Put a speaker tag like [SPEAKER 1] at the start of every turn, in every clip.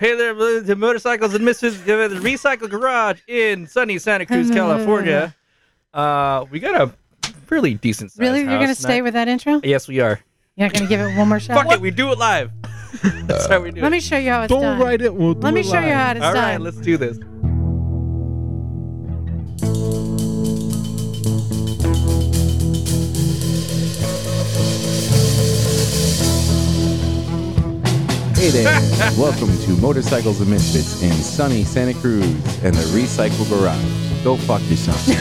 [SPEAKER 1] Hey there, blues to motorcycles and misfits. The Recycle Garage in sunny Santa Cruz, California. Uh, we got a really decent. sized
[SPEAKER 2] Really, you're
[SPEAKER 1] house
[SPEAKER 2] gonna stay
[SPEAKER 1] tonight.
[SPEAKER 2] with that intro?
[SPEAKER 1] Yes, we are.
[SPEAKER 2] You're not gonna give it one more shot?
[SPEAKER 1] Fuck it, we do it live. That's how we do
[SPEAKER 2] Let
[SPEAKER 1] it.
[SPEAKER 2] me show you how it's
[SPEAKER 3] Don't
[SPEAKER 2] done.
[SPEAKER 3] write it. We'll do
[SPEAKER 2] Let me
[SPEAKER 3] it
[SPEAKER 2] show you
[SPEAKER 3] live.
[SPEAKER 2] how it's
[SPEAKER 1] All right,
[SPEAKER 2] done.
[SPEAKER 1] let's do this.
[SPEAKER 3] Hey there. Welcome to Motorcycles and Misfits in sunny Santa Cruz and the Recycle Garage. Go fuck yourself.
[SPEAKER 1] You're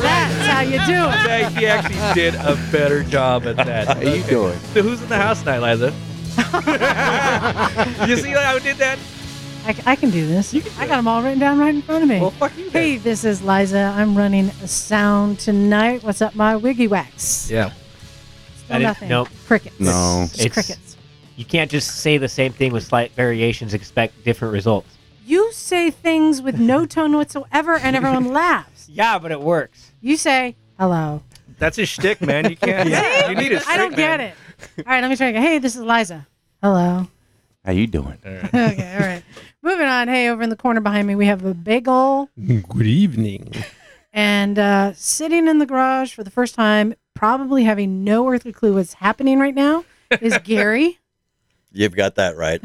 [SPEAKER 1] right.
[SPEAKER 2] That's how you do it.
[SPEAKER 1] Jack, He
[SPEAKER 2] Ah.
[SPEAKER 1] actually did a better job at
[SPEAKER 3] How
[SPEAKER 1] that.
[SPEAKER 3] you doing?
[SPEAKER 1] So who's in the house tonight, Liza? you see how I did that?
[SPEAKER 2] I, I can do this.
[SPEAKER 1] You can do
[SPEAKER 2] I got them all written down right in front of me.
[SPEAKER 1] Well, fuck you. then.
[SPEAKER 2] hey, this is Liza. I'm running a sound tonight. What's up, my wiggy wax?
[SPEAKER 1] Yeah.
[SPEAKER 2] Still
[SPEAKER 4] I didn't-
[SPEAKER 2] nothing.
[SPEAKER 4] nope.
[SPEAKER 2] Crickets.
[SPEAKER 3] No.
[SPEAKER 2] Just
[SPEAKER 4] It's-
[SPEAKER 2] crickets.
[SPEAKER 4] You can't just say the same thing with slight variations, expect different results.
[SPEAKER 2] You say things with no tone whatsoever, and everyone laughs.
[SPEAKER 4] Yeah, but it works.
[SPEAKER 2] You say hello.
[SPEAKER 1] That's his shtick, man. You can't. You need a
[SPEAKER 2] I don't get it. All right, let me try again. Hey, this is Liza. Hello.
[SPEAKER 3] How you doing?
[SPEAKER 2] okay, all right. Moving on. Hey, over in the corner behind me, we have a big ol'
[SPEAKER 3] Good evening.
[SPEAKER 2] and uh, sitting in the garage for the first time, probably having no earthly clue what's happening right now, is Gary.
[SPEAKER 5] You've got that right.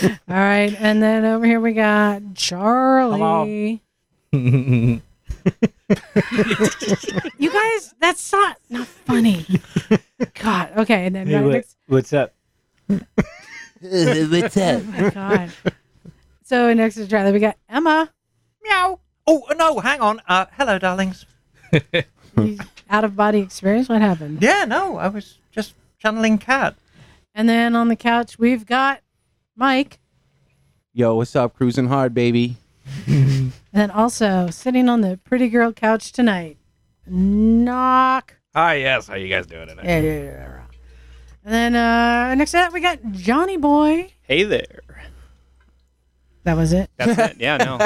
[SPEAKER 2] All right, and then over here we got Charlie.
[SPEAKER 1] it.
[SPEAKER 2] You guys, that's not not funny. God. Okay, and then right next-
[SPEAKER 4] what's up?
[SPEAKER 3] What's up?
[SPEAKER 2] oh my God. So next to Charlie, we got Emma.
[SPEAKER 1] Meow. Oh no, hang on. Uh, hello, darlings.
[SPEAKER 2] You- Out of body experience. What happened?
[SPEAKER 1] Yeah, no, I was just channeling cat.
[SPEAKER 2] And then on the couch we've got Mike.
[SPEAKER 3] Yo, what's up? Cruising hard, baby.
[SPEAKER 2] And then also sitting on the pretty girl couch tonight. Knock.
[SPEAKER 1] Ah, yes. How you guys doing tonight?
[SPEAKER 2] And then uh, next to that, we got Johnny Boy.
[SPEAKER 6] Hey there.
[SPEAKER 2] That was it.
[SPEAKER 6] That's it. Yeah, no.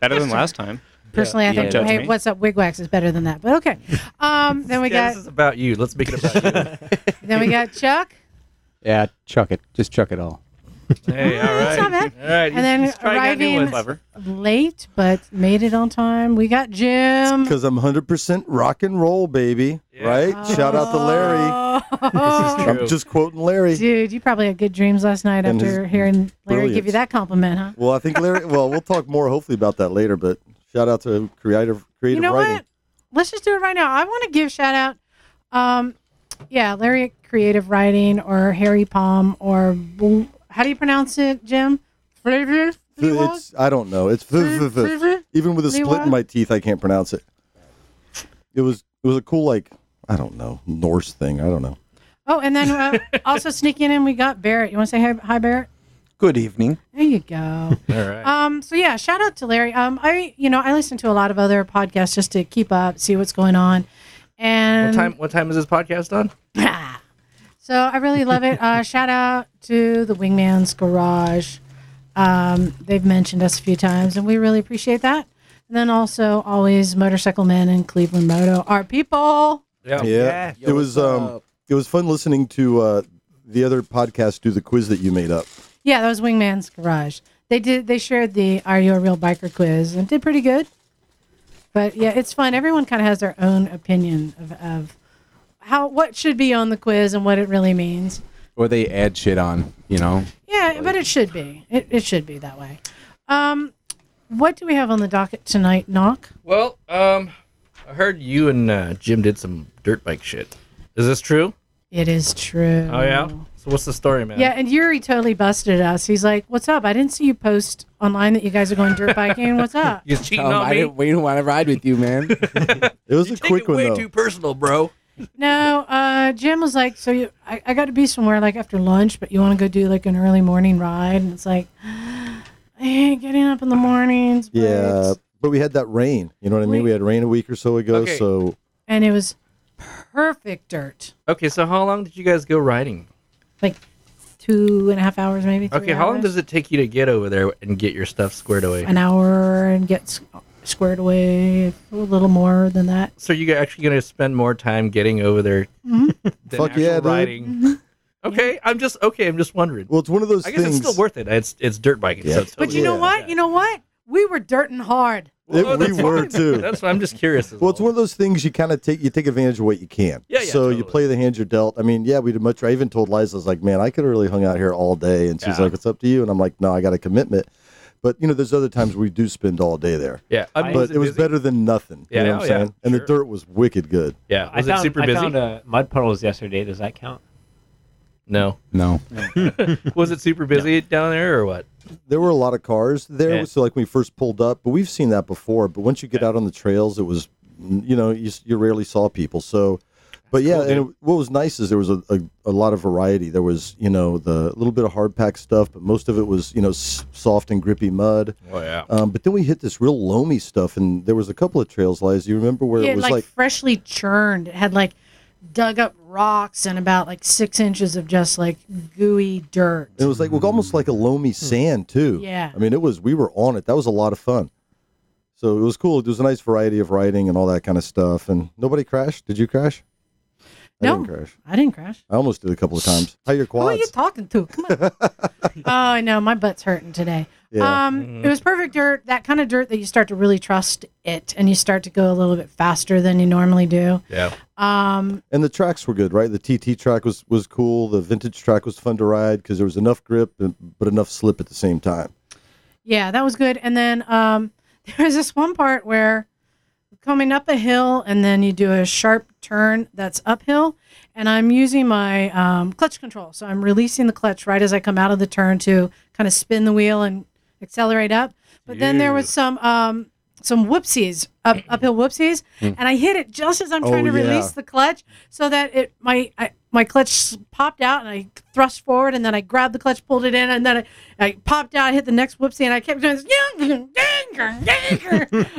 [SPEAKER 6] Better than last time.
[SPEAKER 2] Personally, I think,
[SPEAKER 6] Don't judge
[SPEAKER 2] hey,
[SPEAKER 6] me.
[SPEAKER 2] what's up, Wigwax is better than that. But okay. Um, then we
[SPEAKER 1] yeah,
[SPEAKER 2] got
[SPEAKER 1] this is about you. Let's make it about
[SPEAKER 2] then we got Chuck.
[SPEAKER 3] Yeah, chuck it. Just chuck it all.
[SPEAKER 1] you. hey, all right.
[SPEAKER 2] That's not bad.
[SPEAKER 1] All right.
[SPEAKER 2] And then
[SPEAKER 1] he's trying out new
[SPEAKER 2] arriving-
[SPEAKER 1] ones.
[SPEAKER 6] Clever.
[SPEAKER 2] Late, but made it on time. We got Jim.
[SPEAKER 5] Because I'm 100% rock and roll, baby.
[SPEAKER 1] Yeah.
[SPEAKER 5] Right? Shout out to Larry.
[SPEAKER 2] Larry.
[SPEAKER 1] True.
[SPEAKER 5] I'm just quoting Larry.
[SPEAKER 2] Oh. Dude, you probably had good dreams last night
[SPEAKER 5] And
[SPEAKER 2] after
[SPEAKER 5] his
[SPEAKER 2] hearing Larry give
[SPEAKER 5] brilliance.
[SPEAKER 2] you that compliment, huh?
[SPEAKER 5] Well, I think Larry, well, we'll talk more hopefully about that later, but shout out to creative, creative
[SPEAKER 2] you know
[SPEAKER 5] writing.
[SPEAKER 2] what? Let's just do it right now. I want to give shout out, um, yeah, Larry at Creative Writing or Harry Palm or Bl- how do you pronounce it, Jim? Oh, Flavor?
[SPEAKER 5] It's, I don't know. It's
[SPEAKER 2] Flavor?
[SPEAKER 5] even with a split
[SPEAKER 2] Lewa?
[SPEAKER 5] in my teeth, I can't pronounce it. It was it was a cool like I don't know Norse thing. I don't know.
[SPEAKER 2] Oh, and then uh, also sneaking in, we got Barrett. You want to say hi, hi, Barrett?
[SPEAKER 3] Good evening.
[SPEAKER 2] There you go.
[SPEAKER 1] All right.
[SPEAKER 2] Um, so yeah, shout out to Larry. Um, I you know I listen to a lot of other podcasts just to keep up, see what's going on,
[SPEAKER 1] what
[SPEAKER 2] and
[SPEAKER 1] time? What time is this podcast on?
[SPEAKER 2] So I really love it. Uh, shout out to the Wingman's Garage. Um, they've mentioned us a few times, and we really appreciate that. And then also always Motorcycle Men and Cleveland Moto, our people.
[SPEAKER 5] Yeah, it was um it was fun listening to uh, the other podcast do the quiz that you made up.
[SPEAKER 2] Yeah, that was Wingman's Garage. They did. They shared the "Are You a Real Biker?" quiz and did pretty good. But yeah, it's fun. Everyone kind of has their own opinion of, of how what should be on the quiz and what it really means.
[SPEAKER 3] Or they add shit on, you know?
[SPEAKER 2] Yeah, but it should be. It, it should be that way. Um, what do we have on the docket tonight, Knock?
[SPEAKER 1] Well, um, I heard you and uh, Jim did some dirt bike shit. Is this true?
[SPEAKER 2] It is true.
[SPEAKER 1] Oh yeah. So what's the story, man?
[SPEAKER 2] Yeah, and Yuri totally busted us. He's like, "What's up? I didn't see you post online that you guys are going dirt biking. What's up?"
[SPEAKER 1] You cheating
[SPEAKER 3] Um,
[SPEAKER 1] on
[SPEAKER 3] I
[SPEAKER 1] me.
[SPEAKER 3] didn't, we didn't want to ride with you, man.
[SPEAKER 5] It was
[SPEAKER 1] You
[SPEAKER 5] a
[SPEAKER 1] take
[SPEAKER 5] quick
[SPEAKER 1] it
[SPEAKER 5] one
[SPEAKER 1] way
[SPEAKER 5] though.
[SPEAKER 1] too personal, bro.
[SPEAKER 2] No, uh, Jim was like, "So you, I, I got to be somewhere like after lunch, but you want to go do like an early morning ride?" And it's like, "I hate getting up in the mornings." but-
[SPEAKER 5] yeah, but we had that rain. You know what I mean?
[SPEAKER 2] We-
[SPEAKER 5] We had rain a week or so ago.
[SPEAKER 1] Okay.
[SPEAKER 5] So
[SPEAKER 2] and it was perfect dirt,
[SPEAKER 1] Okay, so how long did you guys go riding?
[SPEAKER 2] like two and a half hours, maybe. three
[SPEAKER 1] Okay, how long
[SPEAKER 2] hours.
[SPEAKER 1] does it take you to get over there and get your stuff squared away?
[SPEAKER 2] an hour and get s- squared away a little more than that. Mm-hmm.
[SPEAKER 1] So you're actually going to spend more time getting over there than
[SPEAKER 5] Fuck
[SPEAKER 1] actual
[SPEAKER 5] yeah, dude.
[SPEAKER 1] riding. Okay, I'm just okay. I'm just wondering.
[SPEAKER 5] Well, it's one of those
[SPEAKER 1] I guess
[SPEAKER 5] things.
[SPEAKER 1] it's still worth it. It's it's dirt biking.
[SPEAKER 5] Yeah.
[SPEAKER 1] So it's
[SPEAKER 2] But
[SPEAKER 1] totally
[SPEAKER 2] you know
[SPEAKER 5] Yeah.
[SPEAKER 2] what? You know what? We were dirting hard.
[SPEAKER 5] It-
[SPEAKER 1] Well,
[SPEAKER 5] we
[SPEAKER 1] that's
[SPEAKER 5] were
[SPEAKER 1] fine.
[SPEAKER 5] too.
[SPEAKER 1] That's why I'm just curious.
[SPEAKER 5] Well, it's one of those things you kind of take you take advantage of what you can.
[SPEAKER 1] Yeah, yeah,
[SPEAKER 5] So you
[SPEAKER 1] totally.
[SPEAKER 5] play the hand you're dealt. I mean, yeah, we'd have much. I even told Liza, I was like, man, I could have really hung out here all day, and she's
[SPEAKER 1] Yeah.
[SPEAKER 5] like, it's up to you, and I'm like, no, I got a commitment. But you know, there's other times we do spend all day there.
[SPEAKER 1] yeah, I mean,
[SPEAKER 5] But it was
[SPEAKER 1] busy?
[SPEAKER 5] better than nothing.
[SPEAKER 1] Yeah,
[SPEAKER 5] you know what I'm
[SPEAKER 1] oh, yeah,
[SPEAKER 5] saying? And the
[SPEAKER 1] sure.
[SPEAKER 5] dirt was wicked good.
[SPEAKER 1] Yeah, was
[SPEAKER 4] I found,
[SPEAKER 1] it super
[SPEAKER 4] I
[SPEAKER 1] busy?
[SPEAKER 4] found uh, mud puddles yesterday. Does that count?
[SPEAKER 1] no.
[SPEAKER 3] No.
[SPEAKER 1] Was it super busy down there or what?
[SPEAKER 5] There were a lot of cars there,
[SPEAKER 1] Yeah.
[SPEAKER 5] so like when we first pulled up, but we've seen that before. But once you get out on the trails, it was, you know, you, s- you rarely saw people. So, but yeah, and it, what was nice is there was a, a, a lot of variety. There was, you know, the little bit of hard pack stuff, but most of it was, you know, s- soft and grippy mud.
[SPEAKER 1] Oh yeah.
[SPEAKER 5] Um, but then we hit this real loamy stuff, and there was a couple of trails, Liz. You remember where
[SPEAKER 2] It
[SPEAKER 5] it was
[SPEAKER 2] like,
[SPEAKER 5] like
[SPEAKER 2] freshly churned. It had like dug up rocks and about like six inches of just like gooey dirt.
[SPEAKER 5] It was like well, almost like a loamy sand too.
[SPEAKER 2] Yeah.
[SPEAKER 5] I mean, it was we were on it. That was a lot of fun. So it was cool. There was a nice variety of riding and all that kind of stuff. And nobody crashed. Did you crash? I
[SPEAKER 2] No.
[SPEAKER 5] didn't crash.
[SPEAKER 2] I didn't crash.
[SPEAKER 5] I almost did a couple of times. How are your
[SPEAKER 2] Who are you
[SPEAKER 5] quads?
[SPEAKER 2] talking to? Come on. oh, I know. My butt's hurting today.
[SPEAKER 5] yeah.
[SPEAKER 2] Um, It was perfect dirt, that kind of dirt that you start to really trust it and you start to go a little bit faster than you normally do.
[SPEAKER 1] Yeah.
[SPEAKER 2] Um,
[SPEAKER 5] and the tracks were good, right? The TT track was was cool. The vintage track was fun to ride because there was enough grip and, but enough slip at the same time.
[SPEAKER 2] yeah, that was good. And then um, there was this one part where coming up a hill and then you do a sharp turn that's uphill. And I'm using my um, clutch control. So I'm releasing the clutch right as I come out of the turn to kind of spin the wheel and accelerate up. But then there was some. Um, some whoopsies, up, uphill whoopsies, and I hit it just as I'm trying
[SPEAKER 5] Oh,
[SPEAKER 2] to
[SPEAKER 5] yeah.
[SPEAKER 2] release the clutch, so that it my I, my clutch s- popped out, and I thrust forward, and then I grabbed the clutch, pulled it in, and then I, I popped out, hit the next whoopsie, and I kept doing this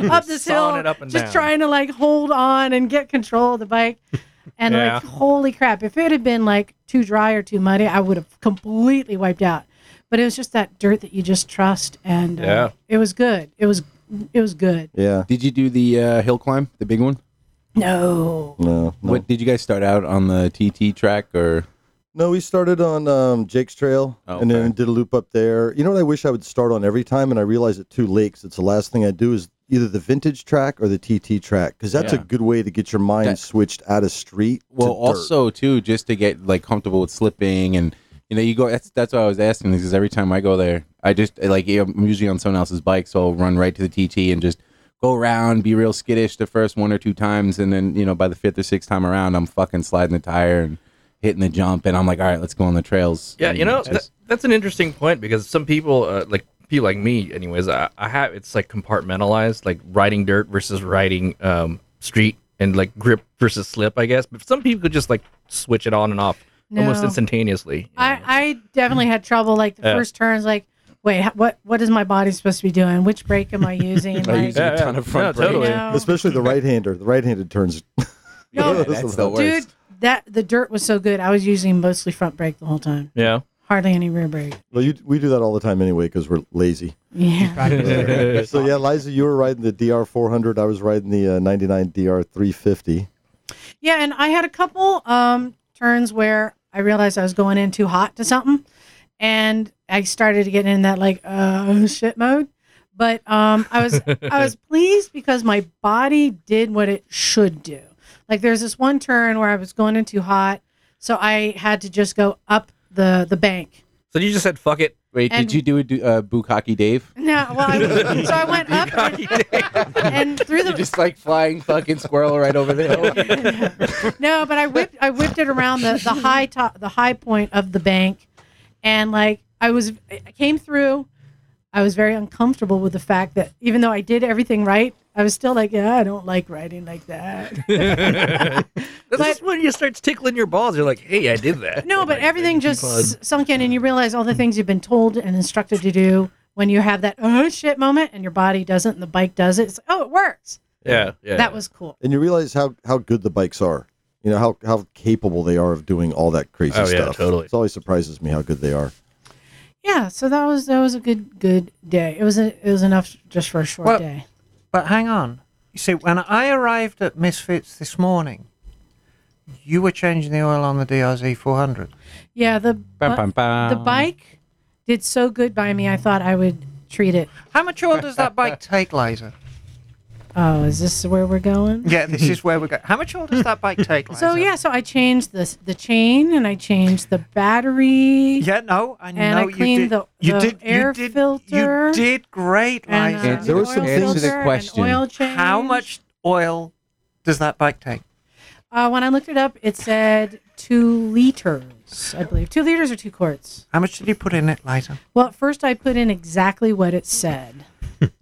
[SPEAKER 2] up this hill,
[SPEAKER 1] Sawing it up and
[SPEAKER 2] just
[SPEAKER 1] down.
[SPEAKER 2] trying to like hold on and get control of the bike. And
[SPEAKER 1] Yeah.
[SPEAKER 2] like, holy crap! If it had been like too dry or too muddy, I would have completely wiped out. But it was just that dirt that you just trust, and uh,
[SPEAKER 1] Yeah.
[SPEAKER 2] it was good. It was it was good.
[SPEAKER 5] Yeah.
[SPEAKER 3] Did you do the uh, hill climb, the big one?
[SPEAKER 2] No,
[SPEAKER 5] No. No.
[SPEAKER 3] What did you guys start out on the TT track or?
[SPEAKER 5] No, we started on um, Jake's Trail
[SPEAKER 3] Oh,
[SPEAKER 5] and then
[SPEAKER 3] okay.
[SPEAKER 5] did a loop up there. You know what I wish I would start on every time, and I realize it too late 'cause it's the last thing I do is either the vintage track or the TT track because that's a
[SPEAKER 3] Yeah.
[SPEAKER 5] good way to get your mind
[SPEAKER 3] That-
[SPEAKER 5] switched out of street. to
[SPEAKER 3] Well,
[SPEAKER 5] dirt.
[SPEAKER 3] also too, just to get like comfortable with slipping and you know you go. That's that's what I was asking because every time I go there, I just like I'm usually on someone else's bike, so I'll run right to the TT and just go around, be real skittish the first one or two times, and then you know by the fifth or sixth time around, I'm fucking sliding the tire and hitting the jump, and I'm like, all right, let's go on the trails.
[SPEAKER 1] Yeah,
[SPEAKER 3] And
[SPEAKER 1] you know
[SPEAKER 3] just-
[SPEAKER 1] that, that's an interesting point because some people, uh, like people like me, anyways, I, I have it's like compartmentalized, like riding dirt versus riding um, street, and like grip versus slip, I guess. But some people could just like switch it on and off almost
[SPEAKER 2] No.
[SPEAKER 1] instantaneously. you
[SPEAKER 2] I
[SPEAKER 1] know?
[SPEAKER 2] I definitely had trouble. Like the
[SPEAKER 1] Yeah.
[SPEAKER 2] first turns, like wait, h- what what is my body supposed to be doing? Which brake am I using?
[SPEAKER 3] I
[SPEAKER 2] Like,
[SPEAKER 3] use a
[SPEAKER 1] Yeah,
[SPEAKER 3] ton
[SPEAKER 1] yeah.
[SPEAKER 3] of front
[SPEAKER 1] No,
[SPEAKER 3] brakes.
[SPEAKER 1] totally.
[SPEAKER 2] you know?
[SPEAKER 5] especially the right hander. The right handed turns.
[SPEAKER 2] No,
[SPEAKER 3] Yeah, that's the
[SPEAKER 2] dude,
[SPEAKER 3] worst.
[SPEAKER 2] that the dirt was so good. I was using mostly front brake the whole time.
[SPEAKER 1] yeah.
[SPEAKER 2] Hardly any rear brake.
[SPEAKER 5] Well, you, we do that all the time anyway because we're lazy.
[SPEAKER 2] Yeah.
[SPEAKER 5] So yeah, Liza, you were riding the DR 400. I was riding the uh, 99 DR 350.
[SPEAKER 2] Yeah, and I had a couple um, turns where I realized I was going in too hot to something, and I started to get in that like uh, shit mode. But um, I was I was pleased because my body did what it should do. Like there's this one turn where I was going in too hot, so I had to just go up the the bank.
[SPEAKER 1] So you just said fuck it.
[SPEAKER 3] Wait,
[SPEAKER 2] And-
[SPEAKER 3] did you do a du- uh, bukkake Dave?
[SPEAKER 2] No, well, I, so I went up and, and through the
[SPEAKER 3] Just like flying fucking squirrel right over the
[SPEAKER 5] Oh,
[SPEAKER 3] hill.
[SPEAKER 2] No, but I whipped I whipped it around the, the high top the high point of the bank and like I was I came through. I was very uncomfortable with the fact that even though I did everything right, I was still like, yeah, I don't like riding like that.
[SPEAKER 1] That's just when you start tickling your balls. You're like, hey, I did that.
[SPEAKER 2] No, but everything just s- sunk in, and you realize all the things you've been told and instructed to do when you have that oh shit moment, and your body doesn't, and the bike does it. It's like, oh, it works.
[SPEAKER 1] Yeah, yeah.
[SPEAKER 2] That was cool.
[SPEAKER 5] and you realize how how good the bikes are. You know how how capable they are of doing all that crazy
[SPEAKER 1] Oh, yeah,
[SPEAKER 5] stuff.
[SPEAKER 1] totally.
[SPEAKER 5] It always surprises me how good they are.
[SPEAKER 2] Yeah, so that was that was a good good day. It was a, it was enough just for a short
[SPEAKER 7] Well-
[SPEAKER 2] day.
[SPEAKER 7] But hang on. You see, when I arrived at Misfits this morning, You were changing the oil on the DRZ 400.
[SPEAKER 2] Yeah, the bu- the bike did so good by me. I thought I would treat it.
[SPEAKER 7] How much oil does that bike take, Laser?
[SPEAKER 2] Oh, is this where we're going?
[SPEAKER 7] Yeah, this is where we go. How much oil does that bike take, Laser?
[SPEAKER 2] So yeah, so I changed the the chain and I changed the battery.
[SPEAKER 7] Yeah, no, I know
[SPEAKER 2] And I
[SPEAKER 7] you
[SPEAKER 2] cleaned
[SPEAKER 7] did.
[SPEAKER 2] the-
[SPEAKER 7] you
[SPEAKER 2] the
[SPEAKER 7] did,
[SPEAKER 2] air
[SPEAKER 7] you did,
[SPEAKER 2] filter
[SPEAKER 7] You did great,
[SPEAKER 2] And,
[SPEAKER 7] Liza.
[SPEAKER 3] Answer
[SPEAKER 2] uh,
[SPEAKER 3] There was
[SPEAKER 2] oil
[SPEAKER 3] some- answer the
[SPEAKER 2] filter and
[SPEAKER 3] question.
[SPEAKER 2] Oil change.
[SPEAKER 7] How much oil does that bike take?
[SPEAKER 2] Uh, when I looked it up, it said two liters, I believe. Two liters or two quarts.
[SPEAKER 7] How much did you put in it, Liza?
[SPEAKER 2] Well, at first I put in exactly what it said.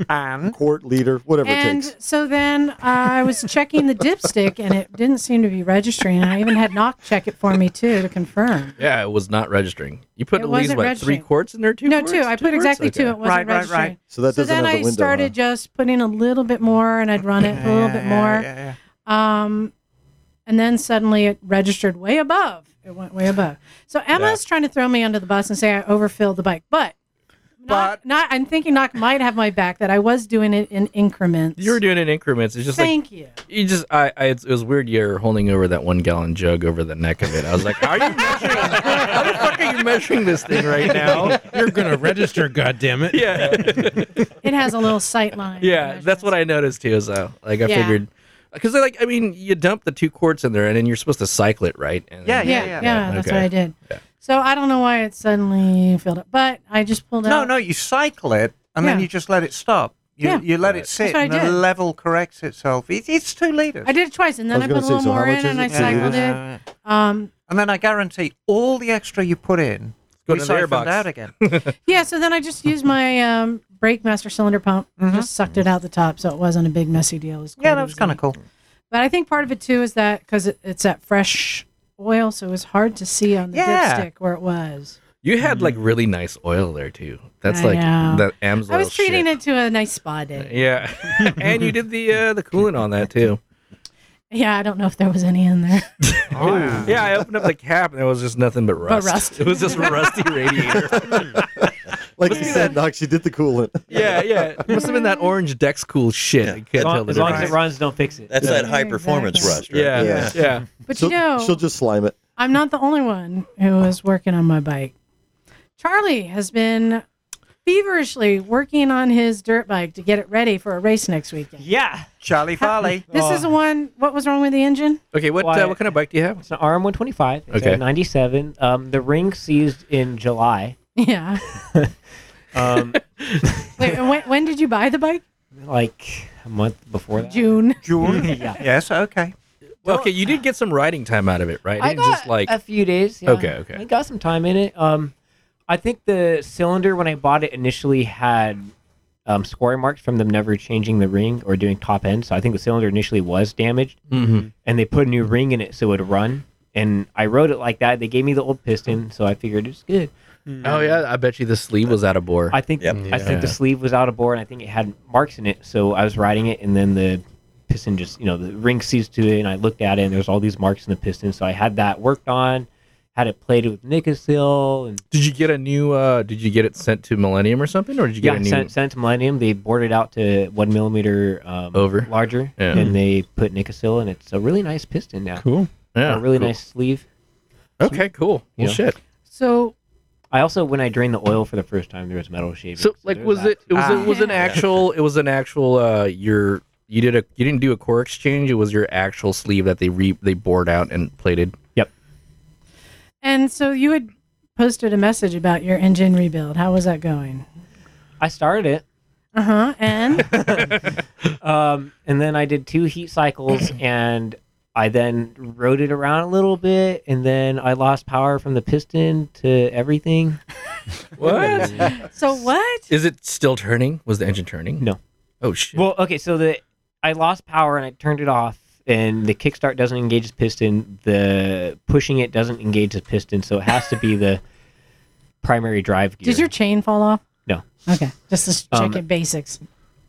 [SPEAKER 7] And
[SPEAKER 5] Quart leader, whatever it
[SPEAKER 2] And
[SPEAKER 5] takes.
[SPEAKER 2] so then uh, I was checking the dipstick and it didn't seem to be registering. I even had Nock check it for me too to confirm.
[SPEAKER 1] Yeah, it was not registering. You put
[SPEAKER 2] It
[SPEAKER 1] at least
[SPEAKER 2] wasn't
[SPEAKER 1] what three
[SPEAKER 2] registering.
[SPEAKER 1] quarts in there? Two?
[SPEAKER 2] No,
[SPEAKER 1] quarts?
[SPEAKER 2] two. I put
[SPEAKER 1] quarts?
[SPEAKER 2] exactly two.
[SPEAKER 1] Okay.
[SPEAKER 2] It wasn't
[SPEAKER 7] Right, right,
[SPEAKER 2] registering.
[SPEAKER 7] right.
[SPEAKER 5] So that
[SPEAKER 2] so
[SPEAKER 5] doesn't
[SPEAKER 2] then
[SPEAKER 5] have
[SPEAKER 2] I
[SPEAKER 5] the window.
[SPEAKER 2] started
[SPEAKER 5] huh?
[SPEAKER 2] just putting a little bit more and I'd run it a little bit more.
[SPEAKER 7] Yeah, yeah,
[SPEAKER 2] Um, and then suddenly it registered way above. It went way above. So Emma's trying to throw me under the bus and say I overfilled the bike, but not,
[SPEAKER 7] But-
[SPEAKER 2] not I'm thinking Knock might have my back that I was doing it in increments.
[SPEAKER 1] You were doing it in increments. It's just like
[SPEAKER 2] Thank you.
[SPEAKER 1] You just, I, I, it's, it was weird. You're holding over that one gallon jug over the neck of it. I was like, are you measuring? how the fuck are you measuring this thing right now?
[SPEAKER 8] You're gonna register, goddammit. Yeah.
[SPEAKER 2] It has a little sight line.
[SPEAKER 1] Yeah, that's what I noticed too. So, like, I
[SPEAKER 2] Yeah.
[SPEAKER 1] figured, because like, I mean, you dump the two quarts in there, and then you're supposed to cycle it, right? And
[SPEAKER 7] Yeah,
[SPEAKER 2] Yeah, yeah,
[SPEAKER 7] yeah.
[SPEAKER 2] that's
[SPEAKER 1] Okay.
[SPEAKER 2] what I did. So I don't know why it suddenly filled up, but I just pulled
[SPEAKER 7] yeah. No,
[SPEAKER 2] out.
[SPEAKER 7] no, you cycle it and then
[SPEAKER 2] Yeah.
[SPEAKER 7] you just let it stop. You,
[SPEAKER 2] Yeah.
[SPEAKER 7] you let it sit
[SPEAKER 2] what I
[SPEAKER 7] and the
[SPEAKER 2] did.
[SPEAKER 7] level corrects itself. It, it's two liters.
[SPEAKER 2] I did it twice, and then
[SPEAKER 5] I
[SPEAKER 2] I,
[SPEAKER 5] was
[SPEAKER 2] put
[SPEAKER 5] gonna
[SPEAKER 2] a
[SPEAKER 5] say,
[SPEAKER 2] little
[SPEAKER 5] so how
[SPEAKER 2] more
[SPEAKER 5] much
[SPEAKER 2] in, and I
[SPEAKER 5] is it?
[SPEAKER 7] Yeah,
[SPEAKER 2] cycled
[SPEAKER 7] yeah,
[SPEAKER 2] it.
[SPEAKER 7] yeah.
[SPEAKER 2] Um,
[SPEAKER 7] And then I guarantee all the extra you put in,
[SPEAKER 1] Go
[SPEAKER 7] we
[SPEAKER 1] to the air
[SPEAKER 7] siphoned
[SPEAKER 1] box.
[SPEAKER 7] out again.
[SPEAKER 2] Yeah, so then I just used my um, brake master cylinder pump, just sucked it out the top, so it wasn't a big messy deal. It was
[SPEAKER 7] Mm-hmm. yeah,
[SPEAKER 2] quite
[SPEAKER 7] that was
[SPEAKER 2] easy.
[SPEAKER 7] kind of cool.
[SPEAKER 2] But I think part of it too is that because it, it's that fresh oil, so it was hard to see on the
[SPEAKER 7] Yeah.
[SPEAKER 2] dipstick where it was.
[SPEAKER 1] you had
[SPEAKER 8] Mm-hmm.
[SPEAKER 1] like really nice oil there too. That's
[SPEAKER 2] I
[SPEAKER 1] like
[SPEAKER 2] know.
[SPEAKER 1] that Amsoil.
[SPEAKER 2] I was treating
[SPEAKER 1] shit.
[SPEAKER 2] it to a nice spa day.
[SPEAKER 1] Yeah, and you did the uh, the coolant on that too.
[SPEAKER 2] Yeah, I don't know if there was any in there.
[SPEAKER 1] Yeah, I opened up the cap, and there was just nothing but rust.
[SPEAKER 2] rust.
[SPEAKER 1] It was just a rusty radiator.
[SPEAKER 5] Like you said, Knox, you did the coolant.
[SPEAKER 1] Yeah, yeah. Must have been that orange Dex cool shit. I can't
[SPEAKER 4] As
[SPEAKER 1] tell
[SPEAKER 4] long,
[SPEAKER 1] the
[SPEAKER 4] as, long as
[SPEAKER 1] difference.
[SPEAKER 4] it runs, don't fix it.
[SPEAKER 9] That's that high performance rust,
[SPEAKER 2] Exactly.
[SPEAKER 9] right?
[SPEAKER 1] Yeah, yeah,
[SPEAKER 5] Yeah.
[SPEAKER 2] But
[SPEAKER 5] she'll,
[SPEAKER 2] you know,
[SPEAKER 5] she'll just slime it.
[SPEAKER 2] I'm not the only one who was working on my bike. Charlie has been feverishly working on his dirt bike to get it ready for a race next weekend.
[SPEAKER 4] Yeah,
[SPEAKER 7] Charlie Farley.
[SPEAKER 2] This is the one. What was wrong with the engine?
[SPEAKER 1] Okay, what
[SPEAKER 4] Why-
[SPEAKER 1] uh, what kind of bike do you have?
[SPEAKER 4] it's an RM 125. It's
[SPEAKER 1] Okay.
[SPEAKER 4] a 97. Um, the ring seized in July.
[SPEAKER 2] Yeah.
[SPEAKER 4] Um,
[SPEAKER 2] Wait, and when, when did you buy the bike?
[SPEAKER 4] like a month before that.
[SPEAKER 2] June.
[SPEAKER 7] June.
[SPEAKER 4] Yeah.
[SPEAKER 7] Yes, okay.
[SPEAKER 1] Well, okay, you did get some riding time out of it, right?
[SPEAKER 4] I
[SPEAKER 1] It didn't
[SPEAKER 4] got
[SPEAKER 1] just like
[SPEAKER 4] a few days. yeah.
[SPEAKER 1] Okay, okay.
[SPEAKER 4] I got some time in it. Um, I think the cylinder when I bought it initially had um, scoring marks from them never changing the ring or doing top end. So I think the cylinder initially was damaged,
[SPEAKER 1] Mhm.
[SPEAKER 4] and they put a new ring in it so it would run. And I rode it like that. They gave me the old piston, so I figured it's good. Uh,
[SPEAKER 1] Oh yeah, I bet you the sleeve was out of bore.
[SPEAKER 4] I think
[SPEAKER 9] Yep.
[SPEAKER 4] I
[SPEAKER 1] Yeah.
[SPEAKER 4] think the sleeve was out of bore, and I think it had marks in it. So I was riding it, and then the piston just you know the ring seized to it, and I looked at it, and there was all these marks in the piston. So I had that worked on, had it plated with Nicosil, and
[SPEAKER 1] did you get a new uh did you get it sent to Millennium or something or did you get
[SPEAKER 4] yeah,
[SPEAKER 1] a new
[SPEAKER 4] sent, sent it to Millennium. They bored it out to one millimeter um,
[SPEAKER 1] Over.
[SPEAKER 4] larger,
[SPEAKER 1] Yeah.
[SPEAKER 4] and they put Nicosil, and it's a really nice piston now.
[SPEAKER 8] Cool.
[SPEAKER 1] yeah,
[SPEAKER 4] a really
[SPEAKER 1] cool.
[SPEAKER 4] nice sleeve.
[SPEAKER 1] Okay, cool. Well
[SPEAKER 4] Yeah.
[SPEAKER 1] shit.
[SPEAKER 2] So
[SPEAKER 4] I also, when I drained the oil for the first time, there was metal shaving.
[SPEAKER 1] So like
[SPEAKER 4] there's
[SPEAKER 1] was
[SPEAKER 4] that
[SPEAKER 1] it it was
[SPEAKER 7] Ah.
[SPEAKER 1] it was an
[SPEAKER 2] Yeah.
[SPEAKER 1] actual it was an actual uh your you did a you didn't do a core exchange, it was your actual sleeve that they re they bored out and plated.
[SPEAKER 2] and so you had posted a message about your engine rebuild. How was that going?
[SPEAKER 4] I started it.
[SPEAKER 2] Uh huh. And
[SPEAKER 4] Um, and then I did two heat cycles, and I then rode it around a little bit, and then I lost power from the piston to everything.
[SPEAKER 1] What?
[SPEAKER 2] so what?
[SPEAKER 1] Is it still turning? Was the engine turning?
[SPEAKER 4] No.
[SPEAKER 1] Oh shit.
[SPEAKER 4] Well, okay, so the I lost power and I turned it off, and the kickstart doesn't engage the piston. The pushing it doesn't engage the piston, so it has to be the primary drive gear.
[SPEAKER 2] Did your chain fall off?
[SPEAKER 4] No.
[SPEAKER 2] Okay. Just this
[SPEAKER 4] Um,
[SPEAKER 2] checking basics.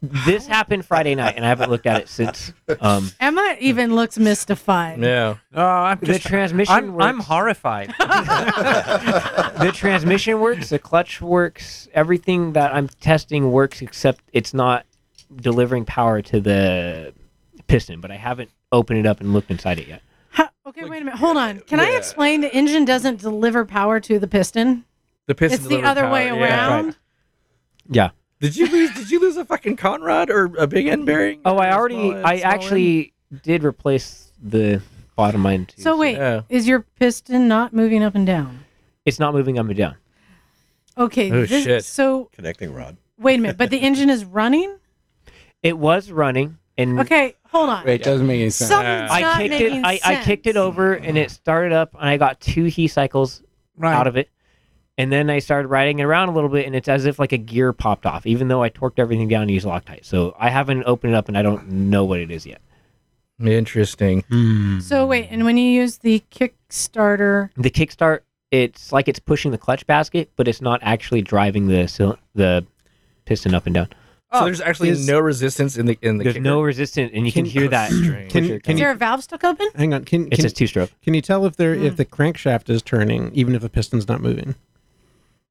[SPEAKER 4] this happened Friday night, and I haven't looked at it since. Um,
[SPEAKER 2] Emma even looks mystified.
[SPEAKER 1] yeah.
[SPEAKER 7] Oh, I'm
[SPEAKER 4] the
[SPEAKER 7] just.
[SPEAKER 4] transmission
[SPEAKER 7] I'm,
[SPEAKER 4] works.
[SPEAKER 7] I'm horrified.
[SPEAKER 4] the transmission works, the clutch works, everything that I'm testing works except it's not delivering power to the piston, but I haven't opened it up and looked inside it yet.
[SPEAKER 2] How, Okay, wait a minute. Hold on. Can I explain the engine doesn't deliver power to the piston?
[SPEAKER 1] The piston
[SPEAKER 2] It's the
[SPEAKER 1] delivered
[SPEAKER 2] other
[SPEAKER 1] power,
[SPEAKER 2] way
[SPEAKER 1] yeah.
[SPEAKER 2] around.
[SPEAKER 4] Yeah.
[SPEAKER 1] Did you lose? Did you lose a fucking Conrad or a big end bearing?
[SPEAKER 4] Oh, I
[SPEAKER 1] Or a
[SPEAKER 4] already,
[SPEAKER 1] small end,
[SPEAKER 4] I
[SPEAKER 1] small
[SPEAKER 4] actually did replace the bottom line. Too,
[SPEAKER 2] So wait,
[SPEAKER 1] end? Yeah.
[SPEAKER 2] is your piston not moving up and down?
[SPEAKER 4] it's not moving up and down.
[SPEAKER 2] Okay.
[SPEAKER 1] Oh, shit.
[SPEAKER 2] So
[SPEAKER 9] Connecting rod.
[SPEAKER 2] wait a minute. But the engine is running.
[SPEAKER 4] It was running, and
[SPEAKER 2] Okay, hold on.
[SPEAKER 3] It doesn't make any sense.
[SPEAKER 9] Uh,
[SPEAKER 2] Something's not
[SPEAKER 4] Mm. I kicked
[SPEAKER 2] making
[SPEAKER 4] it. I, I kicked it
[SPEAKER 2] sense.
[SPEAKER 4] over, and it started up, and I got two he cycles
[SPEAKER 7] Right.
[SPEAKER 4] out of it. And then I started riding it around a little bit, and it's as if like a gear popped off, even though I torqued everything down and used Loctite. So I haven't opened it up, and I don't know what it is yet.
[SPEAKER 1] end. Interesting.
[SPEAKER 4] Hmm.
[SPEAKER 2] So wait, and when you use the Kickstarter,
[SPEAKER 4] The kickstart, it's like it's pushing the clutch basket, but it's not actually driving the sil- the piston up and down.
[SPEAKER 1] so there's actually
[SPEAKER 9] is-
[SPEAKER 1] no resistance in the in the.
[SPEAKER 4] There's
[SPEAKER 1] kicker?
[SPEAKER 4] no resistance, and you can,
[SPEAKER 9] Can-
[SPEAKER 4] hear that.
[SPEAKER 1] Strange.
[SPEAKER 4] Can-
[SPEAKER 9] Can,
[SPEAKER 4] Sure,
[SPEAKER 9] can
[SPEAKER 2] is
[SPEAKER 9] you
[SPEAKER 2] there a valve stuck open?
[SPEAKER 8] Hang on. Can
[SPEAKER 4] It's
[SPEAKER 8] can,
[SPEAKER 4] a two stroke.
[SPEAKER 8] can you tell if there if the crankshaft is turning even if the piston's not moving?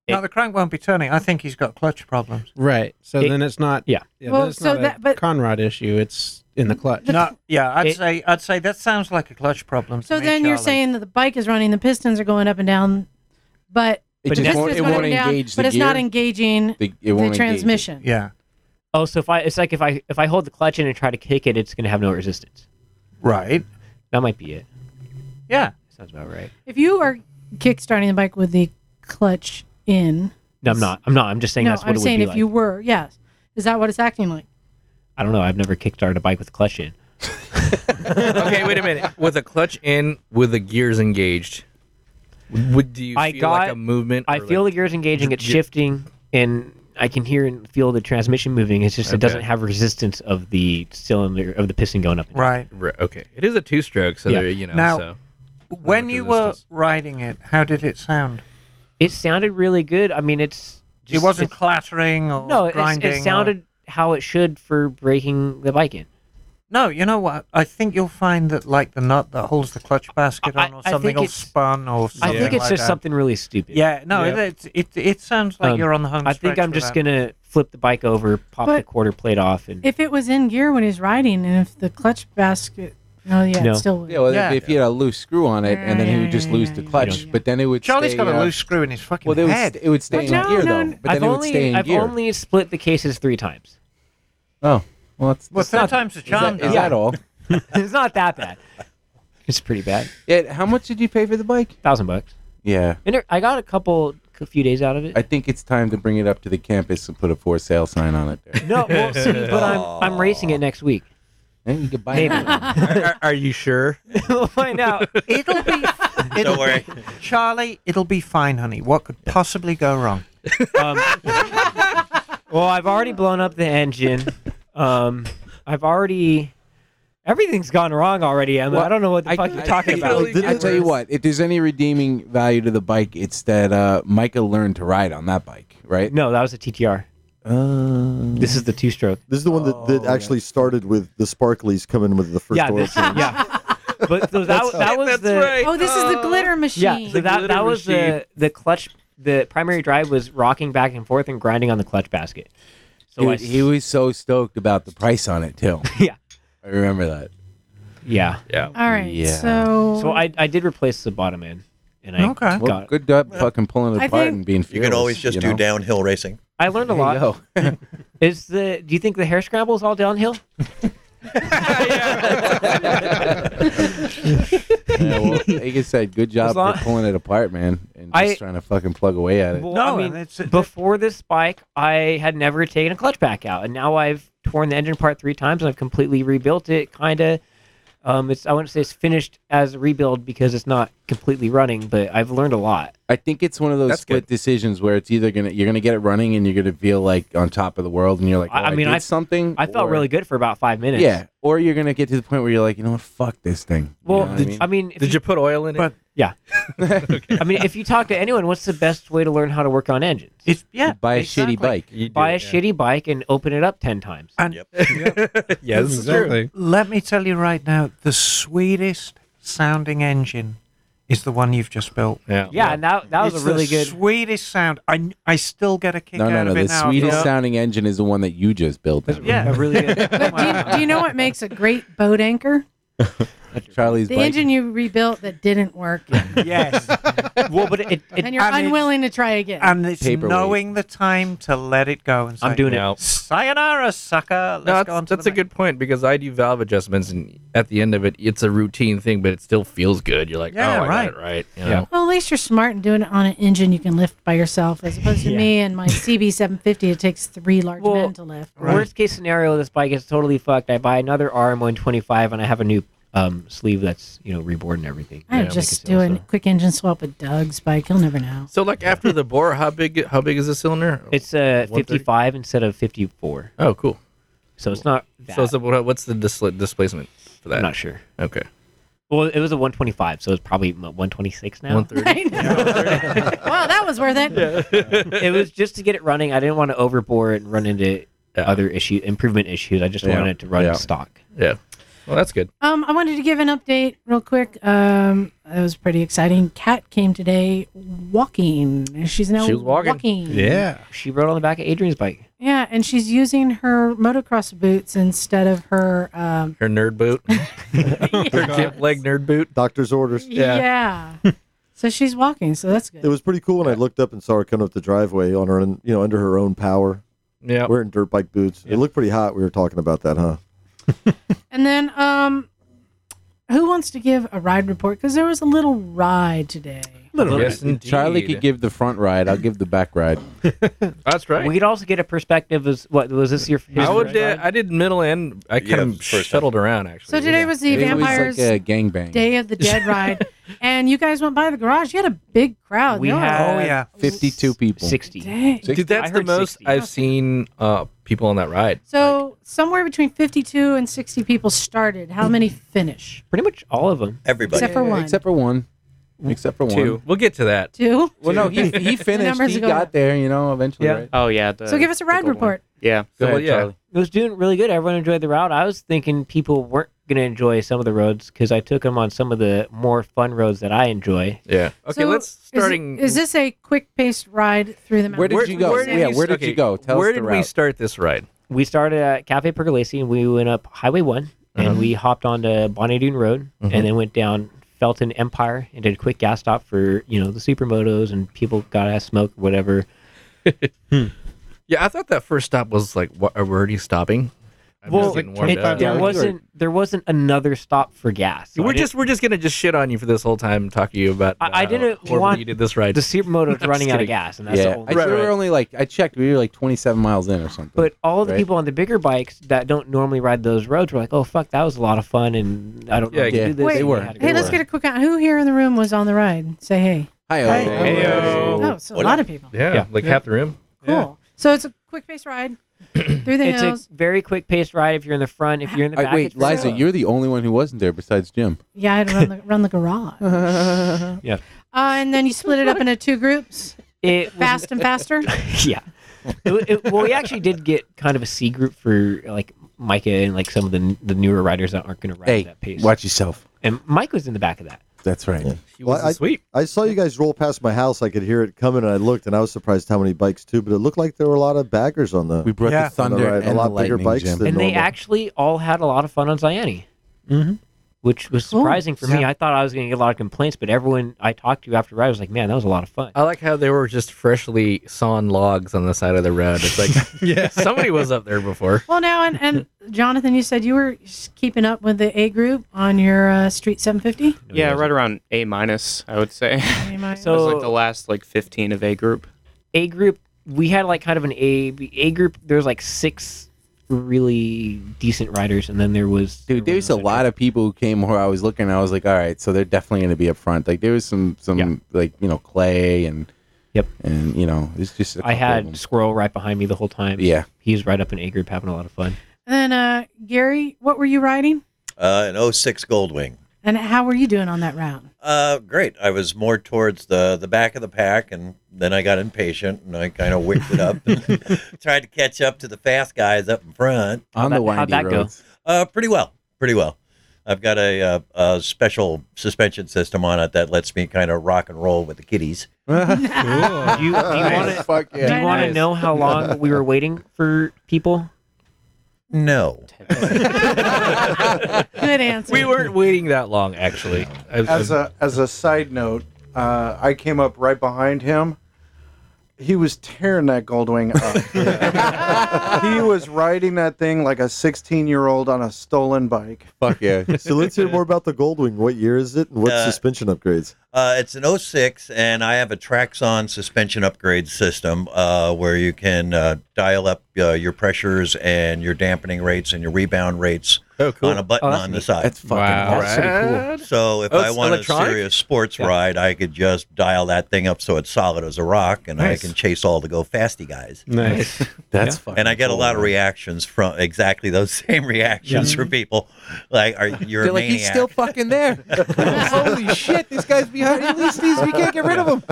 [SPEAKER 7] Now the crank won't be turning. I think he's got clutch problems.
[SPEAKER 8] Right. So
[SPEAKER 4] It-
[SPEAKER 8] then it's not.
[SPEAKER 4] Yeah.
[SPEAKER 8] yeah
[SPEAKER 2] Well,
[SPEAKER 8] then it's
[SPEAKER 2] so
[SPEAKER 8] not
[SPEAKER 2] that-
[SPEAKER 8] a
[SPEAKER 2] but-
[SPEAKER 8] Conrad issue. It's in the clutch.
[SPEAKER 7] No, Uh, yeah, I'd
[SPEAKER 4] It-
[SPEAKER 7] say I'd say that sounds like a clutch problem. to
[SPEAKER 2] So
[SPEAKER 7] me,
[SPEAKER 2] then you're
[SPEAKER 7] Charlie.
[SPEAKER 2] saying that the bike is running, the pistons are going up and down, but
[SPEAKER 3] It
[SPEAKER 4] But
[SPEAKER 3] just
[SPEAKER 2] this
[SPEAKER 3] won't,
[SPEAKER 2] is
[SPEAKER 3] it
[SPEAKER 2] going
[SPEAKER 3] won't
[SPEAKER 2] up and down,
[SPEAKER 3] engage the
[SPEAKER 2] but it's
[SPEAKER 3] gear.
[SPEAKER 2] not engaging
[SPEAKER 3] The- it won't
[SPEAKER 2] the
[SPEAKER 3] engage it.
[SPEAKER 2] transmission.
[SPEAKER 7] yeah,
[SPEAKER 4] Oh, so if I, it's like if I if I hold the clutch in and try to kick it, it's gonna have no resistance.
[SPEAKER 7] right,
[SPEAKER 4] That might be it.
[SPEAKER 7] yeah.
[SPEAKER 4] Sounds about right.
[SPEAKER 2] If you are kickstarting the bike with the clutch in,
[SPEAKER 4] No, I'm not. I'm not. I'm just saying
[SPEAKER 2] no,
[SPEAKER 4] that's what
[SPEAKER 2] I'm
[SPEAKER 4] it would
[SPEAKER 2] saying
[SPEAKER 4] be
[SPEAKER 2] if
[SPEAKER 4] like.
[SPEAKER 2] you were, yes, is that what it's acting like?
[SPEAKER 4] I don't know. I've never kickstarted a bike with a clutch in.
[SPEAKER 1] okay, wait a minute. With a clutch in, with the gears engaged, would do you
[SPEAKER 4] I
[SPEAKER 1] feel
[SPEAKER 4] got-
[SPEAKER 1] like a movement?
[SPEAKER 4] I
[SPEAKER 1] or
[SPEAKER 4] feel
[SPEAKER 1] like,
[SPEAKER 4] the gears engaging. It's
[SPEAKER 1] Ge-
[SPEAKER 4] shifting, and I can hear and feel the transmission moving. It's just it
[SPEAKER 1] Okay.
[SPEAKER 4] doesn't have resistance of the cylinder of the piston going up. and down.
[SPEAKER 7] right.
[SPEAKER 1] Re- okay. It is a two stroke, so
[SPEAKER 4] Yeah.
[SPEAKER 1] there, you know.
[SPEAKER 7] Now-
[SPEAKER 1] so.
[SPEAKER 7] When
[SPEAKER 1] much
[SPEAKER 7] you were
[SPEAKER 1] resistance.
[SPEAKER 7] riding it, how did it sound?
[SPEAKER 4] It sounded really good. I mean, it's just,
[SPEAKER 7] it wasn't
[SPEAKER 4] it's-
[SPEAKER 7] clattering or
[SPEAKER 4] no. it's-
[SPEAKER 7] grinding.
[SPEAKER 4] It
[SPEAKER 7] or-
[SPEAKER 4] sounded how it should for breaking the bike in.
[SPEAKER 7] No, you know what? I think you'll find that like the nut that holds the clutch basket
[SPEAKER 4] I-
[SPEAKER 7] on, or
[SPEAKER 4] I
[SPEAKER 7] something
[SPEAKER 4] think
[SPEAKER 7] will
[SPEAKER 4] it's-
[SPEAKER 7] spun, or
[SPEAKER 4] I
[SPEAKER 7] something
[SPEAKER 4] think it's
[SPEAKER 7] like
[SPEAKER 4] just
[SPEAKER 7] that.
[SPEAKER 4] something really stupid.
[SPEAKER 7] Yeah, no,
[SPEAKER 8] Yeah.
[SPEAKER 7] It, it it it sounds like
[SPEAKER 4] Um,
[SPEAKER 7] you're on the home.
[SPEAKER 4] I think
[SPEAKER 7] stretch
[SPEAKER 4] I'm
[SPEAKER 7] with
[SPEAKER 4] just
[SPEAKER 7] that.
[SPEAKER 4] gonna flip the bike over, pop the
[SPEAKER 2] But-
[SPEAKER 4] quarter plate off, and
[SPEAKER 2] If it was in gear when he's riding, and if the clutch basket, oh yeah,
[SPEAKER 4] No.
[SPEAKER 2] it still would.
[SPEAKER 3] Yeah, well,
[SPEAKER 7] Yeah.
[SPEAKER 3] if he had a loose screw on it, and then he would just
[SPEAKER 2] Yeah,
[SPEAKER 3] lose
[SPEAKER 2] yeah,
[SPEAKER 3] the
[SPEAKER 2] yeah,
[SPEAKER 3] clutch,
[SPEAKER 2] yeah.
[SPEAKER 3] but then it would.
[SPEAKER 7] Charlie's
[SPEAKER 3] stay,
[SPEAKER 7] got a
[SPEAKER 3] uh,
[SPEAKER 7] loose screw in his fucking
[SPEAKER 3] Well, it
[SPEAKER 7] head.
[SPEAKER 3] would, it would stay
[SPEAKER 2] Well,
[SPEAKER 3] in
[SPEAKER 2] no,
[SPEAKER 3] gear
[SPEAKER 2] no,
[SPEAKER 3] though, but
[SPEAKER 4] I've
[SPEAKER 3] then it would stay
[SPEAKER 4] only
[SPEAKER 3] in
[SPEAKER 4] I've
[SPEAKER 3] gear.
[SPEAKER 4] only split the cases three times.
[SPEAKER 3] oh, well, it's,
[SPEAKER 7] well,
[SPEAKER 3] it's
[SPEAKER 7] third
[SPEAKER 3] not-
[SPEAKER 7] time's a charm.
[SPEAKER 3] Is that, is
[SPEAKER 7] though.
[SPEAKER 3] that all?
[SPEAKER 4] it's not that bad. It's pretty bad.
[SPEAKER 3] Yeah, how much did you pay for the bike?
[SPEAKER 4] Thousand bucks.
[SPEAKER 3] Yeah,
[SPEAKER 4] And there- I got a couple, a few days out of it.
[SPEAKER 3] I think it's time to bring it up to the campus and put a for sale sign on it. There,
[SPEAKER 4] no, well, see, but I'm I'm racing it next week.
[SPEAKER 3] and you could buy
[SPEAKER 4] Maybe.
[SPEAKER 3] it.
[SPEAKER 1] are, are- are you sure?
[SPEAKER 4] we'll find out.
[SPEAKER 7] It'll be. It'll
[SPEAKER 9] Don't worry.
[SPEAKER 7] Be, Charlie, it'll be fine, honey. What could possibly go wrong?
[SPEAKER 4] Um, well, I've already blown up the engine. Um, I've already everything's gone wrong already, Emma.
[SPEAKER 3] Well,
[SPEAKER 4] I don't know what the fuck you're talking
[SPEAKER 1] can
[SPEAKER 4] about.
[SPEAKER 1] only-
[SPEAKER 3] I tell you
[SPEAKER 1] worse.
[SPEAKER 3] what, if there's any redeeming value to the bike, it's that uh, Micah learned to ride on that bike, right?
[SPEAKER 4] No, that was a TTR.
[SPEAKER 3] Uh,
[SPEAKER 4] This is the two stroke.
[SPEAKER 5] This is the one that, that
[SPEAKER 1] Oh,
[SPEAKER 5] actually started with the sparklies coming with the first
[SPEAKER 4] Yeah,
[SPEAKER 5] oil
[SPEAKER 4] this,
[SPEAKER 5] change.
[SPEAKER 4] yeah. But so that, that was
[SPEAKER 1] That's
[SPEAKER 4] the
[SPEAKER 1] right.
[SPEAKER 2] oh, this is the glitter machine.
[SPEAKER 4] Yeah, so that,
[SPEAKER 1] glitter
[SPEAKER 4] that was
[SPEAKER 1] machine.
[SPEAKER 4] the the clutch. The primary drive was rocking back and forth and grinding on the clutch basket. So I,
[SPEAKER 3] Dude, he was so stoked about the price on it too.
[SPEAKER 4] Yeah.
[SPEAKER 3] I remember that.
[SPEAKER 4] yeah.
[SPEAKER 1] Yeah.
[SPEAKER 2] All right,
[SPEAKER 3] Yeah.
[SPEAKER 2] so
[SPEAKER 4] So I, I did replace the bottom end, and I
[SPEAKER 7] Okay.
[SPEAKER 4] got.
[SPEAKER 3] Well, good job fucking pulling it
[SPEAKER 2] I
[SPEAKER 3] apart
[SPEAKER 2] think-
[SPEAKER 3] and being
[SPEAKER 9] You
[SPEAKER 3] fearless.
[SPEAKER 9] can always just
[SPEAKER 3] you
[SPEAKER 9] do
[SPEAKER 3] know?
[SPEAKER 9] downhill racing.
[SPEAKER 4] I learned a
[SPEAKER 3] There you
[SPEAKER 4] lot.
[SPEAKER 3] go.
[SPEAKER 4] Is the do you think the hair scramble is all downhill?
[SPEAKER 3] yeah, well, like I said, good job
[SPEAKER 4] long-
[SPEAKER 3] for pulling it apart, man, and just
[SPEAKER 4] I-
[SPEAKER 3] trying to fucking plug away at it.
[SPEAKER 4] Well,
[SPEAKER 7] No,
[SPEAKER 4] I mean,
[SPEAKER 7] it's- it-
[SPEAKER 4] before this bike, I had never taken a clutch back out, and now I've torn the engine apart three times, and I've completely rebuilt it. Kind of, um, it's I wouldn't say it's finished as a rebuild because it's not completely running, but I've learned a lot.
[SPEAKER 3] I think it's one of those
[SPEAKER 1] That's
[SPEAKER 3] split
[SPEAKER 1] good.
[SPEAKER 3] decisions where it's either gonna you're gonna get it running and you're gonna feel like on top of the world, and you're like, oh,
[SPEAKER 4] I- I
[SPEAKER 3] I,
[SPEAKER 4] mean,
[SPEAKER 3] did
[SPEAKER 4] I-
[SPEAKER 3] something.
[SPEAKER 4] I felt
[SPEAKER 3] or-
[SPEAKER 4] really good for about five minutes.
[SPEAKER 3] Yeah, or you're gonna get to the point where you're like, you know what, fuck this thing. You
[SPEAKER 4] Well,
[SPEAKER 3] know what
[SPEAKER 4] I mean, I if
[SPEAKER 1] Did
[SPEAKER 4] you,
[SPEAKER 1] you put oil in it?
[SPEAKER 7] But-
[SPEAKER 4] I mean, if you talk to anyone, what's the best way to learn how to work on engines?
[SPEAKER 7] It's yeah.
[SPEAKER 3] buy a
[SPEAKER 7] exactly.
[SPEAKER 3] shitty bike.
[SPEAKER 1] You do
[SPEAKER 4] Buy a
[SPEAKER 1] it,
[SPEAKER 4] shitty bike and open it up ten times.
[SPEAKER 7] And
[SPEAKER 9] Yep.
[SPEAKER 1] yeah, this is true.
[SPEAKER 8] exactly.
[SPEAKER 7] let me tell you right now, the sweetest sounding engine is the one you've just built.
[SPEAKER 1] Yeah.
[SPEAKER 4] Yeah, and that that was
[SPEAKER 7] It's
[SPEAKER 4] a really
[SPEAKER 7] the
[SPEAKER 4] good.
[SPEAKER 7] sweetest sound. I I still get a kick
[SPEAKER 3] No,
[SPEAKER 7] out
[SPEAKER 3] no, no.
[SPEAKER 7] of it
[SPEAKER 3] The
[SPEAKER 7] now.
[SPEAKER 3] sweetest
[SPEAKER 7] Yeah.
[SPEAKER 3] sounding engine is the one that you just built.
[SPEAKER 7] Yeah.
[SPEAKER 4] a really good.
[SPEAKER 2] But do, you, do you know what makes a great boat anchor?
[SPEAKER 3] Charlie's
[SPEAKER 2] The
[SPEAKER 3] bike.
[SPEAKER 2] engine you rebuilt that didn't work,
[SPEAKER 7] yes.
[SPEAKER 4] well, but it, it,
[SPEAKER 2] and you're
[SPEAKER 7] and it's-
[SPEAKER 2] unwilling to try again.
[SPEAKER 7] And it's
[SPEAKER 3] Paperweight.
[SPEAKER 7] knowing the time to let it go. And
[SPEAKER 4] I'm
[SPEAKER 7] say,
[SPEAKER 4] doing it.
[SPEAKER 1] No.
[SPEAKER 7] Sayonara, sucker. Let's
[SPEAKER 1] No,
[SPEAKER 7] go on
[SPEAKER 1] that's,
[SPEAKER 7] to
[SPEAKER 1] that's
[SPEAKER 7] the
[SPEAKER 1] a good point because I do valve adjustments, and at the end of it, it's a routine thing, but it still feels good. You're like,
[SPEAKER 7] Yeah,
[SPEAKER 1] oh, I
[SPEAKER 7] right.
[SPEAKER 1] got it right. You
[SPEAKER 4] Yeah.
[SPEAKER 1] know?
[SPEAKER 2] well, at least you're smart and doing it on an engine you can lift by yourself, as opposed to
[SPEAKER 4] Yeah.
[SPEAKER 2] me and my CB750. It takes three large
[SPEAKER 4] Well,
[SPEAKER 2] men to lift.
[SPEAKER 7] Right.
[SPEAKER 4] Worst case scenario, this bike gets totally fucked. I buy another RM125 and I have a new um, sleeve that's you know reborn and everything.
[SPEAKER 2] I'm
[SPEAKER 4] Yeah,
[SPEAKER 2] just
[SPEAKER 4] make it so-
[SPEAKER 2] doing a
[SPEAKER 4] so-
[SPEAKER 2] quick engine swap with Doug's bike. You'll never know.
[SPEAKER 1] So, like after the bore, how big how big is the cylinder?
[SPEAKER 4] It's uh,
[SPEAKER 1] 130?
[SPEAKER 4] 55 instead of 54,
[SPEAKER 1] oh, cool.
[SPEAKER 4] so it's not. That.
[SPEAKER 1] So, so what- what's the disla- displacement for that?
[SPEAKER 4] I'm not sure.
[SPEAKER 1] Okay,
[SPEAKER 4] Well, it was a 125, so it's probably 126 now.
[SPEAKER 1] one thirty.
[SPEAKER 2] I know. wow, that was worth it.
[SPEAKER 4] it was just to get it running. I didn't want to overbore it and run into
[SPEAKER 1] Yeah.
[SPEAKER 4] other issue improvement issues. I just
[SPEAKER 3] Yeah.
[SPEAKER 4] wanted it to run
[SPEAKER 3] Yeah.
[SPEAKER 4] stock.
[SPEAKER 1] Yeah. Well, that's good.
[SPEAKER 2] Um, I wanted to give an update real quick. Um, it was pretty exciting. Kat came today walking. She's now
[SPEAKER 1] She was walking.
[SPEAKER 8] Yeah.
[SPEAKER 4] She rode on the back of Adrian's bike.
[SPEAKER 2] Yeah, and she's using her motocross boots instead of her. Um,
[SPEAKER 1] Her nerd boot, her tip leg nerd boot.
[SPEAKER 5] Doctor's orders.
[SPEAKER 2] yeah. so she's walking. So that's good.
[SPEAKER 5] It was pretty cool when I looked up and saw her coming up the driveway on her, own, you know, under her own power,
[SPEAKER 1] Yeah.
[SPEAKER 5] wearing dirt bike boots. It looked pretty hot. We were talking about that, huh?
[SPEAKER 2] And then, um, who wants to give a ride report? Because there was a little ride today.
[SPEAKER 1] Yes, indeed.
[SPEAKER 3] Charlie could give the front ride. I'll give the back ride.
[SPEAKER 1] That's right.
[SPEAKER 4] We could also get a perspective as what was this your? his
[SPEAKER 1] I would.
[SPEAKER 4] first
[SPEAKER 1] Uh,
[SPEAKER 4] ride?
[SPEAKER 1] I did middle end. I
[SPEAKER 6] Yeah,
[SPEAKER 1] kind
[SPEAKER 6] it
[SPEAKER 1] of
[SPEAKER 6] was first
[SPEAKER 1] shuttled around actually.
[SPEAKER 2] So today was the
[SPEAKER 3] It was
[SPEAKER 2] vampires.
[SPEAKER 3] like a gangbang.
[SPEAKER 2] Day of the Dead ride, and you guys went by the garage. You had a big crowd.
[SPEAKER 4] We
[SPEAKER 2] There were-
[SPEAKER 4] had-
[SPEAKER 7] Oh, yeah.
[SPEAKER 3] 52 people.
[SPEAKER 4] 60.
[SPEAKER 2] Dang.
[SPEAKER 1] Dude, that's the
[SPEAKER 4] heard
[SPEAKER 1] most
[SPEAKER 4] 60.
[SPEAKER 1] I've seen uh, people on that ride.
[SPEAKER 2] So somewhere between fifty-two and sixty people started. How many finish?
[SPEAKER 4] Pretty much all of them.
[SPEAKER 6] Everybody.
[SPEAKER 2] Except for one.
[SPEAKER 3] Except for one. Except for
[SPEAKER 1] Two.
[SPEAKER 3] one.
[SPEAKER 1] We'll get to that.
[SPEAKER 2] Two.
[SPEAKER 3] Well, no, he, he finished.
[SPEAKER 2] numbers
[SPEAKER 3] He
[SPEAKER 2] go
[SPEAKER 3] got
[SPEAKER 2] up.
[SPEAKER 3] there, you know, eventually,
[SPEAKER 4] Yeah.
[SPEAKER 3] right?
[SPEAKER 6] Oh yeah. The,
[SPEAKER 2] So give us a
[SPEAKER 6] the
[SPEAKER 2] ride
[SPEAKER 6] gold one.
[SPEAKER 2] report.
[SPEAKER 6] Yeah.
[SPEAKER 1] So,
[SPEAKER 3] ahead,
[SPEAKER 1] yeah.
[SPEAKER 3] Charlie.
[SPEAKER 4] It was doing really good. Everyone enjoyed the route. I was thinking people weren't gonna enjoy some of the roads because I took them on some of the more fun roads that I enjoy.
[SPEAKER 1] Yeah. Okay,
[SPEAKER 2] So
[SPEAKER 1] let's
[SPEAKER 2] is-
[SPEAKER 1] starting.
[SPEAKER 2] Is, this a quick-paced ride through the mountains?
[SPEAKER 3] Where did you go?
[SPEAKER 2] did
[SPEAKER 3] yeah,
[SPEAKER 2] you
[SPEAKER 3] where did you go? Tell
[SPEAKER 1] where
[SPEAKER 3] us the
[SPEAKER 1] did we
[SPEAKER 3] route.
[SPEAKER 1] start this ride?
[SPEAKER 4] We started at Cafe Pergolesi and we went up Highway One and
[SPEAKER 1] Uh-huh.
[SPEAKER 4] we hopped onto Bonnie Doon Road
[SPEAKER 1] Mm-hmm.
[SPEAKER 4] and then went down Felton Empire and did a quick gas stop for you know the supermotos and people got to smoke or whatever.
[SPEAKER 1] Yeah, I thought that first stop was like, what, are we already stopping? I'm
[SPEAKER 4] Well,
[SPEAKER 1] just getting warmed
[SPEAKER 4] It-
[SPEAKER 1] up.
[SPEAKER 4] there
[SPEAKER 3] Yeah.
[SPEAKER 4] wasn't there wasn't another stop for gas. So I
[SPEAKER 1] we're
[SPEAKER 4] didn't-
[SPEAKER 1] just we're just gonna just shit on you for this whole time talking to you about.
[SPEAKER 4] I- I
[SPEAKER 1] how
[SPEAKER 4] didn't
[SPEAKER 1] horribly
[SPEAKER 4] want
[SPEAKER 1] you did this ride.
[SPEAKER 4] the supermotos running out of
[SPEAKER 1] kidding.
[SPEAKER 4] gas and that's the
[SPEAKER 3] Yeah,
[SPEAKER 4] only
[SPEAKER 3] I think we were only like I checked. We were like 27 miles in or something.
[SPEAKER 4] But all the
[SPEAKER 3] Right.
[SPEAKER 4] people on the bigger bikes that don't normally ride those roads were like, "Oh fuck, that was a lot of fun," and I don't know
[SPEAKER 1] Yeah,
[SPEAKER 4] how to
[SPEAKER 1] yeah,
[SPEAKER 4] do this.
[SPEAKER 2] Wait,
[SPEAKER 4] and
[SPEAKER 2] they
[SPEAKER 3] were.
[SPEAKER 4] had to
[SPEAKER 2] Hey,
[SPEAKER 4] go
[SPEAKER 2] let's
[SPEAKER 4] around.
[SPEAKER 2] get a quick count. Who here in the room was on the ride? Say hey.
[SPEAKER 3] hi,
[SPEAKER 1] Hey-o.
[SPEAKER 2] Oh, so a lot of people.
[SPEAKER 1] yeah,
[SPEAKER 4] Yeah.
[SPEAKER 1] like half the room.
[SPEAKER 2] Cool. So it's a quick-paced ride through the
[SPEAKER 4] It's
[SPEAKER 2] hills.
[SPEAKER 4] a very quick paced ride if you're in the front. If you're in the back,
[SPEAKER 3] wait,
[SPEAKER 4] it's very
[SPEAKER 3] Liza,
[SPEAKER 4] slow.
[SPEAKER 3] you're the only one who wasn't there besides Jim.
[SPEAKER 2] yeah, I had to run the run the garage.
[SPEAKER 4] Yeah.
[SPEAKER 2] Uh, and then you split it up into two groups,
[SPEAKER 4] it was-
[SPEAKER 2] fast and faster.
[SPEAKER 4] yeah. It- it- well, we actually did get kind of a C group for like Micah and like some of the n- the newer riders that aren't going to ride at that pace.
[SPEAKER 3] yourself.
[SPEAKER 4] And Mike was in the back of that.
[SPEAKER 3] That's right.
[SPEAKER 1] He
[SPEAKER 5] Well,
[SPEAKER 1] was
[SPEAKER 5] I-
[SPEAKER 1] sweet.
[SPEAKER 5] I saw you guys roll past my house. I could hear it coming, and I looked, and I was surprised how many bikes too. But it looked like there were a lot of baggers on the.
[SPEAKER 3] We brought
[SPEAKER 7] Yeah.
[SPEAKER 3] the thunder
[SPEAKER 5] All right, a
[SPEAKER 3] and
[SPEAKER 5] lot
[SPEAKER 3] the
[SPEAKER 5] bigger
[SPEAKER 3] lightning,
[SPEAKER 5] bikes
[SPEAKER 3] Jim.
[SPEAKER 5] than-
[SPEAKER 4] and they
[SPEAKER 5] normal.
[SPEAKER 4] actually all had a lot of fun on Ziani,
[SPEAKER 8] Mhm.
[SPEAKER 4] which was
[SPEAKER 2] Cool.
[SPEAKER 4] surprising for me. I thought I was going to get a lot of complaints, but everyone I talked to after the ride was like, "Man, that was a lot of fun."
[SPEAKER 1] I like how they were just freshly sawn logs on the side of the road. It's like somebody was up there before.
[SPEAKER 2] Well, now and, and Jonathan, you said you were s- keeping up with the A group on your uh, Street 750.
[SPEAKER 6] Yeah, right around A minus, I would say.
[SPEAKER 2] Any of my-
[SPEAKER 6] That was
[SPEAKER 4] So-
[SPEAKER 6] like the last like 15 of A group.
[SPEAKER 4] A group, we had like kind of an A B- A group. There's like six really decent riders, and then there was
[SPEAKER 3] Dude, there was a lot of people who came where I was looking. I was like, all right, so they're definitely going to be up front. Like there was some, some
[SPEAKER 4] Yeah.
[SPEAKER 3] like you know Clay and
[SPEAKER 4] Yep.
[SPEAKER 3] and you know it's just. a
[SPEAKER 4] I
[SPEAKER 3] couple of
[SPEAKER 4] had
[SPEAKER 3] them.
[SPEAKER 4] Squirrel right behind me the whole time.
[SPEAKER 3] Yeah.
[SPEAKER 4] he was right up in A group, having a lot of fun.
[SPEAKER 2] And then uh, Gary, what were you riding,
[SPEAKER 9] Uh, an 06 Goldwing.
[SPEAKER 2] and how were you doing on that route?
[SPEAKER 9] Uh, great. I was more towards the, the back of the pack, and then I got impatient and I kind of whipped it up and tried to catch up to the fast guys up in front.
[SPEAKER 3] on the
[SPEAKER 4] that- how'd
[SPEAKER 3] windy
[SPEAKER 4] that go?
[SPEAKER 3] roads.
[SPEAKER 9] Uh, pretty well. Pretty well. I've got a, uh a special suspension system on it that lets me kind of rock and roll with the kiddies.
[SPEAKER 4] Do you, do you want to
[SPEAKER 3] Fuck
[SPEAKER 4] do you
[SPEAKER 3] yeah.
[SPEAKER 4] want to
[SPEAKER 1] Nice.
[SPEAKER 4] know how long we were waiting for people?
[SPEAKER 9] No.
[SPEAKER 2] Good answer.
[SPEAKER 1] We weren't waiting that long, actually. I- I-
[SPEAKER 10] as a as a side note, uh, I came up right behind him. He was tearing that Goldwing up. he was riding that thing like a 16 year old on a stolen bike.
[SPEAKER 3] Fuck yeah.
[SPEAKER 5] So let's hear more about the Goldwing. What year is it? And what
[SPEAKER 9] Uh,
[SPEAKER 5] suspension upgrades?
[SPEAKER 9] Uh, it's an 06, and I have a Traxon suspension upgrade system uh, where you can uh, dial up uh, your pressures and your dampening rates and your rebound rates
[SPEAKER 1] oh, cool.
[SPEAKER 9] on a button
[SPEAKER 1] Oh, that's
[SPEAKER 9] on the
[SPEAKER 1] neat.
[SPEAKER 9] side.
[SPEAKER 3] That's fucking
[SPEAKER 1] Wow.
[SPEAKER 3] awesome.
[SPEAKER 1] Rad.
[SPEAKER 9] so if
[SPEAKER 1] Oh,
[SPEAKER 9] I
[SPEAKER 1] it's
[SPEAKER 9] want
[SPEAKER 1] electronic?
[SPEAKER 9] a serious sports ride, I could just dial that thing up so it's solid as a rock, and
[SPEAKER 8] Nice.
[SPEAKER 9] I can chase all the go fasty guys.
[SPEAKER 8] Nice.
[SPEAKER 3] That's
[SPEAKER 8] Yeah.
[SPEAKER 3] fucking
[SPEAKER 9] And I get a lot of reactions from exactly those same reactions from people. Like, are you're
[SPEAKER 3] They're
[SPEAKER 9] a
[SPEAKER 3] like,
[SPEAKER 9] maniac?
[SPEAKER 3] he's still fucking there. Holy shit, this guy's behind. At least he's, we can't get rid of him.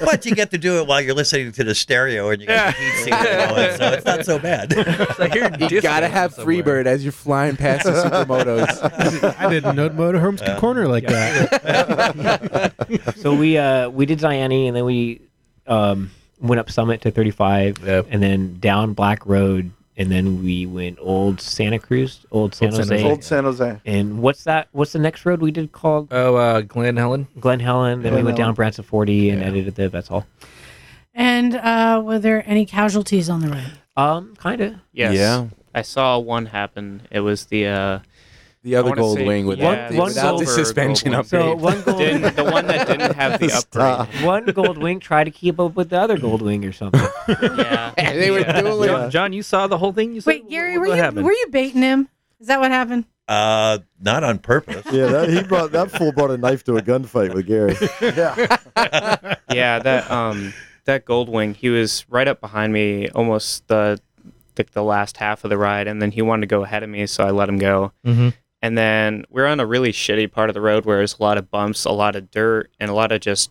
[SPEAKER 9] but you get to do it while you're listening to the stereo and you get the heat signal going, so it's not so bad.
[SPEAKER 1] It's like, you're
[SPEAKER 3] You
[SPEAKER 1] dissing
[SPEAKER 3] gotta
[SPEAKER 1] him
[SPEAKER 3] have
[SPEAKER 1] somewhere.
[SPEAKER 3] Freebird as you're flying past the supermotos.
[SPEAKER 8] I didn't know motorhomes
[SPEAKER 1] Uh,
[SPEAKER 8] could corner like that.
[SPEAKER 4] so we uh we did Ziani and then we um went up Summit to 35
[SPEAKER 1] Yep.
[SPEAKER 4] and then down Black Road and then we went old Santa Cruz, old San
[SPEAKER 1] Old San
[SPEAKER 4] Jose.
[SPEAKER 1] Jose.
[SPEAKER 10] Old San Jose.
[SPEAKER 4] And what's that? What's the next road we did called
[SPEAKER 1] Oh, uh, Glenn Helen.
[SPEAKER 4] Glen Helen? Then we
[SPEAKER 10] Glen
[SPEAKER 4] went down
[SPEAKER 10] Helen.
[SPEAKER 4] Branson 40 and
[SPEAKER 1] Yeah.
[SPEAKER 4] edited the. That's all.
[SPEAKER 2] And uh, were there any casualties on the road?
[SPEAKER 4] Um, kind of.
[SPEAKER 6] Yes.
[SPEAKER 3] Yeah.
[SPEAKER 6] I saw one happen. It was the uh,
[SPEAKER 3] The other
[SPEAKER 6] I wanna
[SPEAKER 3] gold
[SPEAKER 6] say-
[SPEAKER 3] wing without,
[SPEAKER 6] yeah,
[SPEAKER 3] the,
[SPEAKER 4] one
[SPEAKER 3] without the
[SPEAKER 6] silver
[SPEAKER 3] suspension
[SPEAKER 6] gold
[SPEAKER 3] upgrade.
[SPEAKER 6] wing.
[SPEAKER 4] So one gold
[SPEAKER 6] didn't, the one that didn't have the
[SPEAKER 5] Stop.
[SPEAKER 6] upgrade.
[SPEAKER 4] one gold wing tried to keep up with the other gold wing or something.
[SPEAKER 6] Yeah.
[SPEAKER 3] they were
[SPEAKER 6] Yeah.
[SPEAKER 3] dueling.
[SPEAKER 1] John, John, you saw the whole thing. You said,
[SPEAKER 2] Wait, Gary,
[SPEAKER 1] what,
[SPEAKER 2] were
[SPEAKER 1] what
[SPEAKER 2] you
[SPEAKER 1] happened?
[SPEAKER 2] were you baiting him? Is that what happened?
[SPEAKER 9] Uh, not on purpose.
[SPEAKER 5] Yeah, that, he brought that fool brought a knife to a gunfight with Gary.
[SPEAKER 10] Yeah.
[SPEAKER 6] yeah, that um that Goldwing, he was right up behind me almost the like the last half of the ride and then he wanted to go ahead of me so I let him go.
[SPEAKER 1] Mhm.
[SPEAKER 6] And then we're on a really shitty part of the road where there's a lot of bumps, a lot of dirt and a lot of just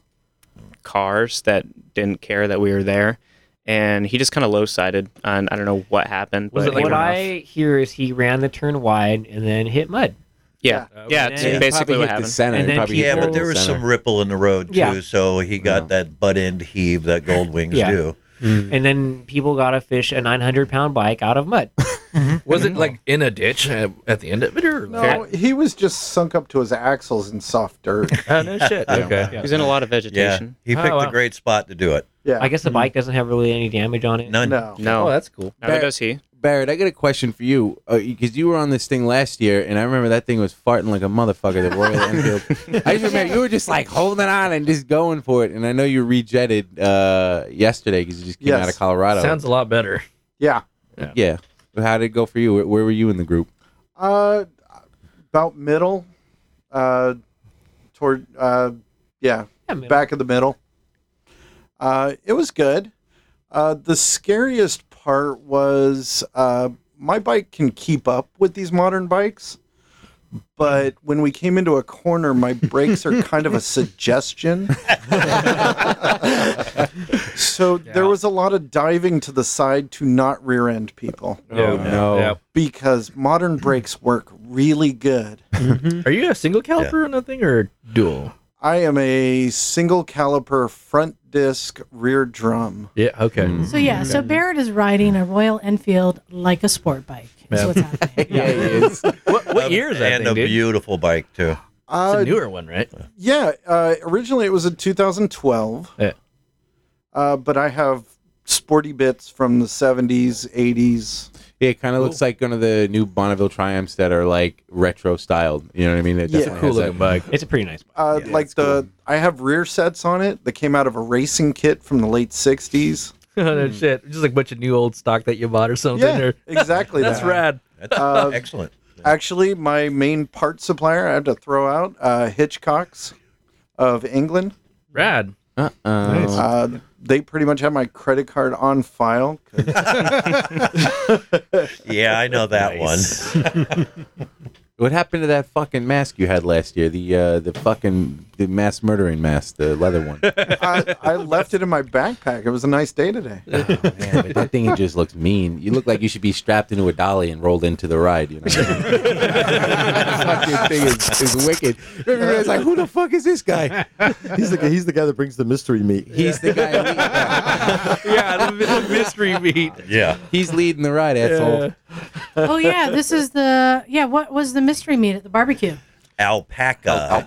[SPEAKER 6] cars that didn't care that we were there. And he just kind of low sided on I don't know what happened,
[SPEAKER 1] Was
[SPEAKER 6] but
[SPEAKER 1] it like
[SPEAKER 6] he
[SPEAKER 4] what
[SPEAKER 1] enough.
[SPEAKER 6] went off.
[SPEAKER 4] I hear is he ran the turn wide and then hit mud.
[SPEAKER 6] yeah
[SPEAKER 1] Yeah.
[SPEAKER 6] yeah,
[SPEAKER 4] Yeah,
[SPEAKER 6] it's
[SPEAKER 4] he
[SPEAKER 3] It probably
[SPEAKER 6] basically
[SPEAKER 3] hit
[SPEAKER 6] what
[SPEAKER 3] The
[SPEAKER 6] happened.
[SPEAKER 3] center.
[SPEAKER 4] And
[SPEAKER 3] It
[SPEAKER 4] then
[SPEAKER 3] probably
[SPEAKER 4] he
[SPEAKER 3] hit
[SPEAKER 9] Yeah,
[SPEAKER 3] the
[SPEAKER 9] but there was
[SPEAKER 3] center.
[SPEAKER 9] some ripple in the road too,
[SPEAKER 4] Yeah.
[SPEAKER 9] so he got
[SPEAKER 3] Yeah.
[SPEAKER 9] that butt end heave that gold wings
[SPEAKER 4] Yeah.
[SPEAKER 9] do.
[SPEAKER 4] And then people got to fish a 900 pound bike out of mud.
[SPEAKER 1] Was it like in a ditch at, at the end of it, or
[SPEAKER 10] No, he was just sunk up to his axles in soft dirt.
[SPEAKER 1] Oh no shit. Okay.
[SPEAKER 6] He's in a lot of
[SPEAKER 9] Yeah,
[SPEAKER 6] vegetation.
[SPEAKER 9] he
[SPEAKER 1] Oh,
[SPEAKER 9] picked
[SPEAKER 1] wow.
[SPEAKER 9] a great spot to do it.
[SPEAKER 10] Yeah.
[SPEAKER 4] I guess the bike doesn't have really any damage on it.
[SPEAKER 9] None.
[SPEAKER 10] no.
[SPEAKER 6] No,
[SPEAKER 1] Mm-hmm. Oh, that's cool.
[SPEAKER 6] neither
[SPEAKER 3] Bar-
[SPEAKER 6] does he.
[SPEAKER 3] Barrett, I got a question for you because you were on this thing last year, and I remember that thing was farting like a motherfucker. The Royal Enfield. I just remember you were just like holding on and just going for it, and I know you rejetted uh, yesterday because you just came
[SPEAKER 10] Yes.
[SPEAKER 3] out of Colorado.
[SPEAKER 1] Sounds a lot better.
[SPEAKER 10] Yeah.
[SPEAKER 3] yeah. How did it go for you? Where, where were you in the group?
[SPEAKER 10] Uh, about middle, uh, toward uh, yeah,
[SPEAKER 4] Yeah, man.
[SPEAKER 10] back of the middle. Uh, it was good. Uh, the scariest part was uh, my bike can keep up with these modern bikes, but when we came into a corner, my brakes are kind of a suggestion. so there was a lot of diving to the side to not rear end people
[SPEAKER 1] Yeah.
[SPEAKER 3] no.
[SPEAKER 10] because modern brakes work really good.
[SPEAKER 1] Yeah. Are you a single caliper on that thing or dual?
[SPEAKER 10] I am a single caliper front disc rear drum.
[SPEAKER 1] Yeah. Okay.
[SPEAKER 2] So yeah, so Barrett is riding a Royal Enfield like a sport bike. Is
[SPEAKER 1] Yeah.
[SPEAKER 2] what's happening.
[SPEAKER 3] Yeah, it is.
[SPEAKER 1] What, what year is that
[SPEAKER 9] Um, and
[SPEAKER 1] thing,
[SPEAKER 9] a
[SPEAKER 1] dude?
[SPEAKER 9] beautiful bike too.
[SPEAKER 1] It's
[SPEAKER 10] Uh,
[SPEAKER 1] a newer one, right?
[SPEAKER 10] yeah, uh, originally it was a 2012.
[SPEAKER 1] Yeah.
[SPEAKER 10] Uh, but I have sporty bits from the 70s, 80s.
[SPEAKER 3] Yeah, it kind of looks like one of the new Bonneville Triumphs that are like retro styled. You know what I mean? It
[SPEAKER 10] Yeah.
[SPEAKER 3] definitely has
[SPEAKER 1] Cool looking
[SPEAKER 3] that-
[SPEAKER 1] bike.
[SPEAKER 4] It's a pretty nice bike.
[SPEAKER 10] Uh,
[SPEAKER 3] Yeah,
[SPEAKER 10] like
[SPEAKER 3] that's
[SPEAKER 10] the I have rear sets on it that came out of a racing kit from the late 60s.
[SPEAKER 1] Oh, no shit. Just like a bunch of new old stock that you bought or something.
[SPEAKER 10] Yeah,
[SPEAKER 1] or-
[SPEAKER 10] exactly.
[SPEAKER 1] Oh, That's
[SPEAKER 10] that.
[SPEAKER 1] rad.
[SPEAKER 9] That's
[SPEAKER 10] Uh,
[SPEAKER 9] excellent.
[SPEAKER 10] Actually, my main part supplier I have to throw out uh, Hitchcock's of England.
[SPEAKER 1] Rad.
[SPEAKER 3] Uh-uh.
[SPEAKER 10] Uh, they pretty much have my credit card on file.
[SPEAKER 9] Yeah, I know that one.
[SPEAKER 3] What happened to that fucking mask you had last year? The uh, the fucking the mass murdering mask, the leather one.
[SPEAKER 10] I, I left it in my backpack. It was a nice day today.
[SPEAKER 3] Oh, man, but that thing just looks mean. You look like you should be strapped into a dolly and rolled into the ride. You know, that fucking thing is, is wicked. Everybody's like, "Who the fuck is this guy?"
[SPEAKER 5] He's the he's the guy that brings the mystery meat.
[SPEAKER 3] He's the guy.
[SPEAKER 1] yeah, the mystery meat.
[SPEAKER 9] Yeah.
[SPEAKER 3] He's leading the ride, asshole.
[SPEAKER 2] oh yeah, this is the yeah. What was the mystery meat at the barbecue?
[SPEAKER 9] Alpaca.
[SPEAKER 3] Oh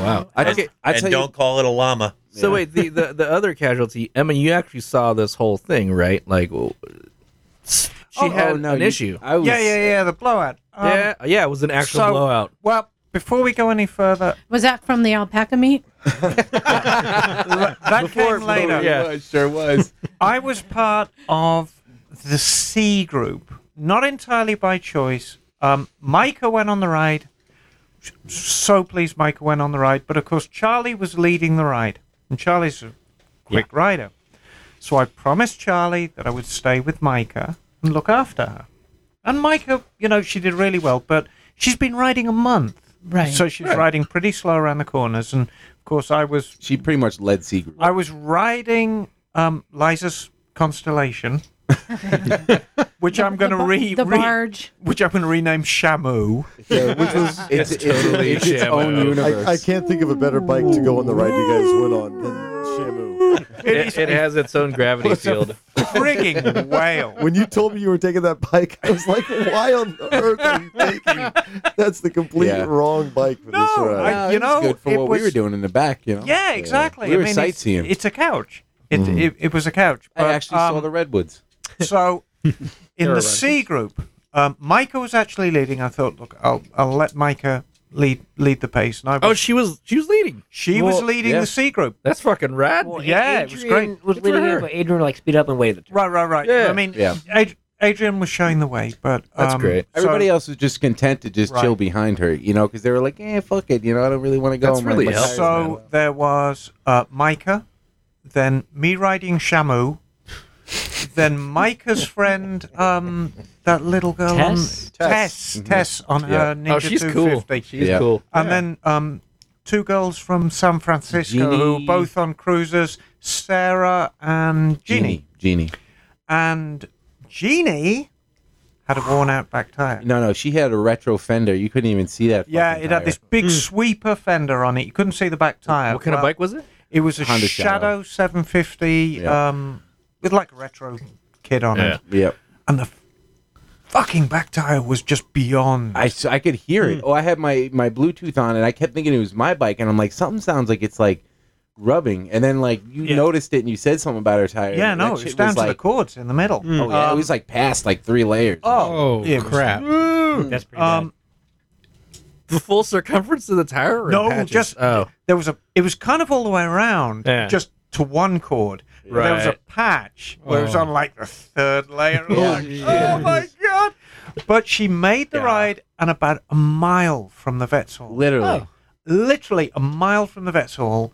[SPEAKER 3] wow. I, okay, I
[SPEAKER 9] And
[SPEAKER 3] tell you,
[SPEAKER 9] don't call it a llama.
[SPEAKER 1] So wait, the, the the other casualty, Emma, you actually saw this whole thing, right? Like, w- she
[SPEAKER 7] Oh,
[SPEAKER 1] had
[SPEAKER 3] oh, no,
[SPEAKER 1] an
[SPEAKER 3] you-
[SPEAKER 1] issue.
[SPEAKER 3] I was,
[SPEAKER 7] yeah, yeah, yeah. The blowout. Um,
[SPEAKER 1] yeah, yeah, it was an actual
[SPEAKER 7] so-
[SPEAKER 1] blowout.
[SPEAKER 7] Well, before we go any further,
[SPEAKER 2] Was that from the alpaca meat?
[SPEAKER 7] that came later.
[SPEAKER 1] yeah.
[SPEAKER 3] It sure was.
[SPEAKER 7] I was part of the C group, not entirely by choice. Um, Micah went on the ride. S- So pleased Micah went on the ride. But of course, Charlie was leading the ride. And Charlie's a quick rider. So I promised Charlie that I would stay with Micah and look after her. And Micah, you know, she did really well, but she's been riding a month.
[SPEAKER 2] Right.
[SPEAKER 7] So she's riding pretty slow around the corners. And of course, I was
[SPEAKER 3] she pretty much led Seagram.
[SPEAKER 7] I was riding um, Liza's Constellation, which I'm going to
[SPEAKER 2] The bu-
[SPEAKER 7] re,
[SPEAKER 2] the
[SPEAKER 7] re-
[SPEAKER 2] barge.
[SPEAKER 7] which I'm going to rename Shamu.
[SPEAKER 5] Yeah, which was
[SPEAKER 3] It's, it's,
[SPEAKER 1] totally
[SPEAKER 3] it's its
[SPEAKER 1] Shamu.
[SPEAKER 3] own
[SPEAKER 1] I-
[SPEAKER 3] universe.
[SPEAKER 5] I, I can't think of a better bike to go on the ride you guys went on than Shamu.
[SPEAKER 1] It, it has its own gravity field.
[SPEAKER 7] Frigging whale.
[SPEAKER 5] When you told me you were taking that bike, I was like, "Why on earth are you taking? That's the complete
[SPEAKER 3] Yeah.
[SPEAKER 5] wrong bike for this
[SPEAKER 7] No,
[SPEAKER 5] ride."
[SPEAKER 7] I-
[SPEAKER 3] Uh,
[SPEAKER 7] you
[SPEAKER 3] it was
[SPEAKER 7] know,
[SPEAKER 3] good for
[SPEAKER 7] it
[SPEAKER 3] what
[SPEAKER 7] was-
[SPEAKER 3] we were doing in the back. You know.
[SPEAKER 7] Yeah, exactly.
[SPEAKER 3] We were
[SPEAKER 7] I mean, it's-
[SPEAKER 3] sightseeing. Mm-hmm.
[SPEAKER 7] It's, a couch. It, it, it was a couch.
[SPEAKER 3] I
[SPEAKER 7] but,
[SPEAKER 3] actually saw
[SPEAKER 7] um,
[SPEAKER 3] the redwoods.
[SPEAKER 7] So, in the C group, um, Micah was actually leading. I thought, look, I'll I'll let Micah lead lead the pace, and I
[SPEAKER 1] Oh,
[SPEAKER 7] was,
[SPEAKER 1] she was she was leading.
[SPEAKER 7] she was leading
[SPEAKER 3] yeah.
[SPEAKER 7] the C group.
[SPEAKER 1] That's fucking rad.
[SPEAKER 4] Well,
[SPEAKER 7] Yeah,
[SPEAKER 4] Adrian
[SPEAKER 7] it was great.
[SPEAKER 4] Was
[SPEAKER 1] Good for
[SPEAKER 4] leading
[SPEAKER 1] her.
[SPEAKER 4] it, but Adrian like speed up and waited.
[SPEAKER 7] Right, right, right.
[SPEAKER 1] Yeah.
[SPEAKER 7] I mean,
[SPEAKER 3] Yeah.
[SPEAKER 7] Ad- Adrian was showing the way, but um,
[SPEAKER 1] That's great.
[SPEAKER 7] so-
[SPEAKER 3] Everybody else was just content to just
[SPEAKER 7] Right.
[SPEAKER 3] chill behind her, you know, because they were like, "Eh, fuck it," you know. I don't really want to go.
[SPEAKER 1] That's
[SPEAKER 3] I'm like,
[SPEAKER 1] really
[SPEAKER 3] "My
[SPEAKER 1] helpful.
[SPEAKER 3] tires, man."
[SPEAKER 7] So there was uh, Micah, then me riding Shamu, then Micah's friend, um, that little girl
[SPEAKER 4] Tess?
[SPEAKER 7] on Um, Tess, Tess, on
[SPEAKER 3] Yeah.
[SPEAKER 7] her Ninja
[SPEAKER 1] Oh, she's cool.
[SPEAKER 7] 250,
[SPEAKER 1] She's
[SPEAKER 3] Yeah.
[SPEAKER 1] cool.
[SPEAKER 7] and then um, two girls from San Francisco who were
[SPEAKER 3] Jeannie.
[SPEAKER 7] both on cruisers, Sarah and Jeannie,
[SPEAKER 3] Genie, Genie.
[SPEAKER 7] and Jeannie had a worn-out back tire.
[SPEAKER 3] No, no, she had a retro fender. You couldn't even see that.
[SPEAKER 7] Yeah,
[SPEAKER 3] fucking
[SPEAKER 7] it had
[SPEAKER 3] tire.
[SPEAKER 7] this big sweeper fender on it. You couldn't see the back tire.
[SPEAKER 1] What kind of
[SPEAKER 7] Well,
[SPEAKER 1] bike was it?
[SPEAKER 7] It was a
[SPEAKER 3] Honda
[SPEAKER 7] Shadow, 750
[SPEAKER 3] Yeah.
[SPEAKER 7] um, with like a retro kit on
[SPEAKER 1] Yeah.
[SPEAKER 7] it.
[SPEAKER 3] Yep.
[SPEAKER 7] And the f- fucking back tire was just beyond.
[SPEAKER 3] I, s- I could hear
[SPEAKER 7] Hmm.
[SPEAKER 3] it. Oh, I had my, my Bluetooth on, and I kept thinking it was my bike, and I'm like, something sounds like it's like rubbing, and then like you
[SPEAKER 7] Yeah.
[SPEAKER 3] noticed it, and you said something about her tire.
[SPEAKER 7] yeah,
[SPEAKER 3] and
[SPEAKER 7] no,
[SPEAKER 3] that
[SPEAKER 7] it was
[SPEAKER 3] shit
[SPEAKER 7] down to the
[SPEAKER 3] like,
[SPEAKER 7] cords in the middle. Um,
[SPEAKER 3] Oh yeah, it was like past like three layers.
[SPEAKER 8] Oh,
[SPEAKER 7] it was-
[SPEAKER 8] crap.
[SPEAKER 4] That's pretty
[SPEAKER 7] Um,
[SPEAKER 1] Hmm. The full circumference of the tire? or in
[SPEAKER 7] No,
[SPEAKER 1] patches?
[SPEAKER 7] just-
[SPEAKER 1] oh,
[SPEAKER 7] there was a. It was kind of all the way around,
[SPEAKER 1] Yeah.
[SPEAKER 7] just to one cord. But There was a
[SPEAKER 1] Right.
[SPEAKER 7] patch where it was
[SPEAKER 8] Oh.
[SPEAKER 7] on like the third layer. I'm like, oh my god! But she made the
[SPEAKER 1] Yeah.
[SPEAKER 7] ride, and about a mile from the vet's hall, Oh.
[SPEAKER 3] Literally.
[SPEAKER 7] literally a mile from the vet's hall,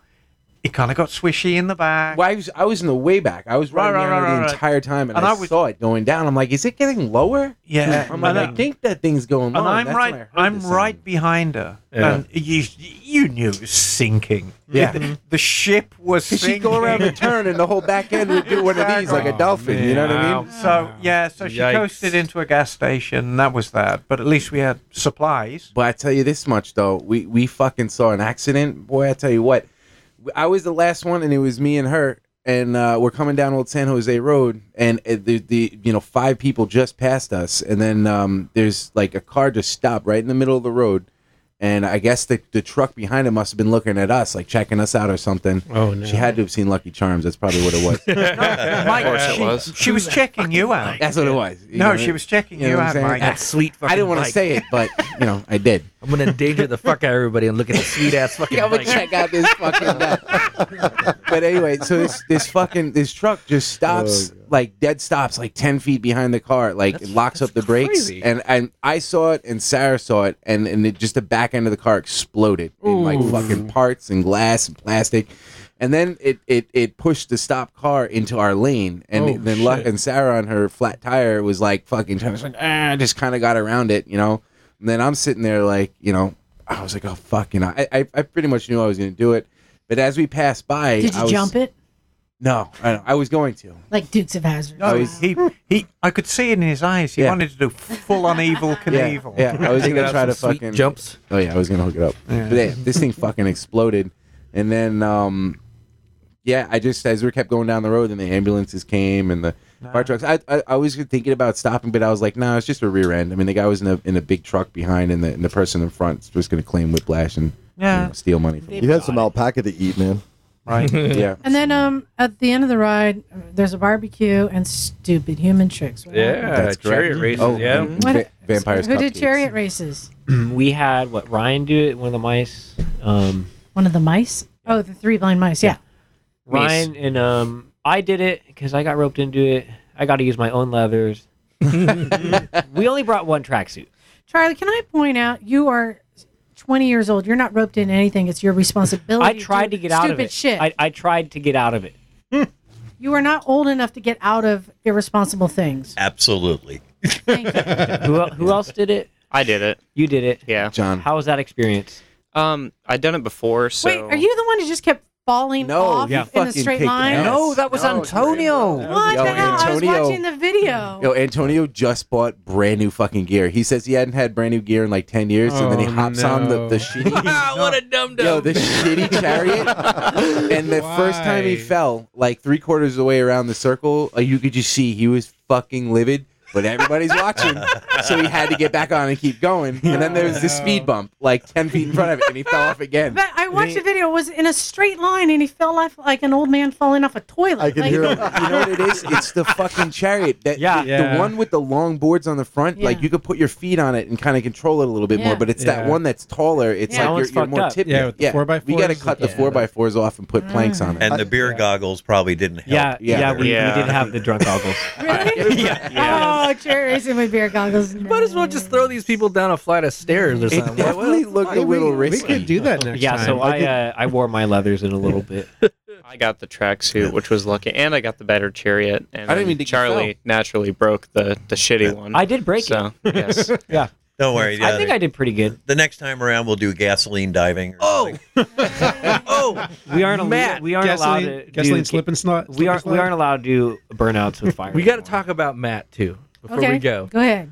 [SPEAKER 7] it kind of got swishy in the back.
[SPEAKER 3] Well, I was I was in the way back. I was
[SPEAKER 7] Right,
[SPEAKER 3] riding
[SPEAKER 7] right,
[SPEAKER 3] around
[SPEAKER 7] right,
[SPEAKER 3] the
[SPEAKER 7] right, right.
[SPEAKER 3] entire time, and,
[SPEAKER 7] And
[SPEAKER 3] I,
[SPEAKER 7] I was-
[SPEAKER 3] saw it going down. I'm like, is it getting lower?
[SPEAKER 7] yeah,
[SPEAKER 3] I'm like,
[SPEAKER 7] and,
[SPEAKER 3] I think that thing's going
[SPEAKER 7] and
[SPEAKER 3] lower.
[SPEAKER 7] I'm
[SPEAKER 3] That's when I
[SPEAKER 7] right,
[SPEAKER 3] heard the
[SPEAKER 7] I'm
[SPEAKER 3] sound.
[SPEAKER 7] right behind her,
[SPEAKER 1] Yeah.
[SPEAKER 7] and you you knew it was sinking.
[SPEAKER 3] Yeah.
[SPEAKER 7] the, the ship was
[SPEAKER 3] Cause
[SPEAKER 7] sinking.
[SPEAKER 3] she'd go around the turn, and the whole back end would do one of these like a
[SPEAKER 8] Oh,
[SPEAKER 3] dolphin. You know what I
[SPEAKER 1] man.
[SPEAKER 3] mean?
[SPEAKER 7] So yeah, so she
[SPEAKER 1] Yikes.
[SPEAKER 7] coasted into a gas station. and That was that. But at least we had supplies.
[SPEAKER 3] But I tell you this much though, we we fucking saw an accident. Boy, I tell you what, I was the last one, and it was me and her, and uh, we're coming down Old San Jose Road, and uh, the the you know five people just passed us, and then um, there's like a car just stopped right in the middle of the road, and I guess the the truck behind it must have been looking at us, like checking us out or something.
[SPEAKER 8] Oh, no.
[SPEAKER 3] She had to have seen Lucky Charms. That's probably what it was.
[SPEAKER 7] Mike,
[SPEAKER 6] course it
[SPEAKER 7] she,
[SPEAKER 6] was.
[SPEAKER 7] she was checking you out.
[SPEAKER 3] That's what it was. You know
[SPEAKER 7] No,
[SPEAKER 3] what I
[SPEAKER 7] she
[SPEAKER 3] mean?
[SPEAKER 7] was checking
[SPEAKER 3] You know
[SPEAKER 7] you,
[SPEAKER 3] what I'm
[SPEAKER 7] out,
[SPEAKER 3] saying?
[SPEAKER 7] Mike.
[SPEAKER 1] that sweet fucking
[SPEAKER 3] I didn't want to
[SPEAKER 1] bike.
[SPEAKER 3] say it, but you know I did.
[SPEAKER 1] I'm going to endanger the fuck out of everybody and look at the sweet ass fucking
[SPEAKER 3] I'm gonna
[SPEAKER 1] bike.
[SPEAKER 3] check out this fucking. nut. but anyway, so this this fucking this truck just stops
[SPEAKER 8] Oh,
[SPEAKER 3] like dead stops like ten feet behind the car, like it locks up the brakes,
[SPEAKER 1] crazy.
[SPEAKER 3] and and I saw it and Sarah saw it, and and it, just the back end of the car exploded in like fucking parts and glass and plastic. And then it, it, it pushed the stop car into our lane, and
[SPEAKER 8] Oh,
[SPEAKER 3] then Luck
[SPEAKER 8] shit.
[SPEAKER 3] and Sarah on her flat tire was like fucking trying to like ah, just kind of got around it, you know. And then I'm sitting there like, you know, I was like, oh fuck, you know, I, I, I pretty much knew I was gonna do it. But as we passed by,
[SPEAKER 2] Did you
[SPEAKER 3] I was,
[SPEAKER 2] jump it
[SPEAKER 3] No, I, I was going to.
[SPEAKER 2] like Dukes of Hazard?
[SPEAKER 7] No, he, he, I could see it in his eyes. He
[SPEAKER 3] Yeah.
[SPEAKER 7] wanted to do full on evil
[SPEAKER 3] Yeah,
[SPEAKER 7] Knievel.
[SPEAKER 3] yeah, I was gonna try to fucking
[SPEAKER 1] jumps.
[SPEAKER 3] Oh yeah, I was gonna hook it up. But yeah, this thing fucking exploded, and then um, yeah, I just as we kept going down the road, and the ambulances came and the fire trucks. I, I I was thinking about stopping, but I was like, no, it's just a rear end. I mean, the guy was in a in a big truck behind, and the and the person in front was going to claim whiplash and you
[SPEAKER 7] Yeah.
[SPEAKER 3] know, steal money from.
[SPEAKER 5] You had some alpaca to eat, man.
[SPEAKER 7] Right.
[SPEAKER 3] me. Yeah.
[SPEAKER 2] And then um, at the end of the ride, there's a barbecue and stupid human tricks. What happened?
[SPEAKER 1] Yeah,
[SPEAKER 3] That's correct.
[SPEAKER 1] chariot races.
[SPEAKER 3] Oh,
[SPEAKER 1] yeah.
[SPEAKER 3] and
[SPEAKER 2] What-
[SPEAKER 3] va- vampires.
[SPEAKER 2] Who did
[SPEAKER 3] cupcakes.
[SPEAKER 2] chariot races?
[SPEAKER 4] we had what Ryan do it, one of the mice. Um,
[SPEAKER 2] One of the mice? Oh, the three blind mice. Yeah.
[SPEAKER 4] Ryan and um, I did it because I got roped into it. I got to use my own leathers. we only brought one tracksuit.
[SPEAKER 2] Charlie, can I point out you are 20 years old. You're not roped in anything. It's your responsibility.
[SPEAKER 4] I tried
[SPEAKER 2] do
[SPEAKER 4] to get out of
[SPEAKER 2] stupid
[SPEAKER 4] it.
[SPEAKER 2] Shit.
[SPEAKER 4] I, I tried to get out of it.
[SPEAKER 2] you are not old enough to get out of irresponsible things.
[SPEAKER 9] Absolutely.
[SPEAKER 2] Thank you.
[SPEAKER 4] Who, el- who else did it?
[SPEAKER 6] I did it.
[SPEAKER 4] You did it.
[SPEAKER 6] Yeah.
[SPEAKER 3] John.
[SPEAKER 4] How was that experience?
[SPEAKER 6] Um, I'd done it before. So
[SPEAKER 2] Wait, are you the one who just kept falling
[SPEAKER 3] No,
[SPEAKER 2] off
[SPEAKER 3] you
[SPEAKER 2] in
[SPEAKER 3] fucking
[SPEAKER 2] a straight
[SPEAKER 3] kicked
[SPEAKER 2] line?
[SPEAKER 3] ass.
[SPEAKER 7] No, that was
[SPEAKER 3] No, it's
[SPEAKER 7] Antonio.
[SPEAKER 3] That was
[SPEAKER 2] What
[SPEAKER 3] yo,
[SPEAKER 2] the hell? I
[SPEAKER 3] Antonio-
[SPEAKER 2] was watching the video.
[SPEAKER 3] Yo, Antonio just bought brand new fucking gear. He says he hadn't had brand new gear in like ten years, and then he
[SPEAKER 8] Oh,
[SPEAKER 3] hops on the,
[SPEAKER 8] no.
[SPEAKER 3] the shitty,
[SPEAKER 1] Ah, what a dum
[SPEAKER 3] yo,
[SPEAKER 1] dum.
[SPEAKER 3] the shitty chariot. And the first time he
[SPEAKER 8] Why?
[SPEAKER 3] fell, like three quarters of the way around the circle, uh, you could just see he was fucking livid. But everybody's watching, so he had to get back on and keep going. And then there was the speed bump, like ten feet in front of it, and he fell off again.
[SPEAKER 2] But I watched the video. It was in a straight line, and he fell off like an old man falling off a toilet.
[SPEAKER 5] I can
[SPEAKER 2] Like,
[SPEAKER 5] hear him.
[SPEAKER 3] You know what it is? It's the fucking chariot. That
[SPEAKER 4] Yeah.
[SPEAKER 3] the
[SPEAKER 8] Yeah.
[SPEAKER 3] one with the long boards on the front, like
[SPEAKER 2] Yeah.
[SPEAKER 3] you could put your feet on it and kind of control it a little bit
[SPEAKER 2] Yeah.
[SPEAKER 3] more. But it's that
[SPEAKER 8] Yeah.
[SPEAKER 3] one that's taller. It's
[SPEAKER 2] Yeah. That
[SPEAKER 3] like
[SPEAKER 4] one's
[SPEAKER 3] you're, you're
[SPEAKER 4] fucked
[SPEAKER 3] more
[SPEAKER 4] up.
[SPEAKER 3] tippy.
[SPEAKER 8] Yeah, with the four by
[SPEAKER 3] We got to
[SPEAKER 8] fours,
[SPEAKER 3] cut the
[SPEAKER 8] yeah.
[SPEAKER 3] four by fours off and put planks
[SPEAKER 2] Mm.
[SPEAKER 3] on it.
[SPEAKER 9] And the beer goggles probably didn't help.
[SPEAKER 4] Yeah, yeah,
[SPEAKER 3] Yeah.
[SPEAKER 4] we,
[SPEAKER 6] Yeah.
[SPEAKER 4] we did have the drunk goggles.
[SPEAKER 2] Really? yeah, Oh, chair racing with beer goggles.
[SPEAKER 1] Might as well just throw these people down a flight of stairs or
[SPEAKER 3] it
[SPEAKER 1] something. Like,
[SPEAKER 3] definitely looked a little
[SPEAKER 8] We
[SPEAKER 3] risky.
[SPEAKER 8] could do that next
[SPEAKER 4] yeah,
[SPEAKER 8] time.
[SPEAKER 4] so I uh, I wore my leathers in a little bit.
[SPEAKER 6] I got the tracksuit, which was lucky, and I got the better chariot.
[SPEAKER 3] I
[SPEAKER 6] And
[SPEAKER 3] didn't
[SPEAKER 6] then
[SPEAKER 3] even think you
[SPEAKER 6] Charlie
[SPEAKER 3] fell.
[SPEAKER 6] naturally broke the the shitty one.
[SPEAKER 4] I did break
[SPEAKER 6] so, yes.
[SPEAKER 4] Yeah,
[SPEAKER 9] Don't worry. Yeah,
[SPEAKER 4] I think I did pretty good.
[SPEAKER 9] the next time around, we'll do gasoline diving. or something.
[SPEAKER 4] oh, we aren't al- we aren't allowed
[SPEAKER 8] gasoline,
[SPEAKER 4] to
[SPEAKER 8] gasoline
[SPEAKER 4] do,
[SPEAKER 8] slip and snot.
[SPEAKER 4] we aren't we aren't allowed to do burnouts with fire.
[SPEAKER 1] we got to
[SPEAKER 4] anymore.
[SPEAKER 1] talk about Matt too before
[SPEAKER 2] okay,
[SPEAKER 1] we go.
[SPEAKER 2] Go ahead.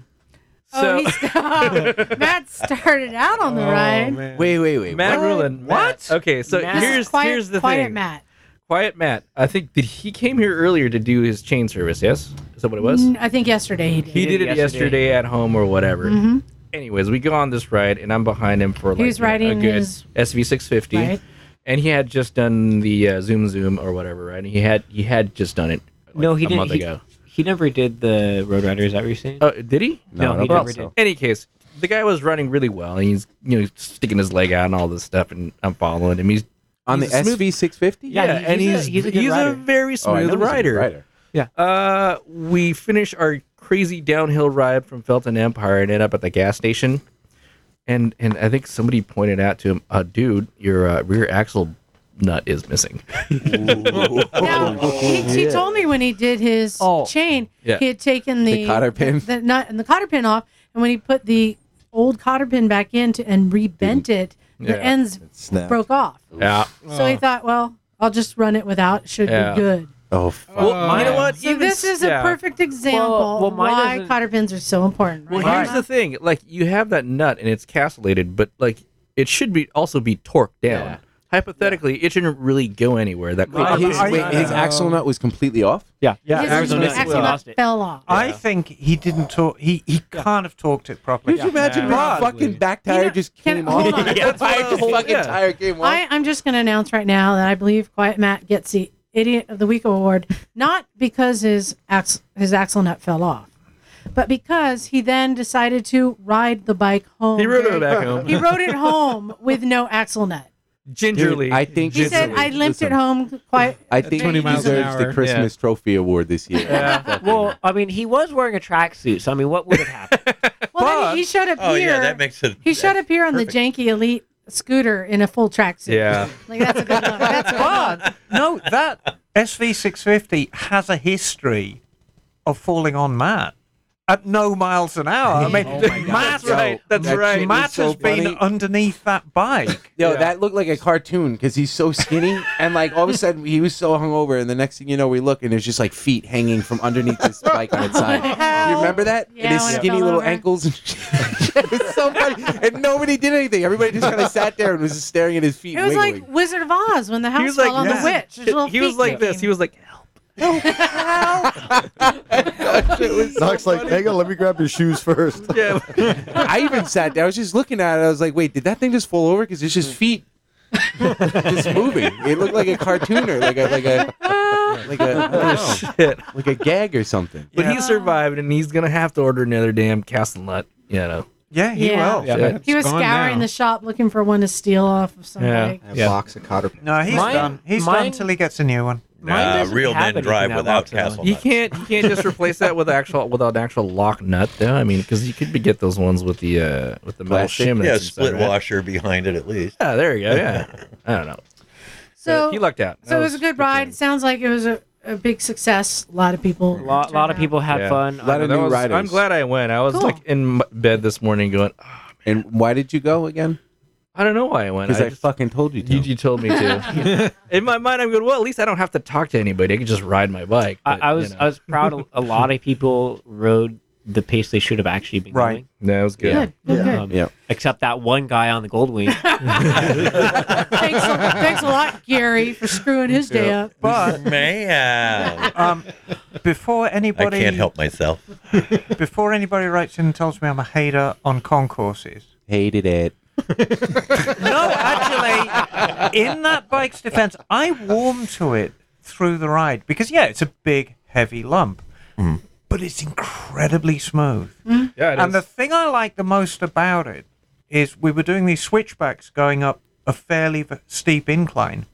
[SPEAKER 2] oh,
[SPEAKER 1] So-
[SPEAKER 2] he stopped. Matt started out on the
[SPEAKER 3] Oh.
[SPEAKER 2] ride.
[SPEAKER 3] Wait, wait, wait.
[SPEAKER 1] Matt
[SPEAKER 2] What?
[SPEAKER 1] Rulin. Matt- Okay, so
[SPEAKER 4] Matt.
[SPEAKER 2] This is
[SPEAKER 1] here's
[SPEAKER 2] quiet,
[SPEAKER 1] here's the
[SPEAKER 2] quiet
[SPEAKER 1] thing.
[SPEAKER 2] Matt.
[SPEAKER 1] Quiet Matt. I think did he came here earlier to do his chain service? Yes, is that what it was?
[SPEAKER 2] Mm, I think yesterday he did.
[SPEAKER 1] He did it yesterday. at home or whatever.
[SPEAKER 2] Mhm.
[SPEAKER 1] Anyways, we go on this ride, and I'm behind him for like
[SPEAKER 2] He was
[SPEAKER 1] you know,
[SPEAKER 2] riding
[SPEAKER 1] a good
[SPEAKER 2] his-
[SPEAKER 1] SV650,
[SPEAKER 2] Right.
[SPEAKER 1] and he had just done the uh, Zoom Zoom or whatever, right? And he had he had just done it. like,
[SPEAKER 4] No, he
[SPEAKER 1] a
[SPEAKER 4] didn't.
[SPEAKER 1] month
[SPEAKER 4] he,
[SPEAKER 1] ago.
[SPEAKER 4] he never did the Road Rider. Is that what you're saying?
[SPEAKER 1] Uh, did he?
[SPEAKER 4] No,
[SPEAKER 3] I
[SPEAKER 4] he
[SPEAKER 3] don't
[SPEAKER 4] never
[SPEAKER 3] think
[SPEAKER 4] did.
[SPEAKER 3] so.
[SPEAKER 1] Any case, the guy was running really well, and he's you know sticking his leg out and all this stuff, and I'm following him. He's
[SPEAKER 3] On the
[SPEAKER 1] He's a smooth-
[SPEAKER 3] SV six fifty. Oh,
[SPEAKER 4] Yeah, he-
[SPEAKER 1] and
[SPEAKER 4] he's
[SPEAKER 1] he's
[SPEAKER 4] a- he's a good rider.
[SPEAKER 1] very smooth rider. Uh, we finish our crazy downhill ride from Felton Empire and end up at the gas station. And and I think somebody pointed out to him, uh, dude, your uh, rear axle nut is missing.
[SPEAKER 2] Now, he, he told me when he did his
[SPEAKER 4] Oh.
[SPEAKER 2] chain,
[SPEAKER 1] Yeah.
[SPEAKER 2] he had taken the,
[SPEAKER 3] The cotter pin.
[SPEAKER 2] the nut and the cotter pin off, and when he put the old cotter pin back in to, and rebent it,
[SPEAKER 1] Yeah.
[SPEAKER 2] the ends
[SPEAKER 5] Snap.
[SPEAKER 2] broke off.
[SPEAKER 1] Yeah.
[SPEAKER 2] So he thought, well, I'll just run it without. Should
[SPEAKER 1] Yeah.
[SPEAKER 2] be good.
[SPEAKER 5] Oh, fuck.
[SPEAKER 1] Well, you know what?
[SPEAKER 2] So this is a perfect example
[SPEAKER 4] Well- well,
[SPEAKER 2] of
[SPEAKER 4] mine
[SPEAKER 2] why
[SPEAKER 4] doesn't-
[SPEAKER 2] cotter pins are so important.
[SPEAKER 1] Well,
[SPEAKER 2] Right?
[SPEAKER 1] here's the thing: like you have that nut and it's castellated, but like it should be also be torqued down.
[SPEAKER 4] Yeah.
[SPEAKER 1] Hypothetically, it shouldn't really go anywhere. That
[SPEAKER 3] Wait,
[SPEAKER 1] quick.
[SPEAKER 3] his,
[SPEAKER 7] I-
[SPEAKER 3] wait,
[SPEAKER 7] I-
[SPEAKER 3] his
[SPEAKER 7] no.
[SPEAKER 3] axle nut was completely off.
[SPEAKER 4] Yeah, yeah.
[SPEAKER 2] His
[SPEAKER 4] Axel
[SPEAKER 2] axle
[SPEAKER 4] Nut-
[SPEAKER 2] axle
[SPEAKER 4] we
[SPEAKER 2] nut
[SPEAKER 4] lost it.
[SPEAKER 2] fell off.
[SPEAKER 7] I think he didn't talk. He he can't have talked it properly.
[SPEAKER 3] Could you imagine when the
[SPEAKER 7] But-
[SPEAKER 3] fucking back tire
[SPEAKER 2] You know-
[SPEAKER 3] just
[SPEAKER 2] can-
[SPEAKER 3] came
[SPEAKER 2] hold
[SPEAKER 3] off?
[SPEAKER 2] on.
[SPEAKER 1] Yeah, that's
[SPEAKER 3] Tire
[SPEAKER 1] what I
[SPEAKER 3] just
[SPEAKER 1] was-
[SPEAKER 3] fucking
[SPEAKER 1] yeah.
[SPEAKER 3] tire came off.
[SPEAKER 2] I, I'm just going to announce right now that I believe Quiet Matt gets the Idiot of the Week award, not because his ax, his axle nut fell off, but because he then decided to ride the bike home.
[SPEAKER 1] He rode it back home.
[SPEAKER 2] He rode it home with no axle nut.
[SPEAKER 1] gingerly.
[SPEAKER 3] I think
[SPEAKER 2] He said, "I limped
[SPEAKER 3] Listen,
[SPEAKER 2] it home quiet."
[SPEAKER 3] I think
[SPEAKER 8] 20
[SPEAKER 3] he
[SPEAKER 8] miles an
[SPEAKER 3] deserves the
[SPEAKER 8] hour.
[SPEAKER 3] Christmas trophy award this year.
[SPEAKER 4] Well, I mean, he was wearing a tracksuit, so I mean, what would have happened?
[SPEAKER 2] Well, then he showed up
[SPEAKER 9] Oh,
[SPEAKER 2] here.
[SPEAKER 9] yeah, that makes it.
[SPEAKER 2] he showed up here on the janky elite scooter in a full tracksuit.
[SPEAKER 1] yeah.
[SPEAKER 2] like that's a good look. That's a good look.
[SPEAKER 7] But no, that SV650 has a history of falling on Matt. at no miles an hour. I mean,
[SPEAKER 4] Oh my God.
[SPEAKER 7] Matt,
[SPEAKER 1] That's right, that's
[SPEAKER 7] Matt
[SPEAKER 1] right. It
[SPEAKER 7] Matt
[SPEAKER 10] was so
[SPEAKER 7] has been
[SPEAKER 10] funny.
[SPEAKER 7] underneath that bike.
[SPEAKER 3] Yo,
[SPEAKER 1] Yeah.
[SPEAKER 3] that looked like a cartoon because he's so skinny, and like all of a sudden he was so hungover, and the next thing you know, we look and there's just like feet hanging from underneath this bike on its side. You remember that?
[SPEAKER 2] Yeah,
[SPEAKER 3] and his
[SPEAKER 2] when it
[SPEAKER 3] skinny
[SPEAKER 2] fell
[SPEAKER 3] little
[SPEAKER 2] over.
[SPEAKER 3] ankles. And it was so funny, and nobody did anything. Everybody just kind of sat there and was just staring at his feet.
[SPEAKER 2] It was
[SPEAKER 3] wiggling.
[SPEAKER 2] like Wizard of Oz when the house
[SPEAKER 1] was
[SPEAKER 2] fell
[SPEAKER 1] like,
[SPEAKER 2] on
[SPEAKER 7] yeah.
[SPEAKER 2] the witch. His little
[SPEAKER 1] He was
[SPEAKER 2] feet
[SPEAKER 1] like this.
[SPEAKER 2] came.
[SPEAKER 1] He was like, help.
[SPEAKER 3] It was so
[SPEAKER 5] Doc's like, hang on, let me grab your shoes first.
[SPEAKER 1] Yeah.
[SPEAKER 3] I even sat there. I was just looking at it. I was like, wait, did that thing just fall over? Because it's just feet just moving. It looked like a cartooner, like a like a like a
[SPEAKER 1] Shit.
[SPEAKER 3] like a gag or something.
[SPEAKER 1] But he survived, and he's gonna have to order another damn castle nut. You know.
[SPEAKER 7] Yeah, he
[SPEAKER 2] Yeah.
[SPEAKER 7] will.
[SPEAKER 1] Yeah.
[SPEAKER 2] He was
[SPEAKER 8] It's gone
[SPEAKER 2] scouring
[SPEAKER 8] now.
[SPEAKER 2] the shop looking for one to steal off of somebody.
[SPEAKER 1] Yeah.
[SPEAKER 8] A Yeah.
[SPEAKER 11] box of cotter.
[SPEAKER 7] No, he's
[SPEAKER 4] Mine-
[SPEAKER 7] done. He's
[SPEAKER 4] mine-
[SPEAKER 7] done till he gets a new one.
[SPEAKER 4] Mine
[SPEAKER 9] Nah,
[SPEAKER 4] doesn't
[SPEAKER 9] real
[SPEAKER 4] have
[SPEAKER 9] men
[SPEAKER 4] anything
[SPEAKER 9] drive
[SPEAKER 4] that
[SPEAKER 9] without
[SPEAKER 4] locks it on.
[SPEAKER 9] castle
[SPEAKER 1] You
[SPEAKER 9] nuts.
[SPEAKER 1] can't you can't just replace that with actual without actual lock nut though. I mean, because you could be, get those ones with the uh with the metal
[SPEAKER 3] Plastic?
[SPEAKER 1] shim.
[SPEAKER 9] Yeah,
[SPEAKER 1] that's inside,
[SPEAKER 9] split
[SPEAKER 1] right?
[SPEAKER 9] washer behind it at least.
[SPEAKER 1] Yeah, there you go. Yeah, I don't know.
[SPEAKER 2] So
[SPEAKER 1] But he lucked out.
[SPEAKER 2] So it was a good ride. It sounds like it was a, a big success. A lot of people.
[SPEAKER 4] A lot, lot of people had
[SPEAKER 1] Yeah.
[SPEAKER 4] fun.
[SPEAKER 3] Lot of
[SPEAKER 1] That
[SPEAKER 3] new
[SPEAKER 1] was-
[SPEAKER 3] riders.
[SPEAKER 1] I'm glad I went. I was
[SPEAKER 2] Cool.
[SPEAKER 1] like in m- bed this morning going, "Ah,
[SPEAKER 3] And why did you go again?
[SPEAKER 1] I don't know why I went.
[SPEAKER 3] Because I,
[SPEAKER 1] just-
[SPEAKER 3] fucking told you to.
[SPEAKER 1] you, you told me to. in my mind, I'm going, well, at least I don't have to talk to anybody. I can just ride my bike.
[SPEAKER 4] I,
[SPEAKER 1] But,
[SPEAKER 4] I
[SPEAKER 1] you
[SPEAKER 4] was
[SPEAKER 1] know.
[SPEAKER 4] I was proud. A, a lot of people rode the pace they should have actually been
[SPEAKER 7] Right.
[SPEAKER 4] going.
[SPEAKER 1] No, it was good.
[SPEAKER 2] Good. good,
[SPEAKER 5] Yeah.
[SPEAKER 2] good.
[SPEAKER 4] Um,
[SPEAKER 3] Yeah.
[SPEAKER 4] Except that one guy on the Goldwing.
[SPEAKER 2] thanks, a, thanks a lot, Gary, for screwing his day up.
[SPEAKER 7] But
[SPEAKER 9] Man,
[SPEAKER 7] um, before
[SPEAKER 9] I
[SPEAKER 7] anybody
[SPEAKER 9] can't help myself.
[SPEAKER 7] before anybody writes in and tells me I'm a hater on concourses,
[SPEAKER 3] Hated it.
[SPEAKER 7] No, actually, in that bike's defense, I warmed to it through the ride because, yeah, it's a big, heavy lump,
[SPEAKER 3] Mm.
[SPEAKER 7] but it's incredibly smooth.
[SPEAKER 2] Hmm?
[SPEAKER 1] Yeah, it
[SPEAKER 7] And the
[SPEAKER 1] is.
[SPEAKER 7] thing I like the most about it is we were doing these switchbacks going up a fairly v- steep incline,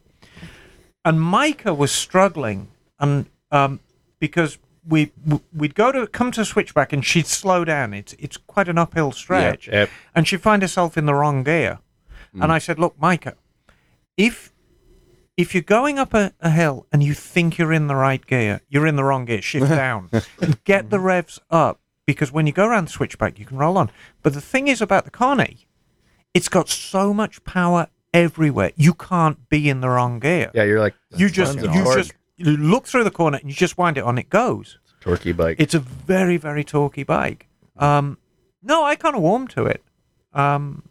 [SPEAKER 7] and Micah was struggling, and um, because we w- we'd go to come to a switchback and she'd slow down. It's it's quite an uphill stretch,
[SPEAKER 1] Yep.
[SPEAKER 7] and she'd find herself in the wrong gear.
[SPEAKER 1] Mm.
[SPEAKER 7] And I said, "Look, Micah, if if you're going up a, a hill and you think you're in the right gear, you're in the wrong gear. Shift down. Get
[SPEAKER 1] Mm.
[SPEAKER 7] the revs up because when you go around the switchback, you can roll on. But the thing is about the Carney, it's got so much power everywhere. You can't be in the wrong gear.
[SPEAKER 1] yeah, you're like
[SPEAKER 7] you just
[SPEAKER 1] tons of
[SPEAKER 7] you
[SPEAKER 1] torque.
[SPEAKER 7] just you look through the corner and you just wind it on. It goes.
[SPEAKER 1] torquey bike.
[SPEAKER 7] It's a very very torquey bike. Um, no, I kind of warm to it. Um,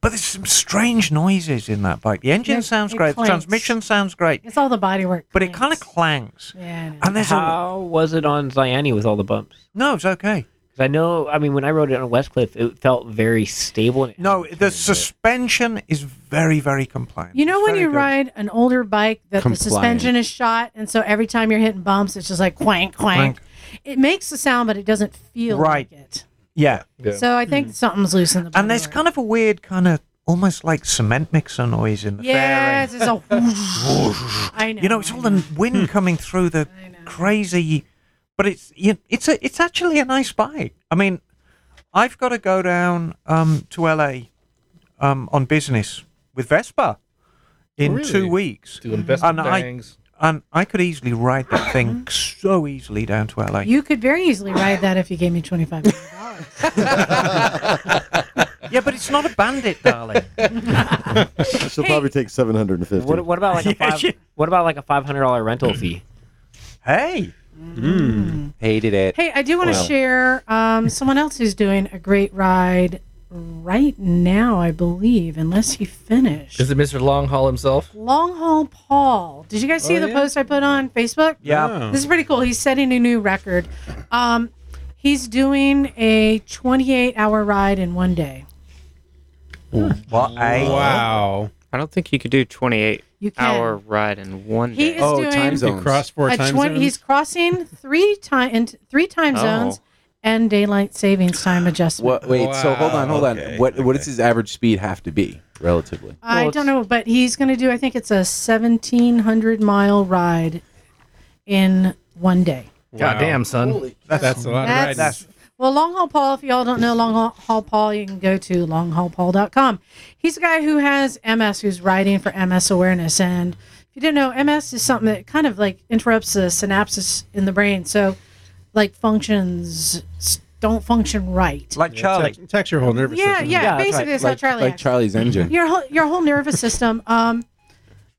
[SPEAKER 7] but there's some strange noises in that bike. The engine
[SPEAKER 2] Yeah,
[SPEAKER 7] sounds
[SPEAKER 2] it
[SPEAKER 7] great. The
[SPEAKER 2] clanks.
[SPEAKER 7] transmission sounds great
[SPEAKER 2] It's all the bodywork.
[SPEAKER 7] but it kind of
[SPEAKER 2] clanks.
[SPEAKER 7] clangs.
[SPEAKER 2] Yeah. I know.
[SPEAKER 7] And there's a,
[SPEAKER 4] How was it on Ziani with all the bumps?
[SPEAKER 7] no, it's okay.
[SPEAKER 4] Because I know, I mean, when I rode it on West Cliff, it felt very stable. And it
[SPEAKER 7] No,
[SPEAKER 4] had
[SPEAKER 7] the
[SPEAKER 4] a turn,
[SPEAKER 7] suspension is very, very compliant.
[SPEAKER 2] You know
[SPEAKER 7] It's
[SPEAKER 2] when
[SPEAKER 7] very
[SPEAKER 2] you
[SPEAKER 7] good.
[SPEAKER 2] ride an older bike that
[SPEAKER 3] Compliant.
[SPEAKER 2] the suspension is shot, and so every time you're hitting bumps, it's just like quank, quank.
[SPEAKER 7] Clank.
[SPEAKER 2] It makes the sound, but it doesn't feel
[SPEAKER 7] Right.
[SPEAKER 2] like it.
[SPEAKER 7] Yeah,
[SPEAKER 2] So I think something's loose in the.
[SPEAKER 7] and there's
[SPEAKER 2] bodywork.
[SPEAKER 7] kind of a weird kind of almost like cement mixer noise in the
[SPEAKER 2] yes, it's a. I know.
[SPEAKER 7] fairing. You know, it's
[SPEAKER 2] I
[SPEAKER 7] all the wind coming through the
[SPEAKER 2] I know.
[SPEAKER 7] crazy, but it's you- it's a it's actually a nice bike. I mean, I've got to go down um, to LA um, on business with Vespa in two
[SPEAKER 1] Oh, Really?
[SPEAKER 7] weeks.
[SPEAKER 1] doing best
[SPEAKER 7] And I-
[SPEAKER 1] things.
[SPEAKER 7] and I could easily ride that thing so easily down to LA.
[SPEAKER 2] Mm-hmm. You could very easily ride that if you gave me twenty five million dollars.
[SPEAKER 7] yeah, but it's not a bandit, darling. Oh,
[SPEAKER 5] She'll probably take seven hundred and
[SPEAKER 4] but-
[SPEAKER 5] fifty.
[SPEAKER 4] What, what about like a
[SPEAKER 7] Yeah,
[SPEAKER 4] five,
[SPEAKER 7] yeah.
[SPEAKER 4] What about like a five hundred dollar rental fee?
[SPEAKER 7] hey,
[SPEAKER 9] Hmm.
[SPEAKER 7] Mm.
[SPEAKER 3] Hated it.
[SPEAKER 2] Hey, I do want to
[SPEAKER 3] Well.
[SPEAKER 2] share um, someone else who's doing a great ride right now, I believe, unless he finished.
[SPEAKER 1] Is it Mr. Long Haul himself?
[SPEAKER 2] Long haul Paul. Did you guys see
[SPEAKER 1] Oh,
[SPEAKER 2] the
[SPEAKER 1] yeah. Oh.
[SPEAKER 2] post I put on Facebook?
[SPEAKER 7] yeah,
[SPEAKER 2] This is pretty cool. He's setting a new record. Um, he's doing a 28 hour ride in one day.
[SPEAKER 7] what a
[SPEAKER 8] Wow.
[SPEAKER 6] I don't think you could do 28
[SPEAKER 2] You can.
[SPEAKER 6] hour ride in one
[SPEAKER 2] He
[SPEAKER 6] day.
[SPEAKER 2] is
[SPEAKER 3] Oh,
[SPEAKER 2] doing
[SPEAKER 3] time
[SPEAKER 8] They
[SPEAKER 3] zones.
[SPEAKER 8] cross four
[SPEAKER 2] a
[SPEAKER 8] times.
[SPEAKER 2] 20, he's crossing three time in three time
[SPEAKER 6] Oh.
[SPEAKER 2] zones and daylight savings time adjustment.
[SPEAKER 3] What? Wait. So hold on, hold on.
[SPEAKER 9] Okay,
[SPEAKER 3] what? What
[SPEAKER 9] okay.
[SPEAKER 3] does his average speed have to be relatively?
[SPEAKER 2] I
[SPEAKER 4] Well,
[SPEAKER 2] don't
[SPEAKER 4] it's-
[SPEAKER 2] know, but he's going to do. I think it's a seventeen hundred mile ride in one day.
[SPEAKER 1] God damn, son.
[SPEAKER 8] That's a lot
[SPEAKER 2] That's-
[SPEAKER 8] of riding.
[SPEAKER 2] Well, Long Haul Paul, if y'all don't know Long Haul- Haul Paul, you can go to longhaulpaul.com. He's a guy who has MS, who's writing for MS awareness. And if you didn't know, MS is something that kind of like interrupts the synapses in the brain. So, like, functions start don't function right.
[SPEAKER 7] Like Charlie.
[SPEAKER 8] It attacks your whole nervous
[SPEAKER 2] yeah,
[SPEAKER 8] system.
[SPEAKER 2] yeah,
[SPEAKER 7] Yeah, that's
[SPEAKER 2] Basically,
[SPEAKER 7] right.
[SPEAKER 2] it's
[SPEAKER 3] like,
[SPEAKER 2] how Charlie.
[SPEAKER 3] like
[SPEAKER 2] acts.
[SPEAKER 3] Charlie's engine.
[SPEAKER 2] your whole your whole nervous system. Um,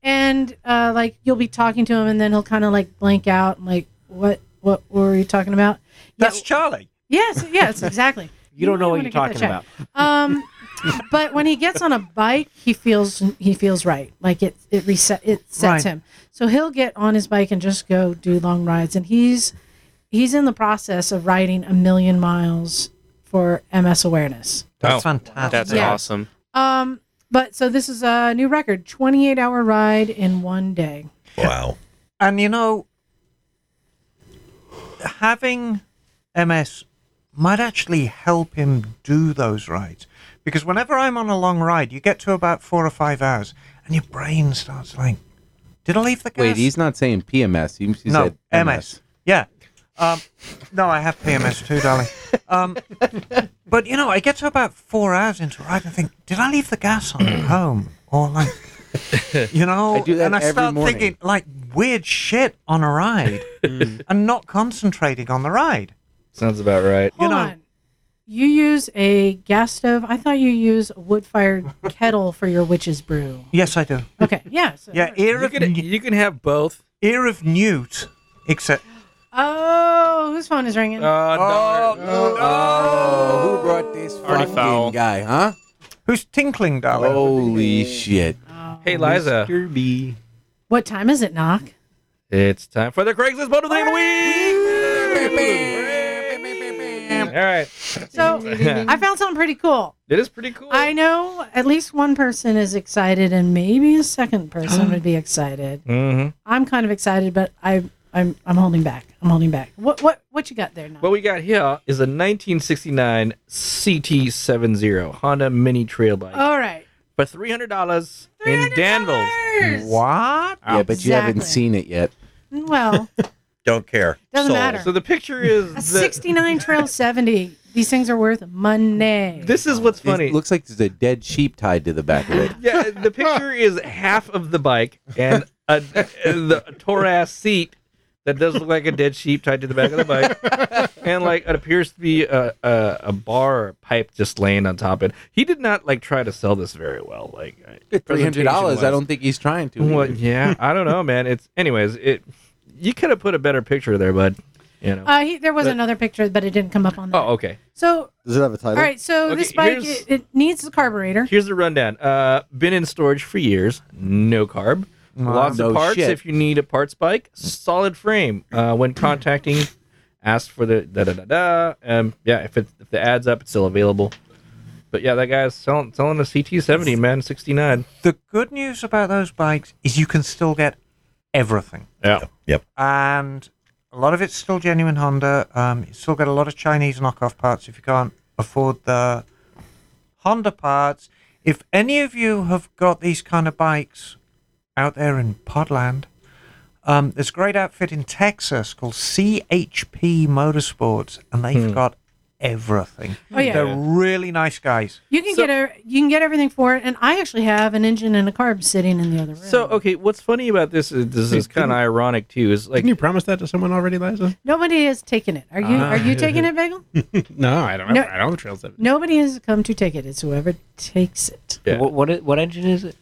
[SPEAKER 2] and uh, like you'll be talking to him, and then he'll kind of like blank out, and like what what were you talking about?
[SPEAKER 7] That's Charlie.
[SPEAKER 2] Yes, yes, exactly.
[SPEAKER 4] You don't know what
[SPEAKER 2] might
[SPEAKER 4] you're
[SPEAKER 2] wanna get
[SPEAKER 4] talking
[SPEAKER 2] that
[SPEAKER 4] about.
[SPEAKER 2] checked. Um, but when he gets on a bike, he feels he feels right. Like it it reset it sets
[SPEAKER 7] Right.
[SPEAKER 2] him. So he'll get on his bike and just go do long rides. And he's he's in the process of riding a million miles for MS awareness.
[SPEAKER 7] That's
[SPEAKER 1] Oh.
[SPEAKER 7] fantastic.
[SPEAKER 6] That's
[SPEAKER 2] Yeah.
[SPEAKER 6] awesome.
[SPEAKER 2] Um, but so this is a new record: twenty-eight hour ride in one day.
[SPEAKER 9] Wow.
[SPEAKER 7] And you know, having MS might actually help him do those rides. Because whenever I'm on a long ride, you get to about four or five hours and your brain starts like, did I leave the gas?
[SPEAKER 3] Wait, he's not saying PMS. He, he
[SPEAKER 7] no,
[SPEAKER 3] said
[SPEAKER 7] MS. Yeah. Um, no, I have PMS too, darling. Um, but you know, I get to about four hours into a ride and think, did I leave the gas on at home? Or like, you know,
[SPEAKER 3] I do that
[SPEAKER 7] and I
[SPEAKER 3] every
[SPEAKER 7] start
[SPEAKER 3] morning.
[SPEAKER 7] thinking like weird shit on a ride
[SPEAKER 3] Mm.
[SPEAKER 7] and not concentrating on the ride.
[SPEAKER 1] Sounds about right.
[SPEAKER 7] You
[SPEAKER 2] Hold
[SPEAKER 7] know-
[SPEAKER 2] on. You use a gas stove. I thought you use a wood-fired kettle for your witch's brew.
[SPEAKER 7] Yes, I do.
[SPEAKER 2] Okay, yeah. So
[SPEAKER 7] Yeah, ear
[SPEAKER 1] You
[SPEAKER 7] of,
[SPEAKER 1] can,
[SPEAKER 7] Nu-
[SPEAKER 1] you can have both.
[SPEAKER 7] ear of Newt, except
[SPEAKER 2] Oh, whose phone is ringing?
[SPEAKER 1] oh, no.
[SPEAKER 3] Oh, who brought this
[SPEAKER 6] Already
[SPEAKER 3] fucking
[SPEAKER 6] foul.
[SPEAKER 3] guy, huh?
[SPEAKER 7] who's tinkling, darling.
[SPEAKER 3] Holy shit.
[SPEAKER 1] Hey, Liza.
[SPEAKER 4] Derby.
[SPEAKER 2] what time is it, Knock?
[SPEAKER 1] It's time for the Craigslist Boat of the Week! All right.
[SPEAKER 2] So I found something pretty cool.
[SPEAKER 1] It is pretty cool.
[SPEAKER 2] I know at least one person is excited, and maybe a second person would be excited.
[SPEAKER 1] Mm-hmm.
[SPEAKER 2] I'm kind of excited, but I, I'm I'm holding back. I'm holding back. What what what you got there, Knock?
[SPEAKER 1] What we got here is a 1969 CT70 Honda Mini Trail Bike
[SPEAKER 2] All right.
[SPEAKER 1] for $300 in Danville.
[SPEAKER 7] What?
[SPEAKER 3] Yeah, but you haven't
[SPEAKER 2] Exactly.
[SPEAKER 3] seen it yet.
[SPEAKER 2] Well,
[SPEAKER 9] Don't care.
[SPEAKER 2] Doesn't
[SPEAKER 9] Sold.
[SPEAKER 2] matter.
[SPEAKER 1] So the picture is
[SPEAKER 2] a
[SPEAKER 1] the-
[SPEAKER 2] 69 Trail 70. These things are worth money.
[SPEAKER 1] This is what's funny.
[SPEAKER 3] It looks like there's a dead sheep tied to the back of it.
[SPEAKER 1] yeah, uh, the picture is half of the bike and a, the Torah seat that does look like a dead sheep tied to the back of the bike, and like it appears to be a, a, a bar or pipe just laying on top of it. He did not like try to sell this very well. Like uh,
[SPEAKER 3] Three hundred dollars. I don't think he's trying to.
[SPEAKER 1] Well,
[SPEAKER 3] either.
[SPEAKER 1] yeah, I don't know, man. It's anyways. It you could have put a better picture there, bud. You know.
[SPEAKER 2] Uh, he, there was
[SPEAKER 1] But-
[SPEAKER 2] another picture, but it didn't come up on that.
[SPEAKER 1] oh, okay.
[SPEAKER 2] So,
[SPEAKER 5] Does it have a title?
[SPEAKER 2] all right. So
[SPEAKER 1] Okay,
[SPEAKER 2] this bike,
[SPEAKER 1] here's-
[SPEAKER 2] it, it needs the carburetor.
[SPEAKER 1] Here's the rundown. Uh, been in storage for years. No carb. Lots
[SPEAKER 3] no
[SPEAKER 1] of parts
[SPEAKER 3] shit.
[SPEAKER 1] if you need a parts bike. Solid frame. Uh, when contacting, asked for the da da da da. Um, yeah, if it if the adds up, it's still available. But yeah, that guy's selling selling a CT seventy man sixty nine.
[SPEAKER 7] The good news about those bikes is you can still get everything.
[SPEAKER 1] Yeah.
[SPEAKER 9] Yep.
[SPEAKER 7] and a lot of it's still genuine Honda. Um, you still get a lot of Chinese knockoff parts if you can't afford the Honda parts. If any of you have got these kind of bikes out there in Podland, um, there's a great outfit in Texas called CHP Motorsports, and they've got everything.
[SPEAKER 2] Oh, yeah.
[SPEAKER 7] They're really nice guys.
[SPEAKER 2] You can
[SPEAKER 1] So-
[SPEAKER 2] get a you can get everything for it, and I actually have an engine and a carb sitting in the other room.
[SPEAKER 1] So okay, what's funny about this is this is kind of ironic too. Is like
[SPEAKER 8] Didn't you promise that to someone already, Liza?
[SPEAKER 2] nobody has taken it. Are you are you
[SPEAKER 1] Ah.
[SPEAKER 2] taking it, Bagel?
[SPEAKER 8] No, I don't.
[SPEAKER 2] No.
[SPEAKER 8] I don't have trails of it.
[SPEAKER 2] Nobody has come to take it. It's whoever takes it.
[SPEAKER 1] Yeah.
[SPEAKER 4] What, what what engine is it?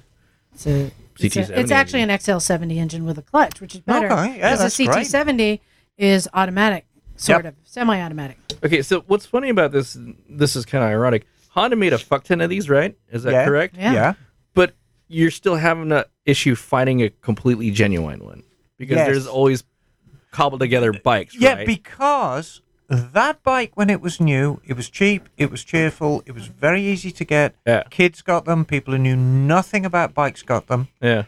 [SPEAKER 2] It's a, it's,
[SPEAKER 1] CT70
[SPEAKER 2] a- it's actually an XL70 engine with a clutch, which is better.
[SPEAKER 7] Okay, yeah,
[SPEAKER 2] because
[SPEAKER 7] that's
[SPEAKER 2] a
[SPEAKER 7] great.
[SPEAKER 2] CT70 is automatic, sort of semi-automatic.
[SPEAKER 1] okay, so what's funny about this? This is kind of ironic. Honda made a fuck ton of these, right? Is that
[SPEAKER 7] Yeah.
[SPEAKER 1] correct?
[SPEAKER 2] Yeah.
[SPEAKER 1] but you're still having an issue finding a completely genuine one because
[SPEAKER 7] Yes.
[SPEAKER 1] there's always cobbled together bikes.
[SPEAKER 7] Yeah,
[SPEAKER 1] right?
[SPEAKER 7] because that bike when it was new, it was cheap, it was cheerful, it was very easy to get.
[SPEAKER 1] Yeah.
[SPEAKER 7] Kids got them, people who knew nothing about bikes got them.
[SPEAKER 1] yeah,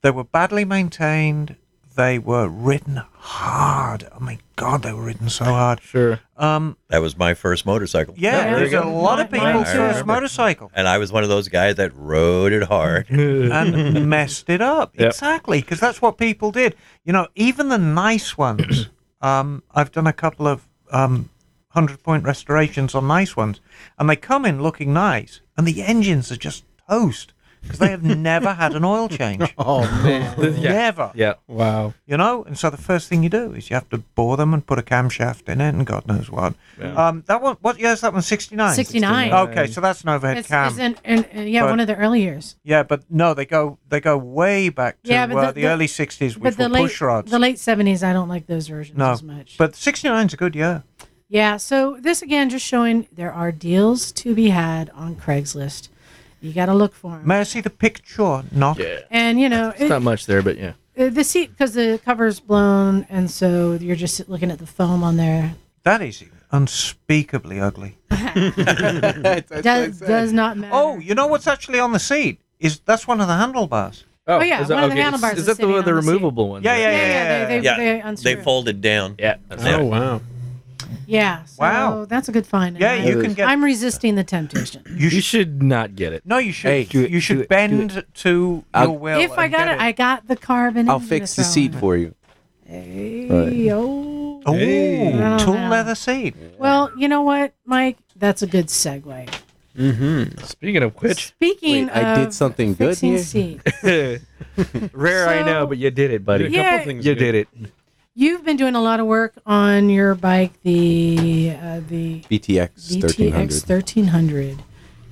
[SPEAKER 7] They were badly maintained, they were ridden hard. Oh my god, they were ridden so hard.
[SPEAKER 1] sure.
[SPEAKER 7] Um
[SPEAKER 9] That was my first motorcycle.
[SPEAKER 7] yeah,
[SPEAKER 1] Yeah, there
[SPEAKER 7] there's
[SPEAKER 1] you
[SPEAKER 7] a
[SPEAKER 1] go.
[SPEAKER 7] lot of
[SPEAKER 2] Mine- mine
[SPEAKER 7] people's
[SPEAKER 9] too. I
[SPEAKER 7] first
[SPEAKER 9] remember.
[SPEAKER 7] motorcycle
[SPEAKER 9] And I was one of those guys that rode it hard.
[SPEAKER 7] and messed it up.
[SPEAKER 1] Yep.
[SPEAKER 7] Exactly, because that's what people did. You know, even the nice ones. um, I've done a couple of um, hundred point restorations on nice ones, and they come in looking nice, and the engines are just toast. because they have never had an oil change.
[SPEAKER 8] Oh man!
[SPEAKER 7] Never.
[SPEAKER 1] Yeah.
[SPEAKER 8] wow.
[SPEAKER 7] You know, and so the first thing you do is you have to bore them and put a camshaft in it, and God knows what.
[SPEAKER 1] Yeah.
[SPEAKER 7] Um, that one, what year is that one? Sixty nine.
[SPEAKER 2] 69.
[SPEAKER 7] Okay, so that's an overhead
[SPEAKER 2] It's,
[SPEAKER 7] cam.
[SPEAKER 2] it's in, in, in- yeah,
[SPEAKER 7] But-
[SPEAKER 2] one of the early years.
[SPEAKER 7] yeah, but no, they go they go way back to
[SPEAKER 2] Yeah, but
[SPEAKER 7] uh,
[SPEAKER 2] the-
[SPEAKER 7] the,
[SPEAKER 2] the-
[SPEAKER 7] early sixties,
[SPEAKER 2] But
[SPEAKER 7] which
[SPEAKER 2] the
[SPEAKER 7] were
[SPEAKER 2] late,
[SPEAKER 7] push rods.
[SPEAKER 2] the late 70s, I don't like those versions
[SPEAKER 7] No,
[SPEAKER 2] as much.
[SPEAKER 7] but sixty nine's a good year.
[SPEAKER 2] Yeah, so this again just showing there are deals to be had on Craigslist. You got to look for them.
[SPEAKER 7] May I see the picture? Not.
[SPEAKER 1] Yeah.
[SPEAKER 2] and you know,
[SPEAKER 1] It's
[SPEAKER 2] it,
[SPEAKER 1] not much there, but yeah.
[SPEAKER 2] uh, the seat because the cover's blown, and so you're just looking at the foam on there.
[SPEAKER 7] That is unspeakably ugly.
[SPEAKER 2] Does does not matter.
[SPEAKER 7] Oh, you know what's actually on the seat is that's one of the handlebars.
[SPEAKER 2] Oh, yeah,
[SPEAKER 1] is that,
[SPEAKER 2] one of the
[SPEAKER 1] okay, is-
[SPEAKER 2] handlebars
[SPEAKER 1] Is,
[SPEAKER 2] is
[SPEAKER 1] that the,
[SPEAKER 2] sitting
[SPEAKER 1] one- the
[SPEAKER 2] on the seat.
[SPEAKER 1] removable one?
[SPEAKER 7] Yeah, yeah,
[SPEAKER 2] yeah,
[SPEAKER 7] yeah,
[SPEAKER 2] yeah, they, they,
[SPEAKER 9] Yeah,
[SPEAKER 2] they
[SPEAKER 9] They
[SPEAKER 2] unscrew.
[SPEAKER 9] folded down.
[SPEAKER 1] Yeah, that's
[SPEAKER 8] Oh
[SPEAKER 1] it.
[SPEAKER 8] wow.
[SPEAKER 2] yeah, so
[SPEAKER 7] Wow.
[SPEAKER 2] that's a good find.
[SPEAKER 7] Yeah, you
[SPEAKER 2] I-
[SPEAKER 7] can get-
[SPEAKER 2] I'm resisting the temptation.
[SPEAKER 7] You
[SPEAKER 1] You
[SPEAKER 7] should.
[SPEAKER 1] should not get it.
[SPEAKER 7] No, you should.
[SPEAKER 3] Hey, do it,
[SPEAKER 7] you should
[SPEAKER 3] do it, do
[SPEAKER 7] bend to
[SPEAKER 3] I'll-
[SPEAKER 7] your will.
[SPEAKER 2] if I
[SPEAKER 7] and
[SPEAKER 2] got
[SPEAKER 7] get
[SPEAKER 2] it, I got the carbon.
[SPEAKER 3] I'll fix the seat for you.
[SPEAKER 2] Hey,
[SPEAKER 5] Right.
[SPEAKER 2] oh.
[SPEAKER 7] Oh,
[SPEAKER 2] I don't
[SPEAKER 7] tool
[SPEAKER 2] know.
[SPEAKER 7] leather seat.
[SPEAKER 2] Well, you know what, Mike? That's a good segue.
[SPEAKER 8] Mm-hmm.
[SPEAKER 1] Speaking of which,
[SPEAKER 2] Speaking
[SPEAKER 3] Wait,
[SPEAKER 2] of
[SPEAKER 3] I did something good
[SPEAKER 2] fixing
[SPEAKER 3] here?
[SPEAKER 2] seats,
[SPEAKER 1] rare I know,
[SPEAKER 2] So-
[SPEAKER 1] but you did it, buddy.
[SPEAKER 2] Yeah.
[SPEAKER 1] You did it.
[SPEAKER 2] you've been doing a lot of work on your bike, the uh, the
[SPEAKER 3] BTX,
[SPEAKER 2] BTX
[SPEAKER 3] 1300.
[SPEAKER 2] 1300.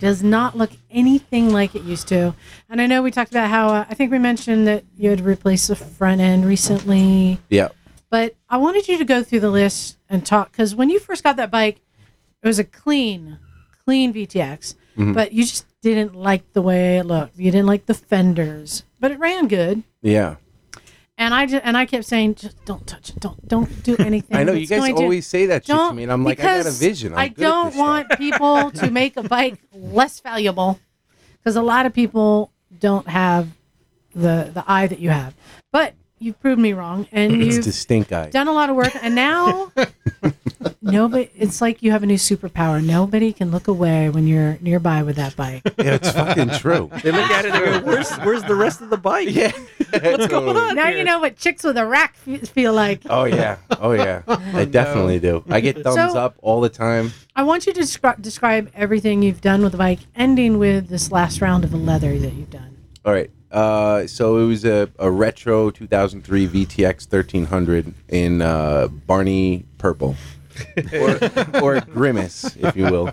[SPEAKER 2] Does not look anything like it used to. And I know we talked about how uh, I think we mentioned that you had replaced the front end recently,
[SPEAKER 3] yeah.
[SPEAKER 2] but I wanted you to go through the list and talk because when you first got that bike, it was a clean, clean VTX,
[SPEAKER 3] Mm-hmm.
[SPEAKER 2] but you just didn't like the way it looked. You didn't like the fenders, but it ran good.
[SPEAKER 3] Yeah.
[SPEAKER 2] And I just, and I kept saying, just don't touch it. Don't don't do anything.
[SPEAKER 3] I know you
[SPEAKER 2] that's
[SPEAKER 3] guys
[SPEAKER 2] going to-
[SPEAKER 3] always say that shit to
[SPEAKER 2] don't
[SPEAKER 3] me, and I'm like, I got a
[SPEAKER 2] because
[SPEAKER 3] vision. I'm
[SPEAKER 2] I
[SPEAKER 3] good at
[SPEAKER 2] don't
[SPEAKER 3] this
[SPEAKER 2] want people to make a bike less valuable because a lot of people don't have the the eye that you have. But you've proved me wrong, and
[SPEAKER 3] stuff.
[SPEAKER 2] you've
[SPEAKER 3] It's the stink eye.
[SPEAKER 2] done a lot of work, and now nobody. It's like you have a new superpower. Nobody can look away when you're nearby with that bike.
[SPEAKER 3] Yeah, it's fucking true.
[SPEAKER 1] They look at it and they go, "Where's where's the rest of the bike?
[SPEAKER 3] yeah. What's going on?
[SPEAKER 2] now you know what chicks with a rack f- feel like.
[SPEAKER 3] Oh yeah. Oh yeah. I definitely do. I get thumbs
[SPEAKER 2] So-
[SPEAKER 3] up all the time.
[SPEAKER 2] I want you to descri- describe everything you've done with the bike, ending with this last round of the leather that you've done.
[SPEAKER 3] All right. Uh, so it was a, a retro 2003 VTX 1300 in uh, Barney purple, or, or grimace, if you will.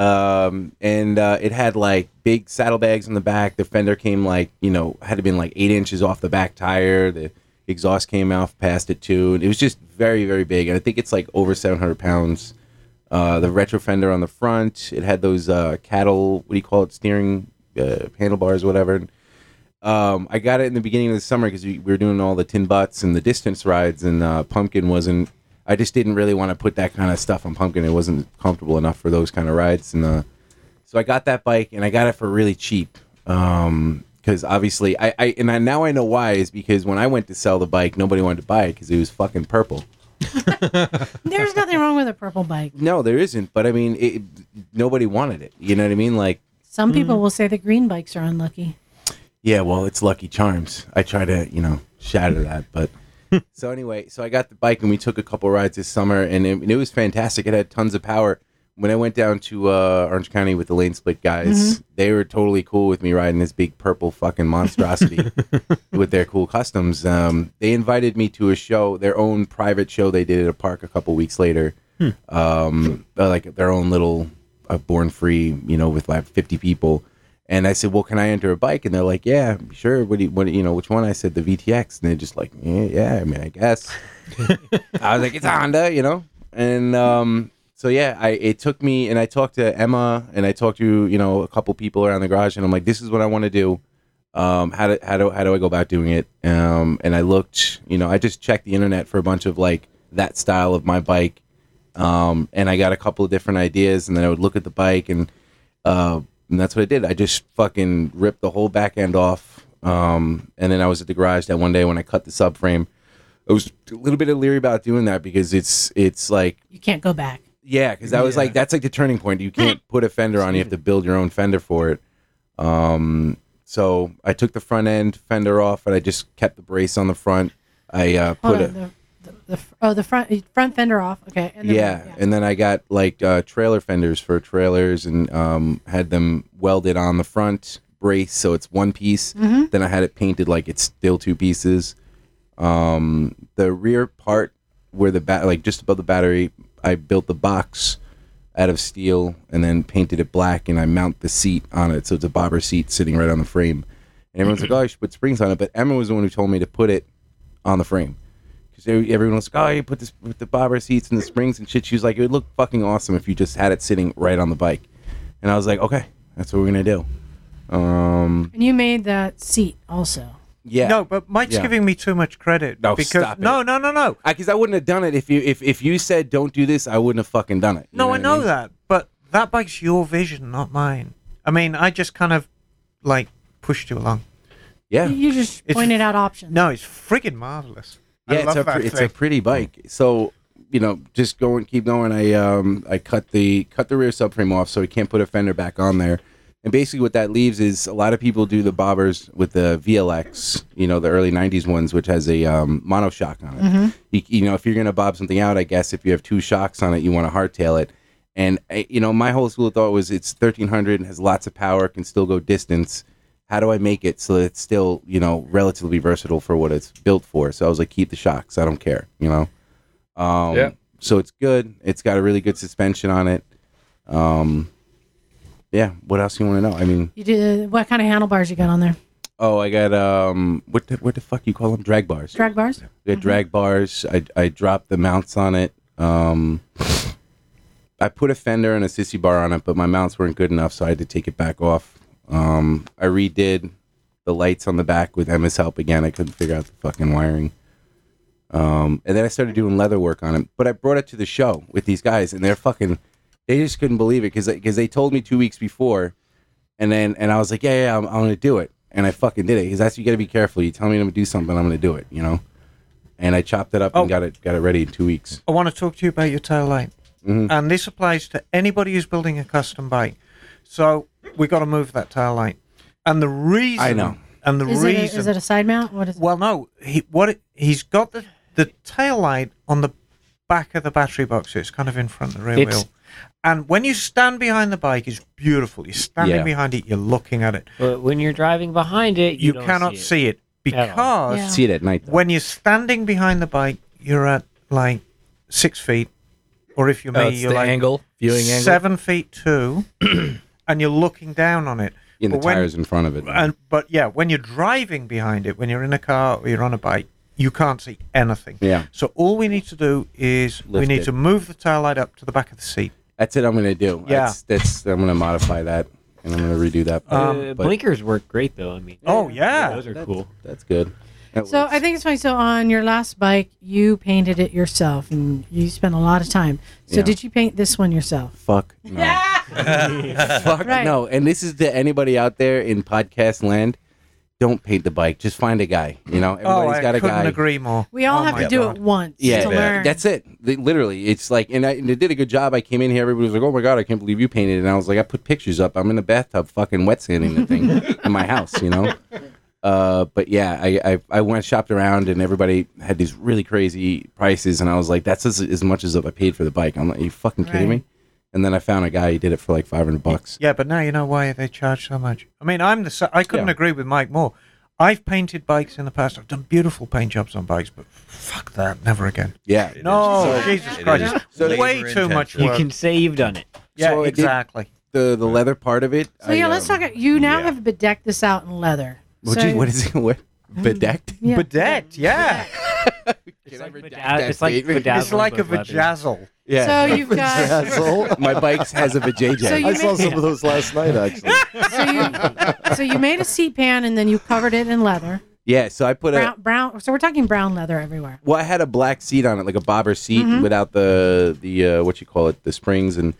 [SPEAKER 3] Um, and uh, it had like big saddlebags on the back. The fender came like you know had to been like eight inches off the back tire. The exhaust came out past it too, and it was just very very big. And I think it's like over 700 pounds. Uh, the retro fender on the front. It had those uh, cattle, what do you call it, steering uh, handlebars, whatever. Um, I got it in the beginning of the summer because we, we were doing all the tin butts and the distance rides, and uh, pumpkin wasn't. I just didn't really want to put that kind of stuff on pumpkin. It wasn't comfortable enough for those kind of rides, and uh, so I got that bike, and I got it for really cheap. Um, because obviously, I, I and I, now I know why is because when I went to sell the bike, nobody wanted to buy it because it was fucking purple.
[SPEAKER 2] There's nothing wrong with a purple bike.
[SPEAKER 3] No, there isn't. But I mean, it, it- nobody wanted it. You know what I mean? Like,
[SPEAKER 2] Some
[SPEAKER 3] Mm-hmm.
[SPEAKER 2] people will say the green bikes are unlucky.
[SPEAKER 3] yeah, well, it's Lucky Charms. I try to, you know, shatter that. But so anyway, so I got the bike and we took a couple rides this summer, and it, and it was fantastic. It had tons of power. When I went down to uh, Orange County with the lane split guys, they were totally cool with me riding this big purple fucking monstrosity with their cool customs. Um, they invited me to a show, their own private show they did at a park a couple weeks later.
[SPEAKER 1] Hmm.
[SPEAKER 3] um, uh, like their own little uh, born free, you know, with like 50 people. And I said, well, can I enter a bike? And they're like, yeah, sure. What do you, what, do you know, which one? I said, the VTX. And they're just like, yeah, yeah I mean, I guess. I was like, it's a Honda, you know? And um, so, yeah, I it took me, and I talked to Emma and I talked to, you know, a couple people around the garage, and I'm like, this is what I want to do. Um, how, do, how, do, how do I go about doing it? Um, and I looked, you know, I just checked the internet for a bunch of like that style of my bike. Um, and I got a couple of different ideas, and then I would look at the bike, and, uh, and that's what I did. I just fucking ripped the whole back end off. Um, and then I was at the garage that one day when I cut the subframe. I was a little bit leery about doing that because it's it's like
[SPEAKER 2] You can't go back.
[SPEAKER 3] yeah, because that was like that's like the turning point. You can't put a fender on; you have to build your own fender for it. Um, so I took the front end fender off, and I just kept the brace on the front. I uh,
[SPEAKER 2] Hold
[SPEAKER 3] put
[SPEAKER 2] on.
[SPEAKER 3] a
[SPEAKER 2] The, the, the, fr- oh, the front front fender off. Okay. And the-
[SPEAKER 3] yeah, and then I got like uh, trailer fenders for trailers, and um, had them welded on the front, brace so it's one piece. Then I had it painted like it's still two pieces. Um, the rear part where the bat, like just above the battery, I built the box out of steel and then painted it black, and I mount the seat on it, so it's a bobber seat sitting right on the frame. And everyone's like, "Oh, you should put springs on it," but Emma was the one who told me to put it on the frame because everyone was like, "Oh, you put this with the bobber seats and the springs and shit." She was like, "It would look fucking awesome if you just had it sitting right on the bike," and I was like, "Okay, that's what we're gonna do." Um,
[SPEAKER 2] And you made that seat also.
[SPEAKER 3] yeah,
[SPEAKER 7] No, but Mike's
[SPEAKER 3] Yeah.
[SPEAKER 7] giving me too much credit.
[SPEAKER 3] No,
[SPEAKER 7] because
[SPEAKER 3] stop it.
[SPEAKER 7] no, no, no, no.
[SPEAKER 3] because I, wouldn't have done it if you if if you said don't do this, I wouldn't have fucking done it. You
[SPEAKER 7] No, I
[SPEAKER 3] what
[SPEAKER 7] know
[SPEAKER 3] mean?
[SPEAKER 7] that, but that bike's your vision, not mine. I mean, I just kind of like pushed you along.
[SPEAKER 3] Yeah,
[SPEAKER 2] You just
[SPEAKER 7] It's-
[SPEAKER 2] pointed out options.
[SPEAKER 7] No, it's friggin' marvelous. I
[SPEAKER 3] yeah,
[SPEAKER 7] love
[SPEAKER 3] it's a
[SPEAKER 7] that
[SPEAKER 3] pre- it's
[SPEAKER 7] thing.
[SPEAKER 3] a pretty bike. So you know, just going, keep going. I um I cut the cut the rear subframe off, so I can't put a fender back on there. And basically, what that leaves is a lot of people do the bobbers with the VLX, you know, the early '90s ones, which has a um, mono shock on it.
[SPEAKER 2] Mm-hmm.
[SPEAKER 3] You, you know, if you're gonna bob something out, I guess if you have two shocks on it, you want to hardtail it. And I, you know, my whole school of thought was it's 1300, has lots of power, can still go distance. How do I make it so that it's still, you know, relatively versatile for what it's built for? So I was like, keep the shocks. I don't care, you know. Um,
[SPEAKER 1] Yeah.
[SPEAKER 3] So it's good. It's got a really good suspension on it. Um, yeah. What else you want to know? I mean,
[SPEAKER 2] You did what kind of handlebars you got on there?
[SPEAKER 3] oh, I got um, what the, what the fuck you call them? Drag bars.
[SPEAKER 2] Drag bars? Uh-huh.
[SPEAKER 3] The drag bars. I I dropped the mounts on it. Um, I put a fender and a sissy bar on it, but my mounts weren't good enough, so I had to take it back off. Um, I redid the lights on the back with Emma's help again. I couldn't figure out the fucking wiring. Um, and then I started doing leather work on it, but I brought it to the show with these guys, and they're fucking. They just couldn't believe it because because they told me two weeks before, and then and I was like, yeah, yeah, I'm, I'm gonna do it, and I fucking did it because that's you got to be careful. You tell me I'm gonna do something, I'm gonna do it, you know. And I chopped it up
[SPEAKER 7] Oh.
[SPEAKER 3] and got it got it ready in two weeks.
[SPEAKER 7] I want to talk to you about your tail light.
[SPEAKER 3] Mm-hmm.
[SPEAKER 7] And this applies to anybody who's building a custom bike. So we got to move that tail light. And the reason
[SPEAKER 3] I know.
[SPEAKER 7] And the
[SPEAKER 2] Is it,
[SPEAKER 7] reason
[SPEAKER 2] a, is it a side mount? What is it?
[SPEAKER 7] Well, no, he what it, he's got the the tail light on the back of the battery box, so it's kind of in front of the rear
[SPEAKER 4] It's-
[SPEAKER 7] wheel. And when you stand behind the bike, it's beautiful. You're standing
[SPEAKER 3] Yeah.
[SPEAKER 7] behind it. You're looking at it.
[SPEAKER 4] But when you're driving behind it,
[SPEAKER 7] You,
[SPEAKER 4] you, don't
[SPEAKER 7] cannot
[SPEAKER 4] see
[SPEAKER 7] see it,
[SPEAKER 4] At all.
[SPEAKER 7] because
[SPEAKER 2] Yeah.
[SPEAKER 3] See it at night. Though.
[SPEAKER 7] when you're standing behind the bike, you're at like six feet, or if you're
[SPEAKER 1] Oh,
[SPEAKER 7] me,
[SPEAKER 1] it's
[SPEAKER 7] you're
[SPEAKER 1] the
[SPEAKER 7] like
[SPEAKER 1] angle, viewing angle.
[SPEAKER 7] seven feet two, and you're looking down on it.
[SPEAKER 3] in the
[SPEAKER 7] But when-
[SPEAKER 3] tires in front of it.
[SPEAKER 7] and but yeah, when you're driving behind it, when you're in a car or you're on a bike, you can't see anything.
[SPEAKER 3] Yeah.
[SPEAKER 7] So all we need to do is we
[SPEAKER 3] Lift
[SPEAKER 7] need
[SPEAKER 3] it.
[SPEAKER 7] to move the tail light up to the back of the seat.
[SPEAKER 3] that's it. I'm gonna do.
[SPEAKER 7] Yeah.
[SPEAKER 3] That's, that's I'm gonna modify that and I'm gonna redo that.
[SPEAKER 4] it.
[SPEAKER 3] part,
[SPEAKER 4] Uh,
[SPEAKER 3] but
[SPEAKER 4] blinkers work great though. I mean,
[SPEAKER 7] Oh, yeah.
[SPEAKER 4] those are cool.
[SPEAKER 3] that's good. That
[SPEAKER 2] So
[SPEAKER 3] works.
[SPEAKER 2] I think it's funny. So on your last bike, you painted it yourself, and you spent a lot of time. So
[SPEAKER 3] Yeah.
[SPEAKER 2] did you paint this one yourself?
[SPEAKER 3] fuck no. fuck
[SPEAKER 2] Right.
[SPEAKER 3] no. And this is to anybody out there in podcast land. Don't paint the bike. Just find a guy. You know,
[SPEAKER 7] Oh,
[SPEAKER 3] everybody's
[SPEAKER 7] I
[SPEAKER 3] got a
[SPEAKER 7] couldn't
[SPEAKER 3] guy.
[SPEAKER 7] agree more.
[SPEAKER 2] We all
[SPEAKER 7] Oh
[SPEAKER 2] have
[SPEAKER 7] my
[SPEAKER 2] to do
[SPEAKER 7] God.
[SPEAKER 2] it once
[SPEAKER 3] Yeah,
[SPEAKER 2] to
[SPEAKER 3] yeah.
[SPEAKER 2] learn.
[SPEAKER 3] that's it. Li- literally, it's like, and I and it did a good job. I came in here, everybody was like, "Oh my god, I can't believe you painted." it." And I was like, "I put pictures up. I'm in the bathtub, fucking wet sanding the thing in my house," you know. Uh, but yeah, I, I I went shopped around, and everybody had these really crazy prices, and I was like, "That's as, as much as I paid for the bike." I'm like, "You fucking kidding
[SPEAKER 2] Right.
[SPEAKER 3] me?" And then I found a guy. He did it for like five hundred bucks.
[SPEAKER 7] Yeah, but now you know why they charge so much. I mean, I'm the sa- I couldn't
[SPEAKER 3] Yeah.
[SPEAKER 7] agree with Mike more. I've painted bikes in the past. I've done beautiful paint jobs on bikes, but fuck that, never again.
[SPEAKER 3] Yeah,
[SPEAKER 7] No,
[SPEAKER 9] so-
[SPEAKER 7] Jesus
[SPEAKER 9] it
[SPEAKER 7] Christ,
[SPEAKER 9] is
[SPEAKER 7] it's way
[SPEAKER 9] labor
[SPEAKER 7] too much
[SPEAKER 9] intensive.
[SPEAKER 4] You
[SPEAKER 7] work.
[SPEAKER 4] can say you've done it.
[SPEAKER 7] yeah,
[SPEAKER 3] So it did-
[SPEAKER 7] exactly.
[SPEAKER 3] the the leather part of it. uh,
[SPEAKER 2] So yeah, let's
[SPEAKER 3] um,
[SPEAKER 2] talk. You now
[SPEAKER 9] yeah.
[SPEAKER 2] have bedecked this out in leather.
[SPEAKER 3] What,
[SPEAKER 2] so,
[SPEAKER 3] what is it? What bedecked?
[SPEAKER 2] Yeah.
[SPEAKER 7] Bedecked, yeah.
[SPEAKER 3] Can I redact
[SPEAKER 4] bedazzle-
[SPEAKER 3] that
[SPEAKER 4] it's like
[SPEAKER 3] statement?
[SPEAKER 4] bedazzle.
[SPEAKER 7] It's like a
[SPEAKER 4] Dazzled with leather.
[SPEAKER 7] vajazzle.
[SPEAKER 3] Yeah.
[SPEAKER 2] So you've got.
[SPEAKER 5] Asshole.
[SPEAKER 3] my bike's has a vajayjay.
[SPEAKER 2] So
[SPEAKER 5] I
[SPEAKER 2] you
[SPEAKER 5] saw
[SPEAKER 2] made,
[SPEAKER 5] some of those last night, actually.
[SPEAKER 2] so, you, so you made a seat pan and then you covered it in leather.
[SPEAKER 3] yeah, so I put a
[SPEAKER 2] Brown, brown. So we're talking brown leather everywhere.
[SPEAKER 3] well, I had a black seat on it, like a bobber seat without the the uh, what you call it, the springs, and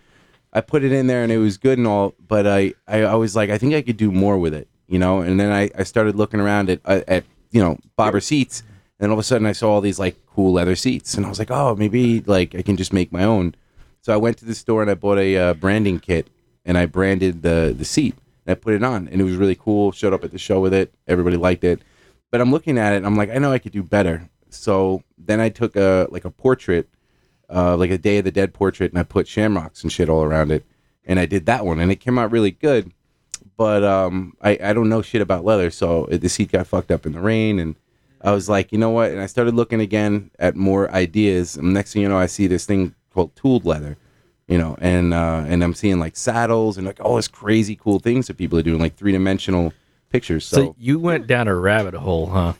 [SPEAKER 3] I put it in there, and it was good and all. But I I, I was like, I think I could do more with it, you know. And then I, I started looking around at uh, at- at you know bobber seats, and all of a sudden I saw all these like cool leather seats, and I was like, oh, maybe like I can just make my own. So I went to the store and I bought a uh, branding kit, and I branded the the seat. And I put it on, and it was really cool. Showed up at the show with it. Everybody liked it but I'm looking at it. And I'm like, I know I could do better. So then I took a like a portrait, uh, like a Day of the Dead portrait, and I put shamrocks and shit all around it, and I did that one, and it came out really good. but um, I, I don't know shit about leather, so it- the seat got fucked up in the rain, and I was like, you know what? And I started looking again at more ideas. And next thing you know, I see this thing called tooled leather, you know, and uh, and I'm seeing like saddles and like all this crazy cool things that people are doing, like three dimensional pictures.
[SPEAKER 1] So, you went down a rabbit hole, huh?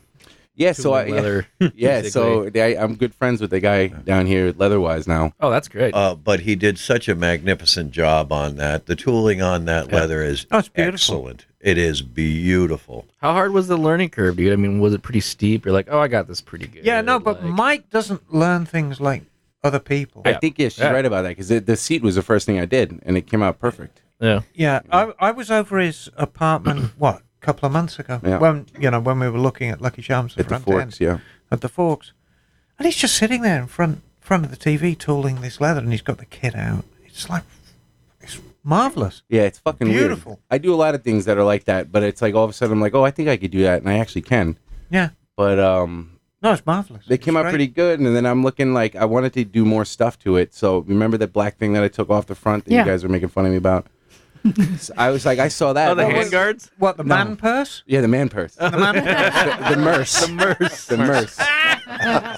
[SPEAKER 3] Yeah, so I,
[SPEAKER 1] Tool
[SPEAKER 3] yeah,
[SPEAKER 1] leather,
[SPEAKER 3] yeah, so I, I'm good friends with the guy down here at Leatherwise now.
[SPEAKER 1] Oh, that's great.
[SPEAKER 9] Uh, but he did such a magnificent job on that. The tooling on that leather is
[SPEAKER 7] Oh, it's beautiful.
[SPEAKER 9] excellent. It is beautiful.
[SPEAKER 1] How hard was the learning curve, dude? I mean, was it pretty steep? You're like, oh, I got this pretty good.
[SPEAKER 7] Yeah, no, but
[SPEAKER 1] like-
[SPEAKER 7] Mike doesn't learn things like other people.
[SPEAKER 3] I think yeah, she's
[SPEAKER 1] Yeah.
[SPEAKER 3] right about that because the seat was the first thing I did, and it came out perfect.
[SPEAKER 1] yeah,
[SPEAKER 7] Yeah, I, I was over his apartment what a couple of months ago
[SPEAKER 3] Yeah.
[SPEAKER 7] when you know when we were looking at Lucky Charms the
[SPEAKER 3] At the
[SPEAKER 7] front
[SPEAKER 3] forks,
[SPEAKER 7] end
[SPEAKER 3] yeah.
[SPEAKER 7] at the Forks, and he's just sitting there in front front of the TV tooling this leather, and he's got the kid out. It's like it's marvelous.
[SPEAKER 3] Yeah, it's fucking
[SPEAKER 7] Beautiful.
[SPEAKER 3] Weird. I do a lot of things that are like that, but it's like all of a sudden I'm like, oh, I think I could do that, and I actually can.
[SPEAKER 7] Yeah,
[SPEAKER 3] But um,
[SPEAKER 7] no, it's marvelous.
[SPEAKER 3] they
[SPEAKER 7] It's
[SPEAKER 3] came out
[SPEAKER 7] great.
[SPEAKER 3] pretty good, and then I'm looking like I wanted to do more stuff to it. So remember that black thing that I took off the front that
[SPEAKER 2] Yeah.
[SPEAKER 3] you guys were making fun of me about? So I was like, I saw that.
[SPEAKER 1] Oh, the
[SPEAKER 3] That was-
[SPEAKER 1] hand guards,
[SPEAKER 7] What the
[SPEAKER 3] No.
[SPEAKER 7] man purse?
[SPEAKER 3] Yeah, the man purse. The the merce.
[SPEAKER 1] the merce,
[SPEAKER 3] the merce.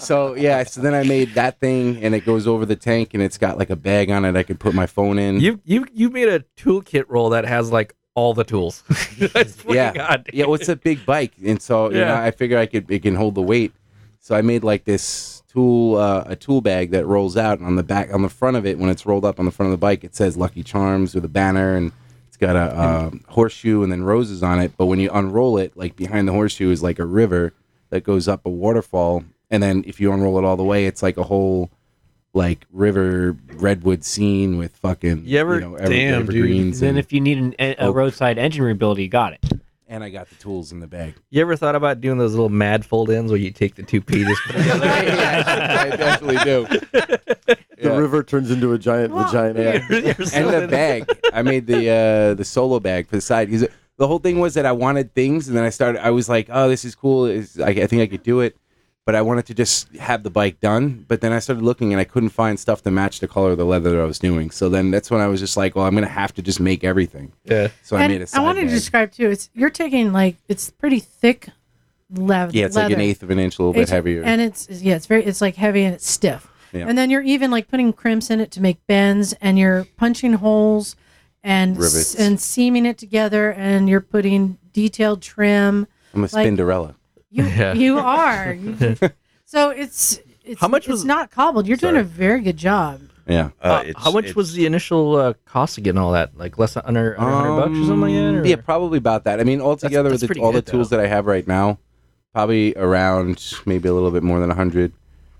[SPEAKER 3] so yeah, so then I made that thing, and it goes over the tank, and it's got like a bag on it. I could put my phone in.
[SPEAKER 1] You you you made a toolkit roll that has like all the tools. I swear
[SPEAKER 3] yeah,
[SPEAKER 1] to God, dude.
[SPEAKER 3] yeah. Well, it's a big bike, and so you know,
[SPEAKER 1] Yeah.
[SPEAKER 3] I figure I could it can hold the weight. So I made like this tool uh, a tool bag that rolls out and on the back on the front of it when it's rolled up on the front of the bike. It says Lucky Charms with a banner, and it's got a uh, horseshoe and then roses on it. But when you unroll it, like behind the horseshoe is like a river that goes up a waterfall, and then if you unroll it all the way, it's like a whole like river redwood scene with fucking
[SPEAKER 1] You ever-
[SPEAKER 3] know, ever-
[SPEAKER 8] Damn, dude.
[SPEAKER 3] evergreens
[SPEAKER 4] then
[SPEAKER 3] and-
[SPEAKER 4] if you need an, a,
[SPEAKER 3] Oh.
[SPEAKER 4] a roadside engine rebuild, you got it.
[SPEAKER 3] and I got the tools in the bag.
[SPEAKER 1] You ever thought about doing those little mad fold ins where you take the two pieces?
[SPEAKER 3] I definitely do.
[SPEAKER 5] The river turns into a giant vagina.
[SPEAKER 3] And the bag, I made the uh, the solo bag for the side because the whole thing was that I wanted things, and then I started. I was like, "Oh, this is cool. It's, I, I think I could do it," but I wanted to just have the bike done. But then I started looking, and I couldn't find stuff to match the color of the leather that I was doing. So then that's when I was just like, "Well, I'm gonna have to just make everything."
[SPEAKER 1] Yeah.
[SPEAKER 3] So I
[SPEAKER 2] and
[SPEAKER 3] made a
[SPEAKER 2] I
[SPEAKER 3] side
[SPEAKER 2] wanted
[SPEAKER 3] bag.
[SPEAKER 2] to describe too. It's you're taking like it's pretty thick leather.
[SPEAKER 3] yeah, it's like an
[SPEAKER 2] leather.
[SPEAKER 3] eighth of an inch, a little bit
[SPEAKER 2] It's-
[SPEAKER 3] heavier.
[SPEAKER 2] And it's yeah, it's very it's like heavy and it's stiff.
[SPEAKER 3] Yeah.
[SPEAKER 2] And then you're even like putting crimps in it to make bends, and you're punching holes and s-
[SPEAKER 3] Rivets.
[SPEAKER 2] and seaming it together, and you're putting detailed trim.
[SPEAKER 3] I'm a
[SPEAKER 2] like-
[SPEAKER 3] Spinderella.
[SPEAKER 2] You
[SPEAKER 1] Yeah.
[SPEAKER 2] you are. You- so it's it's
[SPEAKER 1] How much
[SPEAKER 2] it's
[SPEAKER 1] was-
[SPEAKER 2] not cobbled. You're
[SPEAKER 1] Sorry.
[SPEAKER 2] doing a very good job.
[SPEAKER 3] yeah.
[SPEAKER 9] Uh,
[SPEAKER 1] How much was the initial uh, cost of getting all that? Like less than under, under 100 bucks or something like that?
[SPEAKER 3] Um,
[SPEAKER 1] Or?
[SPEAKER 3] Yeah, probably about that. I mean, altogether
[SPEAKER 1] That's- that's
[SPEAKER 3] with
[SPEAKER 1] pretty
[SPEAKER 3] the, all
[SPEAKER 1] good,
[SPEAKER 3] the tools
[SPEAKER 1] though.
[SPEAKER 3] that I have right now, probably around maybe a little bit more than 100,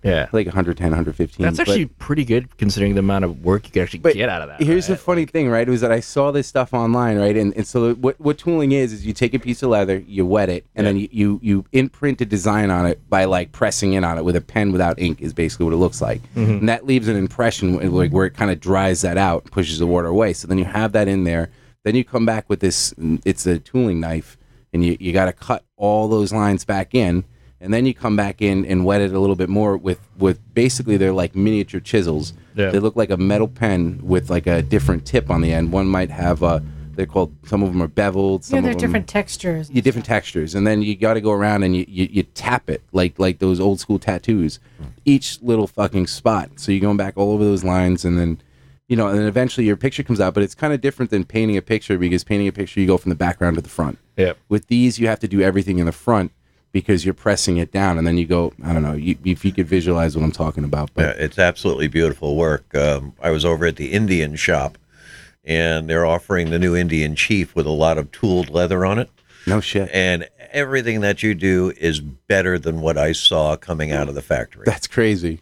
[SPEAKER 1] yeah.
[SPEAKER 3] like 110, 115.
[SPEAKER 1] That's
[SPEAKER 3] but-
[SPEAKER 1] actually pretty good considering the amount of work you could actually
[SPEAKER 3] But
[SPEAKER 1] get out of that.
[SPEAKER 3] Here's
[SPEAKER 1] right?
[SPEAKER 3] the funny thing, right? Was that I saw this stuff online, right? And and so what what tooling is is you take a piece of leather, you wet it, and then you, you you imprint a design on it by like pressing in on it with a pen without ink is basically what it looks like,
[SPEAKER 1] Mm-hmm.
[SPEAKER 3] and that leaves an impression wh- like where it kind of dries that out, and pushes the water away. So then you have that in there. Then you come back with this. It's a tooling knife, and you you got to cut all those lines back in. And then you come back in and wet it a little bit more with, with basically they're like miniature chisels.
[SPEAKER 1] Yeah.
[SPEAKER 3] They look like a metal pen with like a different tip on the end. One might have uh they're called some of them are beveled, some
[SPEAKER 2] yeah, they're
[SPEAKER 3] of them
[SPEAKER 2] different textures.
[SPEAKER 3] you different textures, and then you got to go around and you, you, you tap it like like those old school tattoos, each little fucking spot. So you're going back all over those lines, and then you know, and then eventually your picture comes out. But it's kind of different than painting a picture because painting a picture you go from the background to the front.
[SPEAKER 1] Yep.
[SPEAKER 3] With these, you have to do everything in the front because you're pressing it down, and then you go. I don't know you, if you could visualize what I'm talking about, but
[SPEAKER 9] Yeah, it's absolutely beautiful work. Um, I was over at the Indian shop, and they're offering the new Indian chief with a lot of tooled leather on it.
[SPEAKER 3] no shit.
[SPEAKER 9] And everything that you do is better than what I saw coming out of the factory.
[SPEAKER 3] That's crazy.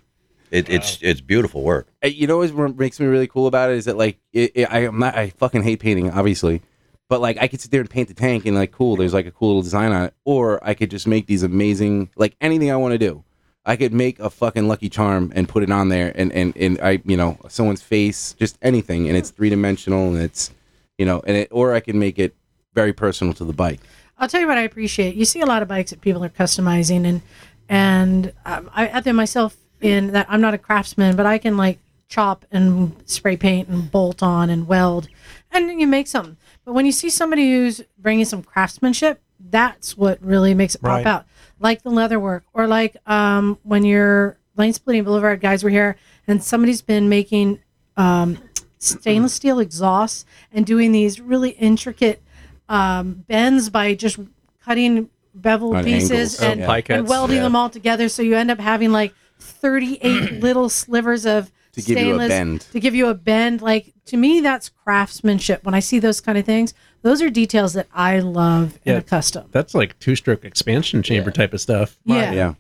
[SPEAKER 9] It, It's it's beautiful work.
[SPEAKER 3] Uh, you know what re- makes me really cool about it is that like it, it, I, I'm not I fucking hate painting obviously, but like I could sit there and paint the tank and like cool there's like a cool little design on it, or I could just make these amazing like anything I want to do. I could make a fucking lucky charm and put it on there and and and I you know someone's face just anything and it's three dimensional and it's you know and it or I can make it very personal to the bike.
[SPEAKER 2] I'll tell you what I appreciate. You see a lot of bikes that people are customizing, and and um, I, I think myself in that I'm not a craftsman, but I can like chop and spray paint and bolt on and weld, and you make something. But when you see somebody who's bringing some craftsmanship, that's what really makes it
[SPEAKER 7] Right.
[SPEAKER 2] pop out, like the leather work, or like um, when your lane splitting boulevard guys were here and somebody's been making um, stainless steel exhausts and doing these really intricate um, bends by just cutting bevel
[SPEAKER 3] On
[SPEAKER 2] pieces
[SPEAKER 3] angles. Oh,
[SPEAKER 2] and,
[SPEAKER 3] yeah.
[SPEAKER 1] Pie
[SPEAKER 2] and
[SPEAKER 1] cuts.
[SPEAKER 2] welding
[SPEAKER 3] Yeah.
[SPEAKER 2] them all together. So you end up having like 38 little slivers of
[SPEAKER 3] To give you a
[SPEAKER 2] stainless
[SPEAKER 3] bend.
[SPEAKER 2] to give you a bend. Like to me, that's craftsmanship. When I see those kind of things, those are details that I love in
[SPEAKER 8] Yeah.
[SPEAKER 2] a custom.
[SPEAKER 8] That's like two stroke expansion chamber type of stuff.
[SPEAKER 2] Yeah. yeah.
[SPEAKER 3] Yeah.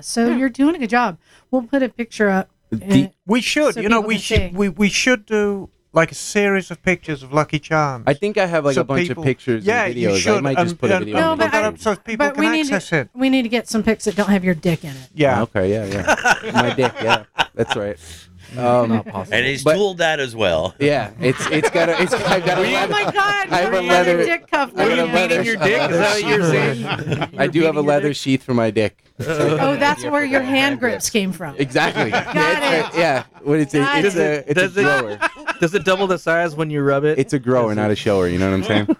[SPEAKER 2] So you're doing a good job. We'll put a picture up.
[SPEAKER 3] The-
[SPEAKER 7] We should,
[SPEAKER 2] So
[SPEAKER 7] you know,
[SPEAKER 2] people
[SPEAKER 7] we
[SPEAKER 2] can see.
[SPEAKER 7] should we, we should do like a series of pictures of Lucky Charms.
[SPEAKER 3] I think I have like
[SPEAKER 7] So
[SPEAKER 3] a bunch
[SPEAKER 7] people-
[SPEAKER 3] of pictures
[SPEAKER 7] yeah,
[SPEAKER 3] and
[SPEAKER 7] you
[SPEAKER 3] videos. I
[SPEAKER 7] should,
[SPEAKER 3] might just
[SPEAKER 7] um,
[SPEAKER 3] put a
[SPEAKER 7] um,
[SPEAKER 3] video.
[SPEAKER 2] No,
[SPEAKER 3] on
[SPEAKER 2] but
[SPEAKER 3] YouTube.
[SPEAKER 2] I-
[SPEAKER 7] so people
[SPEAKER 2] but
[SPEAKER 7] can
[SPEAKER 2] we need
[SPEAKER 7] access
[SPEAKER 2] to,
[SPEAKER 7] it.
[SPEAKER 2] We need to get some pics that don't have your dick in it.
[SPEAKER 7] Yeah,
[SPEAKER 3] Okay, yeah, yeah. My dick, yeah. That's right. Um,
[SPEAKER 9] And he's
[SPEAKER 3] But-
[SPEAKER 9] tooled that as well.
[SPEAKER 3] yeah, it's it's got a it's I've got a
[SPEAKER 2] Oh
[SPEAKER 3] leather,
[SPEAKER 2] my God!
[SPEAKER 3] I have
[SPEAKER 2] you're
[SPEAKER 3] a leather-
[SPEAKER 2] dick cuff.
[SPEAKER 3] I have a
[SPEAKER 2] man.
[SPEAKER 3] leather-
[SPEAKER 1] Your dick? Is that what you're saying?
[SPEAKER 3] I do have a leather sheath for my dick.
[SPEAKER 2] Oh, that's where your hand grips came from.
[SPEAKER 3] Exactly. yeah, it's
[SPEAKER 2] it.
[SPEAKER 3] a, yeah. What it's a,
[SPEAKER 2] Got
[SPEAKER 3] it's
[SPEAKER 2] it.
[SPEAKER 3] a it's a
[SPEAKER 1] Does it-
[SPEAKER 3] grower.
[SPEAKER 1] Does it double the size when you rub it?
[SPEAKER 3] It's a grower, not a shower. You know what I'm saying?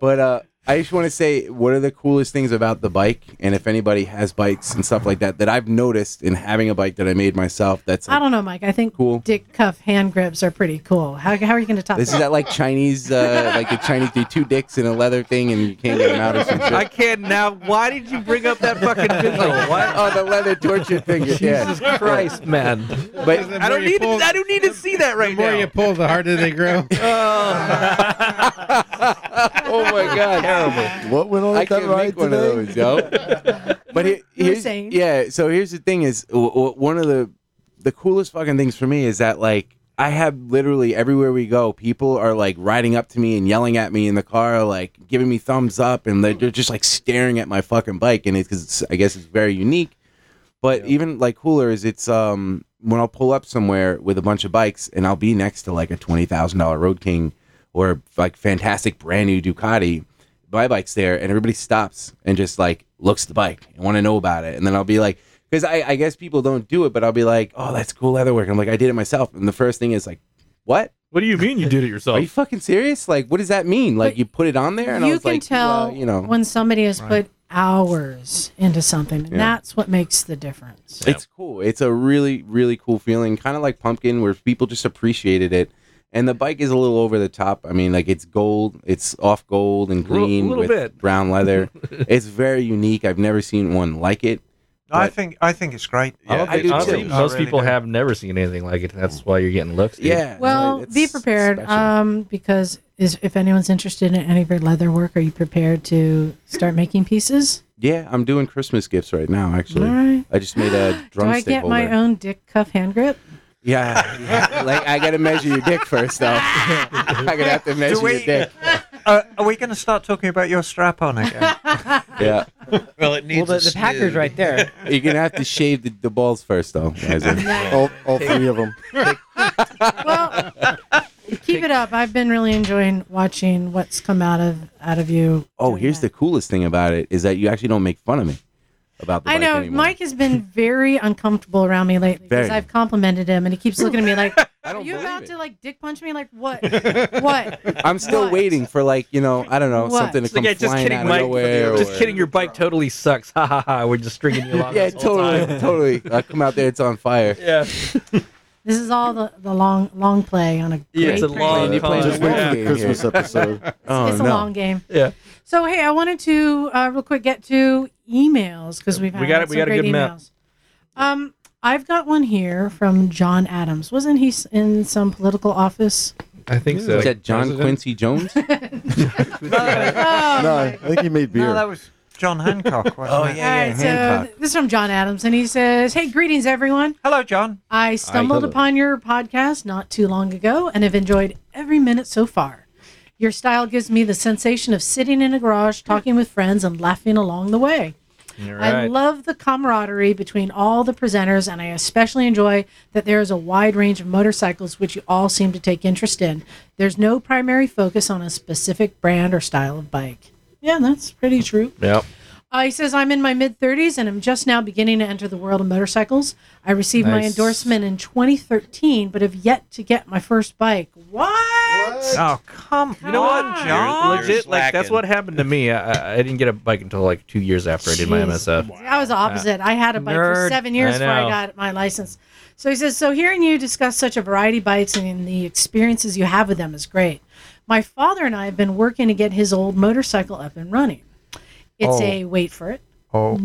[SPEAKER 3] But uh, I just want to say, what are the coolest things about the bike? And if anybody has bikes and stuff like that, that I've noticed in having a bike that I made myself, that's
[SPEAKER 2] I
[SPEAKER 3] like,
[SPEAKER 2] don't know, Mike. I think
[SPEAKER 3] Cool.
[SPEAKER 2] dick cuff hand grips are pretty cool. How, how are you going to top
[SPEAKER 3] this is
[SPEAKER 2] that?
[SPEAKER 3] that like Chinese, uh, like the Chinese do two dicks in a leather thing, and you can't get them out or some shit.
[SPEAKER 1] I can't now. Why did you bring up that fucking video? Why?
[SPEAKER 3] Oh, the leather torture thing. Yeah.
[SPEAKER 1] Jesus Christ, man!
[SPEAKER 3] But
[SPEAKER 1] I don't need. To, I don't need to see that right
[SPEAKER 11] The more
[SPEAKER 1] now.
[SPEAKER 11] you pull, the harder they grow.
[SPEAKER 3] oh my god, terrible!
[SPEAKER 5] What went on
[SPEAKER 3] I
[SPEAKER 5] at that
[SPEAKER 3] can
[SPEAKER 5] ride
[SPEAKER 3] make one of
[SPEAKER 5] today?
[SPEAKER 3] those, yo. But he-
[SPEAKER 2] you were
[SPEAKER 3] here's-
[SPEAKER 2] saying.
[SPEAKER 3] yeah. So here's the thing: is w- w- one of the the coolest fucking things for me is that like I have literally everywhere we go, people are like riding up to me and yelling at me in the car, like giving me thumbs up, and they're, they're just like staring at my fucking bike, and it's because I guess it's very unique. But even like cooler is it's um when I'll pull up somewhere with a bunch of bikes and I'll be next to like a twenty thousand dollar Road King or like fantastic brand new Ducati. My bike's there and everybody stops and just like looks at the bike and want to know about it. And then I'll be like, because I, I guess people don't do it, but I'll be like, oh, that's cool leatherwork. I'm like, I did it myself. And the first thing is like, what?
[SPEAKER 1] What do you mean you did it
[SPEAKER 3] Are
[SPEAKER 1] yourself?
[SPEAKER 3] you fucking serious? Like, what does that mean? Like,
[SPEAKER 2] But
[SPEAKER 3] you put it on there? And I
[SPEAKER 2] you
[SPEAKER 3] was
[SPEAKER 2] can
[SPEAKER 3] like,
[SPEAKER 2] tell
[SPEAKER 3] well, you know,
[SPEAKER 2] when somebody has put hours into something, and that's what makes the difference.
[SPEAKER 3] It's cool. It's a really, really cool feeling, kind of like Pumpkin, where people just appreciated it. And the bike is a little over the top. I mean, like it's gold, it's off gold and
[SPEAKER 1] Little-
[SPEAKER 3] green
[SPEAKER 1] little
[SPEAKER 3] with
[SPEAKER 1] bit.
[SPEAKER 3] brown leather. it's very unique. I've never seen one like it.
[SPEAKER 7] I
[SPEAKER 3] but-
[SPEAKER 7] think I think it's great.
[SPEAKER 3] Yeah, I do
[SPEAKER 1] Honestly,
[SPEAKER 3] too.
[SPEAKER 1] most
[SPEAKER 7] I really
[SPEAKER 1] people
[SPEAKER 7] do.
[SPEAKER 1] have never seen anything like it. That's why you're getting looks. dude.
[SPEAKER 3] Yeah.
[SPEAKER 2] Well,
[SPEAKER 3] it's
[SPEAKER 2] be prepared,
[SPEAKER 3] special.
[SPEAKER 2] um, because is, if anyone's interested in any of your leather work, are you prepared to start making pieces?
[SPEAKER 3] yeah, I'm doing Christmas gifts right now. Actually,
[SPEAKER 2] All right.
[SPEAKER 3] I just made a
[SPEAKER 2] Do I
[SPEAKER 3] drumstick
[SPEAKER 2] get
[SPEAKER 3] holder.
[SPEAKER 2] my own dick cuff hand grip?
[SPEAKER 3] Yeah, yeah. like I gotta measure your dick first, though. I'm gonna have to measure your
[SPEAKER 7] we-
[SPEAKER 3] dick.
[SPEAKER 7] Uh, are we going to start talking about your strap on again?
[SPEAKER 3] Yeah,
[SPEAKER 9] Well, it needs
[SPEAKER 4] Well, the,
[SPEAKER 9] a
[SPEAKER 4] the Packers
[SPEAKER 9] snood.
[SPEAKER 4] right there.
[SPEAKER 3] you're gonna have to shave the, the balls first, though. Isaac.
[SPEAKER 5] All, all three of them.
[SPEAKER 2] well, keep it up. I've been really enjoying watching what's come out of out of you.
[SPEAKER 3] Oh,
[SPEAKER 2] doing
[SPEAKER 3] here's
[SPEAKER 2] that.
[SPEAKER 3] the coolest thing about it is that you actually don't make fun of me about the
[SPEAKER 2] I
[SPEAKER 3] bike
[SPEAKER 2] know
[SPEAKER 3] anymore.
[SPEAKER 2] Mike has been very uncomfortable around me lately because
[SPEAKER 3] Very.
[SPEAKER 2] I've complimented him and he keeps looking at me like,
[SPEAKER 3] I
[SPEAKER 2] "Are
[SPEAKER 3] don't
[SPEAKER 2] you
[SPEAKER 3] believe
[SPEAKER 2] about
[SPEAKER 3] it.
[SPEAKER 2] to like dick punch me? Like what? what?
[SPEAKER 3] I'm still
[SPEAKER 2] What?
[SPEAKER 3] waiting for like you know I don't know
[SPEAKER 2] What?
[SPEAKER 3] something to
[SPEAKER 1] It's like,
[SPEAKER 3] come
[SPEAKER 1] yeah, just
[SPEAKER 3] flying out
[SPEAKER 1] kidding,
[SPEAKER 3] of
[SPEAKER 1] Mike.
[SPEAKER 3] nowhere.
[SPEAKER 1] Just
[SPEAKER 3] or-
[SPEAKER 1] kidding. Your bike totally sucks. Ha ha ha. We're just stringing you along.
[SPEAKER 3] Yeah,
[SPEAKER 1] this whole
[SPEAKER 3] totally,
[SPEAKER 1] time.
[SPEAKER 3] totally. I come out there, it's on fire.
[SPEAKER 1] Yeah,
[SPEAKER 2] This is all the, the long long play on a great
[SPEAKER 1] yeah. It's a
[SPEAKER 2] brand.
[SPEAKER 1] long
[SPEAKER 3] you play
[SPEAKER 1] con.
[SPEAKER 5] Just wait
[SPEAKER 3] Yeah.
[SPEAKER 5] for the Christmas episode.
[SPEAKER 3] Oh
[SPEAKER 2] it's
[SPEAKER 3] no.
[SPEAKER 2] a long game.
[SPEAKER 1] Yeah.
[SPEAKER 2] So hey, I wanted to uh, real quick get to emails because we've
[SPEAKER 1] We
[SPEAKER 2] had
[SPEAKER 1] got it- we
[SPEAKER 2] some
[SPEAKER 1] got a
[SPEAKER 2] great
[SPEAKER 1] good
[SPEAKER 2] emails.
[SPEAKER 1] amount.
[SPEAKER 2] Um, I've got one here from John Adams. Wasn't he s- in some political office?
[SPEAKER 8] I think so.
[SPEAKER 3] Is that John
[SPEAKER 8] President?
[SPEAKER 3] Quincy Jones?
[SPEAKER 2] Oh,
[SPEAKER 5] No, I think he made beer.
[SPEAKER 7] no, that was John Hancock. Wasn't
[SPEAKER 9] Oh,
[SPEAKER 7] it?
[SPEAKER 9] yeah.
[SPEAKER 2] All right, so th- uh, this is from John Adams, and he says, Hey, greetings, everyone.
[SPEAKER 7] Hello, John.
[SPEAKER 2] I stumbled
[SPEAKER 3] hello.
[SPEAKER 2] upon your podcast not too long ago and have enjoyed every minute so far. Your style gives me the sensation of sitting in a garage, talking with friends, and laughing along the way.
[SPEAKER 1] You're
[SPEAKER 2] I
[SPEAKER 1] right.
[SPEAKER 2] love the camaraderie between all the presenters, and I especially enjoy that there is a wide range of motorcycles which you all seem to take interest in. There's no primary focus on a specific brand or style of bike. Yeah, that's pretty true.
[SPEAKER 1] Yep.
[SPEAKER 2] Uh, he says, I'm in my mid 30s and I'm just now beginning to enter the world of motorcycles. I received my
[SPEAKER 1] Nice.
[SPEAKER 2] endorsement in 2013, but have yet to get my first bike. What?
[SPEAKER 7] Oh, come
[SPEAKER 1] You know what,
[SPEAKER 7] on,
[SPEAKER 1] John?
[SPEAKER 9] You're-
[SPEAKER 7] John.
[SPEAKER 9] you're
[SPEAKER 1] Legit, like that's
[SPEAKER 9] slacking.
[SPEAKER 1] what happened to me. I, I- I didn't get a bike until like two years after I did my
[SPEAKER 2] Jeez.
[SPEAKER 1] MSF.
[SPEAKER 2] See, I was the opposite.
[SPEAKER 1] Uh,
[SPEAKER 2] I had a bike for
[SPEAKER 1] Nerd.
[SPEAKER 2] seven years
[SPEAKER 1] I
[SPEAKER 2] before I
[SPEAKER 1] know.
[SPEAKER 2] got my license. So he says, so hearing you discuss such a variety of bikes and the experiences you have with them is great. My father and I have been working to get his old motorcycle up and running. It's
[SPEAKER 7] Oh.
[SPEAKER 2] a wait for it.
[SPEAKER 7] Oh.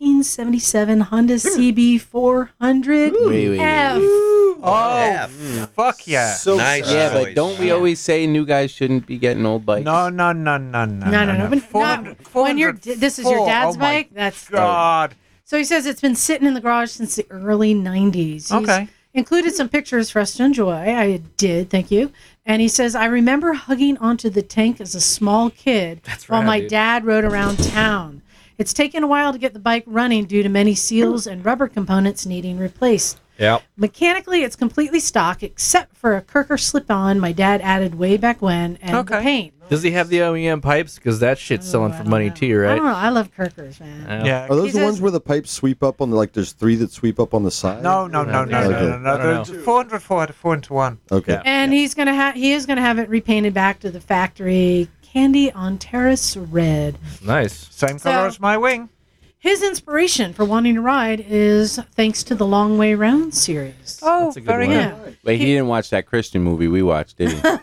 [SPEAKER 2] 1977 Honda CB 400
[SPEAKER 3] Hmm. Wait, wait,
[SPEAKER 2] F.
[SPEAKER 7] Oh, fuck yeah.
[SPEAKER 10] So
[SPEAKER 9] Nice.
[SPEAKER 3] Yeah,
[SPEAKER 9] Choice.
[SPEAKER 3] but don't we always say new guys shouldn't be getting old bikes?
[SPEAKER 7] No, no, no, no, no,
[SPEAKER 2] No, no, no. When, not,
[SPEAKER 7] 400
[SPEAKER 2] when you're, this is your
[SPEAKER 7] 404.
[SPEAKER 2] dad's
[SPEAKER 7] Oh my
[SPEAKER 2] bike. That's
[SPEAKER 3] Oh.
[SPEAKER 7] God.
[SPEAKER 2] so he says it's been sitting in the garage since the early 90s. He's
[SPEAKER 7] Okay.
[SPEAKER 2] Included some pictures for us to enjoy. I did, thank you. And he says, I remember hugging onto the tank as a small kid while
[SPEAKER 1] rad,
[SPEAKER 2] my
[SPEAKER 1] dude.
[SPEAKER 2] dad rode around town. It's taken a while to get the bike running due to many seals and rubber components needing replaced.
[SPEAKER 1] Yep.
[SPEAKER 2] Mechanically, it's completely stock except for a Kirker slip on my dad added way back when and the
[SPEAKER 7] Okay.
[SPEAKER 2] paint.
[SPEAKER 1] Does he have the OEM pipes? Because that shit's selling
[SPEAKER 2] Oh, I
[SPEAKER 1] for
[SPEAKER 2] don't
[SPEAKER 1] money
[SPEAKER 2] know.
[SPEAKER 1] too,
[SPEAKER 2] I
[SPEAKER 1] right?
[SPEAKER 2] don't know. I love Kirkers, man.
[SPEAKER 1] Yeah.
[SPEAKER 7] Yeah.
[SPEAKER 5] Are those
[SPEAKER 2] He
[SPEAKER 5] the ones
[SPEAKER 2] says-
[SPEAKER 5] where the pipes sweep up on the like? There's three that sweep up on the side.
[SPEAKER 7] No, no, no, no, no,
[SPEAKER 5] Okay.
[SPEAKER 7] no, no.
[SPEAKER 1] I don't
[SPEAKER 7] There's 400, 400, 4 into 1.
[SPEAKER 5] Okay.
[SPEAKER 1] Yeah.
[SPEAKER 2] And he's gonna have he is gonna have it repainted back to the factory candy on terrace red.
[SPEAKER 1] Nice.
[SPEAKER 7] Same color
[SPEAKER 2] So-
[SPEAKER 7] as my wing.
[SPEAKER 2] His inspiration for wanting to ride is thanks to the Long Way Round series.
[SPEAKER 7] Oh,
[SPEAKER 1] That's a good
[SPEAKER 7] very
[SPEAKER 1] one.
[SPEAKER 7] good.
[SPEAKER 2] yeah.
[SPEAKER 3] Wait, he didn't watch that Christian movie we watched, did he? All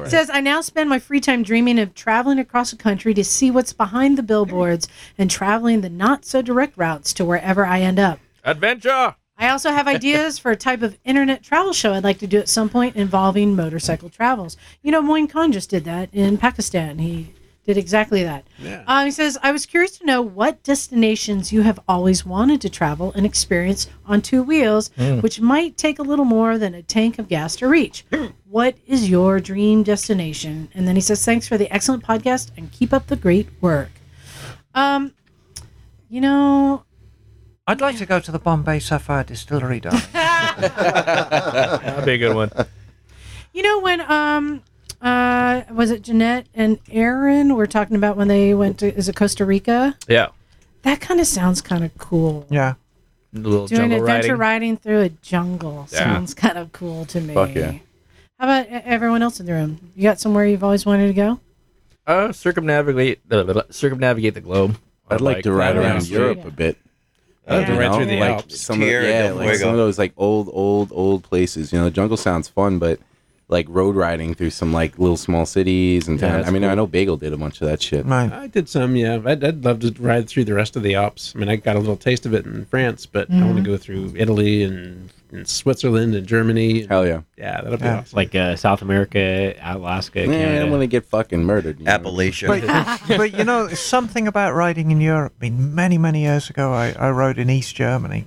[SPEAKER 3] right.
[SPEAKER 2] Says I now spend my free time dreaming of traveling across the country to see what's behind the billboards and traveling the not so direct routes to wherever I end up.
[SPEAKER 1] Adventure.
[SPEAKER 2] I also have ideas for a type of internet travel show I'd like to do at some point involving motorcycle travels. You know, Moin Khan just did that in Pakistan. He did exactly that. Um, he says, I was curious to know what destinations you have always wanted to travel and experience on two wheels, which might take a little more than a tank of gas to reach. what is your dream destination? And then he says, Thanks for the excellent podcast and keep up the great work. Um, you know,
[SPEAKER 7] I'd like to go to the Bombay Sapphire Distillery, darling.
[SPEAKER 1] That'd be a good one.
[SPEAKER 2] You know when um uh was it Jeanette and Aaron were talking about when they went to is it Costa Rica?
[SPEAKER 1] Yeah.
[SPEAKER 2] That kind of sounds kind of cool.
[SPEAKER 7] yeah.
[SPEAKER 1] A little
[SPEAKER 2] Doing
[SPEAKER 1] jungle
[SPEAKER 2] adventure
[SPEAKER 1] riding.
[SPEAKER 2] riding. through a jungle
[SPEAKER 1] Yeah.
[SPEAKER 2] sounds kind of cool to me.
[SPEAKER 3] Fuck yeah.
[SPEAKER 2] How about e- everyone else in the room? You got somewhere you've always wanted to go?
[SPEAKER 1] Uh, circumnavigate. blah, blah, blah, circumnavigate the globe.
[SPEAKER 3] I'd like to ride around Europe a bit.
[SPEAKER 9] I'd like to
[SPEAKER 3] Uh, You
[SPEAKER 9] ride
[SPEAKER 3] know,
[SPEAKER 9] through the
[SPEAKER 3] like
[SPEAKER 9] Alps.
[SPEAKER 3] Some of,
[SPEAKER 9] Tierra
[SPEAKER 3] yeah,
[SPEAKER 9] del
[SPEAKER 3] like some
[SPEAKER 9] Fuego.
[SPEAKER 3] of those like old, old, old places. You know, jungle sounds fun, but like road riding through some like little small cities and
[SPEAKER 1] Yeah,
[SPEAKER 3] towns.
[SPEAKER 1] that's
[SPEAKER 3] I mean, I
[SPEAKER 1] cool.
[SPEAKER 3] know Bagel did a bunch of that shit.
[SPEAKER 7] Mine.
[SPEAKER 8] I did some, yeah. I'd, I'd love to ride through the rest of the Alps. I mean, I got a little taste of it in France, but I want to go through Italy and, and Switzerland and Germany. and-
[SPEAKER 3] Hell yeah!
[SPEAKER 8] yeah, that'll be
[SPEAKER 7] Yeah.
[SPEAKER 8] awesome.
[SPEAKER 4] Like uh, South America, Alaska,
[SPEAKER 3] Man, I
[SPEAKER 4] Canada.
[SPEAKER 3] don't want to get fucking murdered. you know?
[SPEAKER 9] Appalachia.
[SPEAKER 7] But, but you know, there's something about riding in Europe. I mean, many, many years ago, I, I rode in East Germany.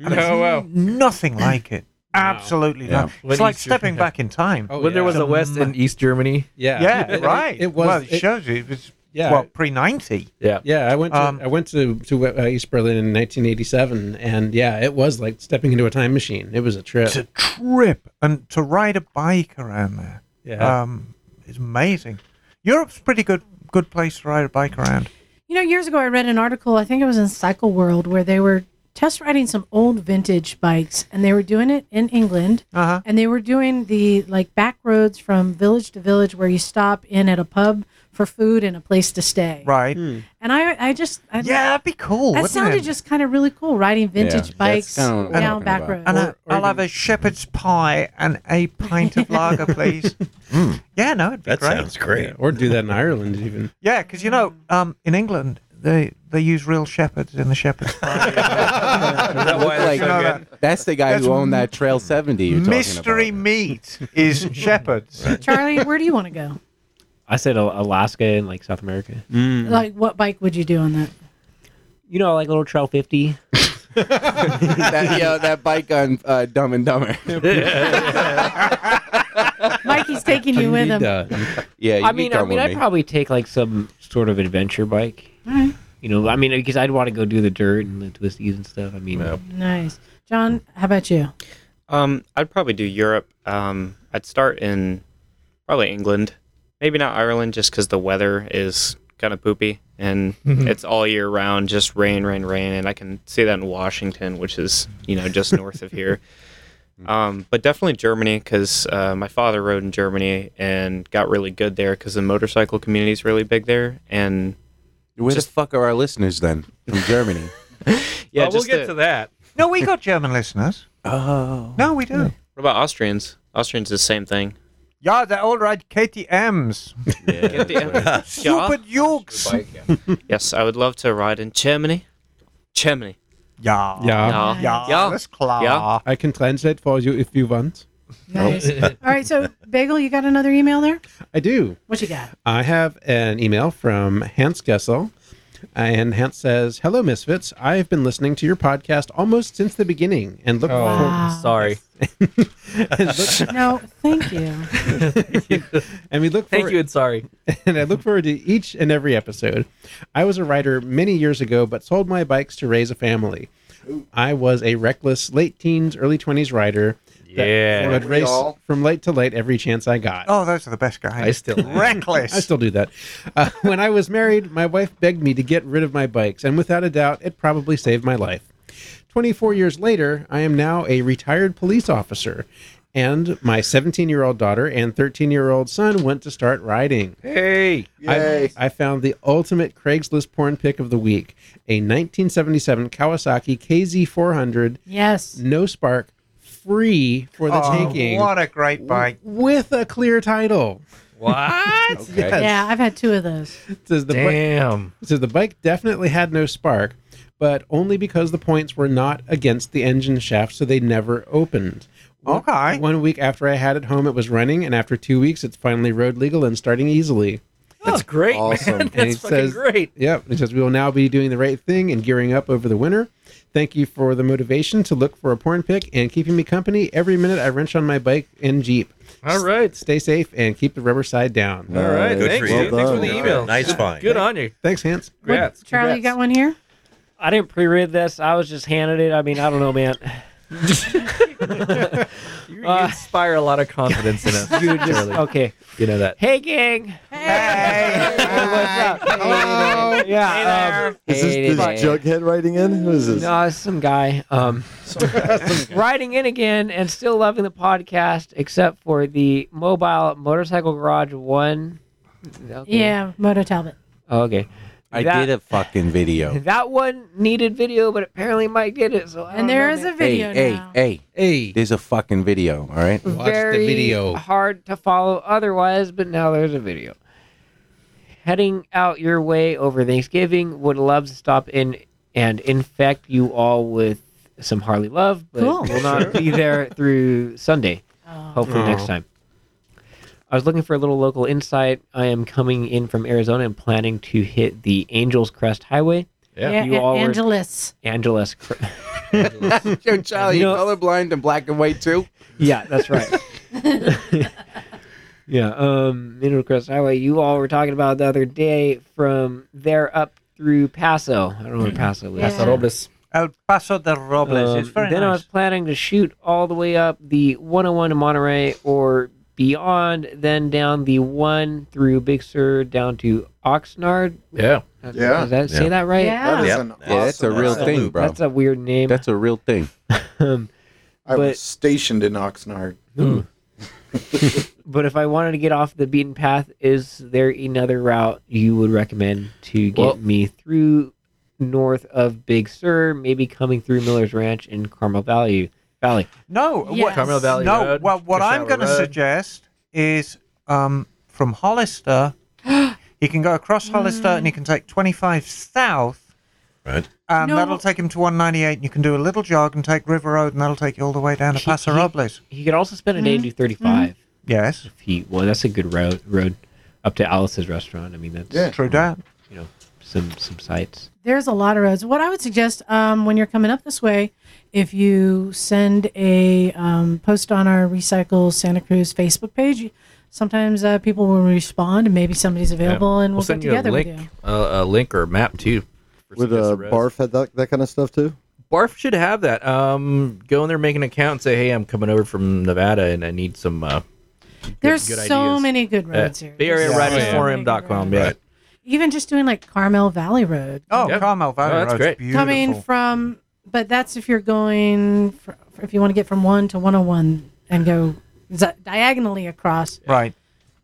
[SPEAKER 7] And it's
[SPEAKER 1] Oh, wow.
[SPEAKER 7] Nothing like it. Absolutely
[SPEAKER 3] Yeah.
[SPEAKER 7] not.
[SPEAKER 1] When
[SPEAKER 7] It's like
[SPEAKER 1] East Ger-
[SPEAKER 7] stepping back in time.
[SPEAKER 8] Oh,
[SPEAKER 1] When there
[SPEAKER 8] yeah.
[SPEAKER 1] was a West and East Germany.
[SPEAKER 8] yeah,
[SPEAKER 7] yeah,
[SPEAKER 8] It- it-
[SPEAKER 7] right.
[SPEAKER 8] It, was.
[SPEAKER 7] Well, it,
[SPEAKER 8] it-
[SPEAKER 7] shows you. It was,
[SPEAKER 8] yeah,
[SPEAKER 7] well, pre 90.
[SPEAKER 1] Yeah.
[SPEAKER 8] yeah. I went. To,
[SPEAKER 7] Um,
[SPEAKER 8] I went to to uh, East Berlin in 1987, and yeah, it was like stepping into a time machine. It was a trip.
[SPEAKER 7] It's a trip. And to ride a bike around there
[SPEAKER 8] Yeah.
[SPEAKER 7] um, is amazing. Europe's a pretty good good place to ride a bike around.
[SPEAKER 2] You know, years ago I read an article, I think it was in Cycle World, where they were test riding some old vintage bikes and they were doing it in England.
[SPEAKER 7] Uh-huh.
[SPEAKER 2] and they were doing the like back roads from village to village where you stop in at a pub for food and a place to stay.
[SPEAKER 7] Right.
[SPEAKER 2] And I, I just, I,
[SPEAKER 7] Yeah, that'd be cool.
[SPEAKER 2] Hmm. that
[SPEAKER 7] wouldn't
[SPEAKER 2] sounded
[SPEAKER 7] it?
[SPEAKER 2] just kind of really cool riding vintage
[SPEAKER 3] that's
[SPEAKER 2] bikes
[SPEAKER 3] kinda what
[SPEAKER 2] down
[SPEAKER 3] I'm talking
[SPEAKER 2] back
[SPEAKER 3] about.
[SPEAKER 2] roads.
[SPEAKER 7] And
[SPEAKER 8] Or-
[SPEAKER 7] i
[SPEAKER 8] or
[SPEAKER 7] I'll have
[SPEAKER 8] even-
[SPEAKER 7] a shepherd's pie and a pint of lager, please.
[SPEAKER 1] hmm.
[SPEAKER 7] Yeah, no, it'd be
[SPEAKER 9] that
[SPEAKER 7] great.
[SPEAKER 9] sounds great.
[SPEAKER 8] Yeah, or do that in Ireland even.
[SPEAKER 7] Yeah, because you know, um, in England they they use real shepherds in the shepherd's pie.
[SPEAKER 3] Look like- that's the guy who owned that Trail 70. You're talking
[SPEAKER 7] Mystery
[SPEAKER 3] about.
[SPEAKER 7] meat is shepherds.
[SPEAKER 2] Charlie, where do you want to go?
[SPEAKER 4] I said Al- Alaska and like South America.
[SPEAKER 3] Mm.
[SPEAKER 2] Like, what bike would you do on that?
[SPEAKER 4] You know, like little Trail 50.
[SPEAKER 3] that, yo, that bike on uh, Dumb and Dumber.
[SPEAKER 2] Mikey's taking you with him.
[SPEAKER 8] Done.
[SPEAKER 3] yeah, you
[SPEAKER 4] I
[SPEAKER 3] can
[SPEAKER 4] mean, I
[SPEAKER 3] come
[SPEAKER 4] mean,
[SPEAKER 3] with
[SPEAKER 4] I'd
[SPEAKER 3] me.
[SPEAKER 4] probably take like some sort of adventure bike.
[SPEAKER 2] Alright.
[SPEAKER 4] You know, I mean, because I'd want to go do the dirt and the twisties and stuff. I mean,
[SPEAKER 2] Nice, John. How about you?
[SPEAKER 6] Um, I'd probably do Europe. Um, I'd start in probably England, maybe not Ireland, just because the weather is kind of poopy. and it's all year round, just rain, rain, rain. And I can see that in Washington, which is you know just north of here. Um, but definitely Germany, because uh, my father rode in Germany and got really good there, because the motorcycle community is really big there. And
[SPEAKER 3] Where
[SPEAKER 6] Just-
[SPEAKER 3] the fuck are our listeners then from Germany?
[SPEAKER 6] yeah,
[SPEAKER 1] Well, we'll
[SPEAKER 6] just
[SPEAKER 1] get
[SPEAKER 6] the-
[SPEAKER 1] to that.
[SPEAKER 7] No, we got German listeners.
[SPEAKER 3] oh,
[SPEAKER 7] No, we do.
[SPEAKER 6] What about Austrians? Austrians is the same thing.
[SPEAKER 7] Yeah, they're all right. KTM's.
[SPEAKER 3] yeah.
[SPEAKER 6] Get the-
[SPEAKER 7] Stupid jokes.
[SPEAKER 6] yes, I would love to ride in Germany. Germany.
[SPEAKER 7] Yeah.
[SPEAKER 8] Yeah.
[SPEAKER 6] Ja.
[SPEAKER 7] Yeah.
[SPEAKER 6] Ja.
[SPEAKER 7] That's klar.
[SPEAKER 6] Ja.
[SPEAKER 8] I can translate for you if you want.
[SPEAKER 2] Nice.
[SPEAKER 9] Oh.
[SPEAKER 2] All right, so Bagel, you got another email there?
[SPEAKER 8] I do.
[SPEAKER 2] What you got?
[SPEAKER 8] I have an email from Hans Gessel. And Hans says, Hello, Misfits. I've been listening to your podcast almost since the beginning and look,
[SPEAKER 7] Oh,
[SPEAKER 2] Wow.
[SPEAKER 1] Sorry.
[SPEAKER 8] and, look
[SPEAKER 2] No, thank you.
[SPEAKER 8] and we look
[SPEAKER 1] Thank
[SPEAKER 8] forward-
[SPEAKER 1] you and sorry.
[SPEAKER 8] and I look forward to each and every episode. I was a rider many years ago, but sold my bikes to raise a family. I was a reckless late teens, early 20s rider that
[SPEAKER 1] Yeah.
[SPEAKER 8] would race from late to late every chance I got.
[SPEAKER 7] Oh, those are the best guys.
[SPEAKER 1] I still am.
[SPEAKER 7] reckless.
[SPEAKER 8] I still do that. Uh, when I was married, my wife begged me to get rid of my bikes, and without a doubt, it probably saved my life. 24 years later, I am now a retired police officer, and my 17 year old daughter and 13 year old son went to start riding.
[SPEAKER 1] Hey.
[SPEAKER 8] I, I found the ultimate Craigslist porn pick of the week a 1977 Kawasaki KZ400,
[SPEAKER 2] Yes.
[SPEAKER 8] no spark, free for the
[SPEAKER 7] Oh,
[SPEAKER 8] taking.
[SPEAKER 7] What a great bike.
[SPEAKER 8] With a clear title.
[SPEAKER 1] What?
[SPEAKER 3] okay.
[SPEAKER 2] Yeah, I've had two of those.
[SPEAKER 8] Says the bi-
[SPEAKER 1] Damn.
[SPEAKER 8] So the bike definitely had no spark, but only because the points were not against the engine shaft, so they never opened. One-
[SPEAKER 7] Okay.
[SPEAKER 8] One week after I had it home, it was running, and after two weeks, it's finally road legal and starting easily.
[SPEAKER 1] That's great,
[SPEAKER 3] Awesome.
[SPEAKER 1] man.
[SPEAKER 8] And
[SPEAKER 1] That's
[SPEAKER 8] it
[SPEAKER 1] fucking
[SPEAKER 8] says-
[SPEAKER 1] great.
[SPEAKER 8] Yep, it says we will now be doing the right thing and gearing up over the winter. Thank you for the motivation to look for a porn pick and keeping me company every minute I wrench on my bike and Jeep.
[SPEAKER 1] All right.
[SPEAKER 8] Stay safe and keep the rubber side down.
[SPEAKER 1] All right.
[SPEAKER 5] Nice.
[SPEAKER 1] Thanks,
[SPEAKER 5] Well
[SPEAKER 1] dude. Thanks for
[SPEAKER 5] done.
[SPEAKER 1] the email.
[SPEAKER 9] Nice find.
[SPEAKER 1] Good on you.
[SPEAKER 8] Thanks, Hans.
[SPEAKER 1] Congrats.
[SPEAKER 2] Charlie, you
[SPEAKER 1] Congrats.
[SPEAKER 2] got one here?
[SPEAKER 4] I didn't pre-read this. I was just handed it. I mean, I don't know, man.
[SPEAKER 1] You,
[SPEAKER 4] Uh,
[SPEAKER 1] inspire a lot of confidence in us. You,
[SPEAKER 4] Okay.
[SPEAKER 1] you know that.
[SPEAKER 4] Hey, gang.
[SPEAKER 7] Hey.
[SPEAKER 4] What's up? Yeah. um,
[SPEAKER 5] Is this, this
[SPEAKER 4] Hey, there.
[SPEAKER 5] Jughead writing in? Who is this?
[SPEAKER 4] No, it's some guy. Um, riding in again and still loving the podcast, except for the mobile motorcycle garage one. Okay.
[SPEAKER 2] Yeah, Moto Talbot.
[SPEAKER 4] Oh, okay.
[SPEAKER 3] I
[SPEAKER 4] That-
[SPEAKER 3] did a fucking video.
[SPEAKER 4] That one needed video, but apparently might get it. So I don't
[SPEAKER 2] And there
[SPEAKER 4] know,
[SPEAKER 2] is a
[SPEAKER 4] man.
[SPEAKER 3] Hey,
[SPEAKER 2] video
[SPEAKER 3] hey,
[SPEAKER 2] now.
[SPEAKER 3] hey!
[SPEAKER 8] Hey,
[SPEAKER 3] There's a fucking video. All right.
[SPEAKER 8] Watch the
[SPEAKER 4] Very
[SPEAKER 8] video.
[SPEAKER 4] Hard to follow otherwise, but now there's a video. Heading out your way over Thanksgiving, would love to stop in and infect you all with some Harley love, but
[SPEAKER 2] Cool.
[SPEAKER 4] will not be there through Sunday. Hopefully
[SPEAKER 8] Oh.
[SPEAKER 4] next time. I was looking for a little local insight. I am coming in from Arizona and planning to hit the Angels Crest Highway.
[SPEAKER 1] Yeah,
[SPEAKER 2] Yeah,
[SPEAKER 4] you all were-
[SPEAKER 2] Angeles.
[SPEAKER 4] Angeles Crest.
[SPEAKER 3] Yo, Charlie,
[SPEAKER 4] You know-
[SPEAKER 3] colorblind and black and white too.
[SPEAKER 4] Yeah, that's right. yeah, um, Mineral Crest Highway. You all were talking about the other day from there up through Paso. I don't know where Paso is.
[SPEAKER 2] Yeah. Paso
[SPEAKER 1] Robles.
[SPEAKER 7] El Paso de Robles. it's
[SPEAKER 4] Um,
[SPEAKER 7] very
[SPEAKER 4] then I was
[SPEAKER 7] nice.
[SPEAKER 4] planning to shoot all the way up the 101 to Monterey or beyond, then down the one through Big Sur down to Oxnard.
[SPEAKER 1] Yeah.
[SPEAKER 4] That's-
[SPEAKER 10] Yeah.
[SPEAKER 4] Does that say
[SPEAKER 3] Yeah.
[SPEAKER 4] that right?
[SPEAKER 2] Yeah.
[SPEAKER 9] Yep.
[SPEAKER 10] an
[SPEAKER 3] Yeah, that's a
[SPEAKER 10] awesome
[SPEAKER 3] real
[SPEAKER 10] loop.
[SPEAKER 3] thing, bro.
[SPEAKER 4] That's a weird name.
[SPEAKER 3] That's a real thing.
[SPEAKER 4] um,
[SPEAKER 10] I
[SPEAKER 4] but-
[SPEAKER 10] was stationed in Oxnard.
[SPEAKER 1] Hmm.
[SPEAKER 4] but if I wanted to get off the beaten path, is there another route you would recommend to get
[SPEAKER 1] Well-
[SPEAKER 4] me through north of Big Sur, maybe coming through Miller's Ranch in Carmel Valley? Valley.
[SPEAKER 7] no. What,
[SPEAKER 2] Yes.
[SPEAKER 1] Carmel Valley
[SPEAKER 7] no.
[SPEAKER 1] Road.
[SPEAKER 7] well, what I'm
[SPEAKER 1] Gustavo
[SPEAKER 7] going to
[SPEAKER 1] Road.
[SPEAKER 7] suggest is um, from Hollister, you can go across Hollister and you can take 25 south.
[SPEAKER 9] Right.
[SPEAKER 7] And
[SPEAKER 2] No.
[SPEAKER 7] that'll take him to 198, and you can do a little jog and take River Road, and that'll take you all the way down to
[SPEAKER 4] He-
[SPEAKER 7] Paso
[SPEAKER 4] he-
[SPEAKER 7] Robles.
[SPEAKER 4] He could also spend a day and
[SPEAKER 2] Mm-hmm.
[SPEAKER 4] do 35
[SPEAKER 7] Mm-hmm. Yes,
[SPEAKER 4] if he. Well, that's a good road. Road up to Alice's restaurant. I mean, that's
[SPEAKER 10] Yeah.
[SPEAKER 1] Hmm.
[SPEAKER 7] true that.
[SPEAKER 4] you know some some sites.
[SPEAKER 2] There's a lot of roads. What I would suggest um, when you're coming up this way, if you send a um, post on our Recycle Santa Cruz Facebook page, sometimes uh, people will respond and maybe somebody's available and we'll,
[SPEAKER 1] We'll send
[SPEAKER 2] get
[SPEAKER 1] you a
[SPEAKER 2] together with
[SPEAKER 1] link,
[SPEAKER 2] you.
[SPEAKER 1] uh, a link or a map too. for
[SPEAKER 5] Would
[SPEAKER 1] suggested
[SPEAKER 5] uh,
[SPEAKER 1] roads.
[SPEAKER 5] Barf had that, that kind of stuff too?
[SPEAKER 1] Barf should have that. Um, go in there, make an account, and say, "Hey, I'm coming over from Nevada, and I need some." Uh,
[SPEAKER 2] There's
[SPEAKER 1] good
[SPEAKER 2] so
[SPEAKER 1] ideas.
[SPEAKER 2] many good
[SPEAKER 1] uh,
[SPEAKER 2] roads here.
[SPEAKER 1] Bay Area
[SPEAKER 2] There's
[SPEAKER 1] Riders
[SPEAKER 2] so many good
[SPEAKER 1] Forum.com.
[SPEAKER 2] roads.
[SPEAKER 1] Yeah.
[SPEAKER 9] Right.
[SPEAKER 2] even just doing like Carmel Valley Road.
[SPEAKER 7] Oh,
[SPEAKER 1] Yeah.
[SPEAKER 7] Carmel Valley
[SPEAKER 1] Oh, that's
[SPEAKER 7] Road's
[SPEAKER 1] great.
[SPEAKER 7] beautiful.
[SPEAKER 2] Coming from, but that's if you're going, fr if you want to get from one to 101 and go z- diagonally across.
[SPEAKER 7] right.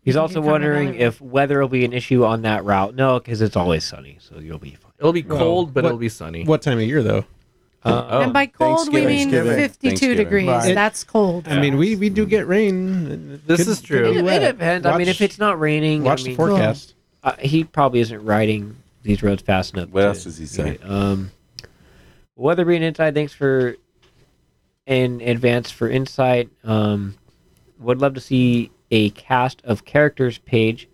[SPEAKER 4] He's
[SPEAKER 2] You
[SPEAKER 4] also
[SPEAKER 2] can come
[SPEAKER 4] wondering
[SPEAKER 2] another-
[SPEAKER 4] if weather will be an issue on that route. No, because it's always sunny, so you'll be fine.
[SPEAKER 1] It'll be cold, but
[SPEAKER 8] What-
[SPEAKER 1] it'll be sunny.
[SPEAKER 8] What time of year though?
[SPEAKER 4] Uh,
[SPEAKER 2] and by cold, we mean
[SPEAKER 3] Oh, Thanksgiving.
[SPEAKER 2] 52
[SPEAKER 3] Thanksgiving.
[SPEAKER 2] degrees.
[SPEAKER 8] Right.
[SPEAKER 2] That's cold.
[SPEAKER 8] I mean, we, we do get rain.
[SPEAKER 1] This is true.
[SPEAKER 4] It,
[SPEAKER 1] It-
[SPEAKER 4] it depends. I mean, if it's not raining,
[SPEAKER 8] watch
[SPEAKER 4] I
[SPEAKER 8] the
[SPEAKER 4] mean,
[SPEAKER 8] forecast.
[SPEAKER 4] uh, he probably isn't riding these roads fast enough.
[SPEAKER 3] What
[SPEAKER 4] to-
[SPEAKER 3] else does he say?
[SPEAKER 4] Um, weather being inside. Thanks for in advance for insight. Um, would love to see a cast of characters page.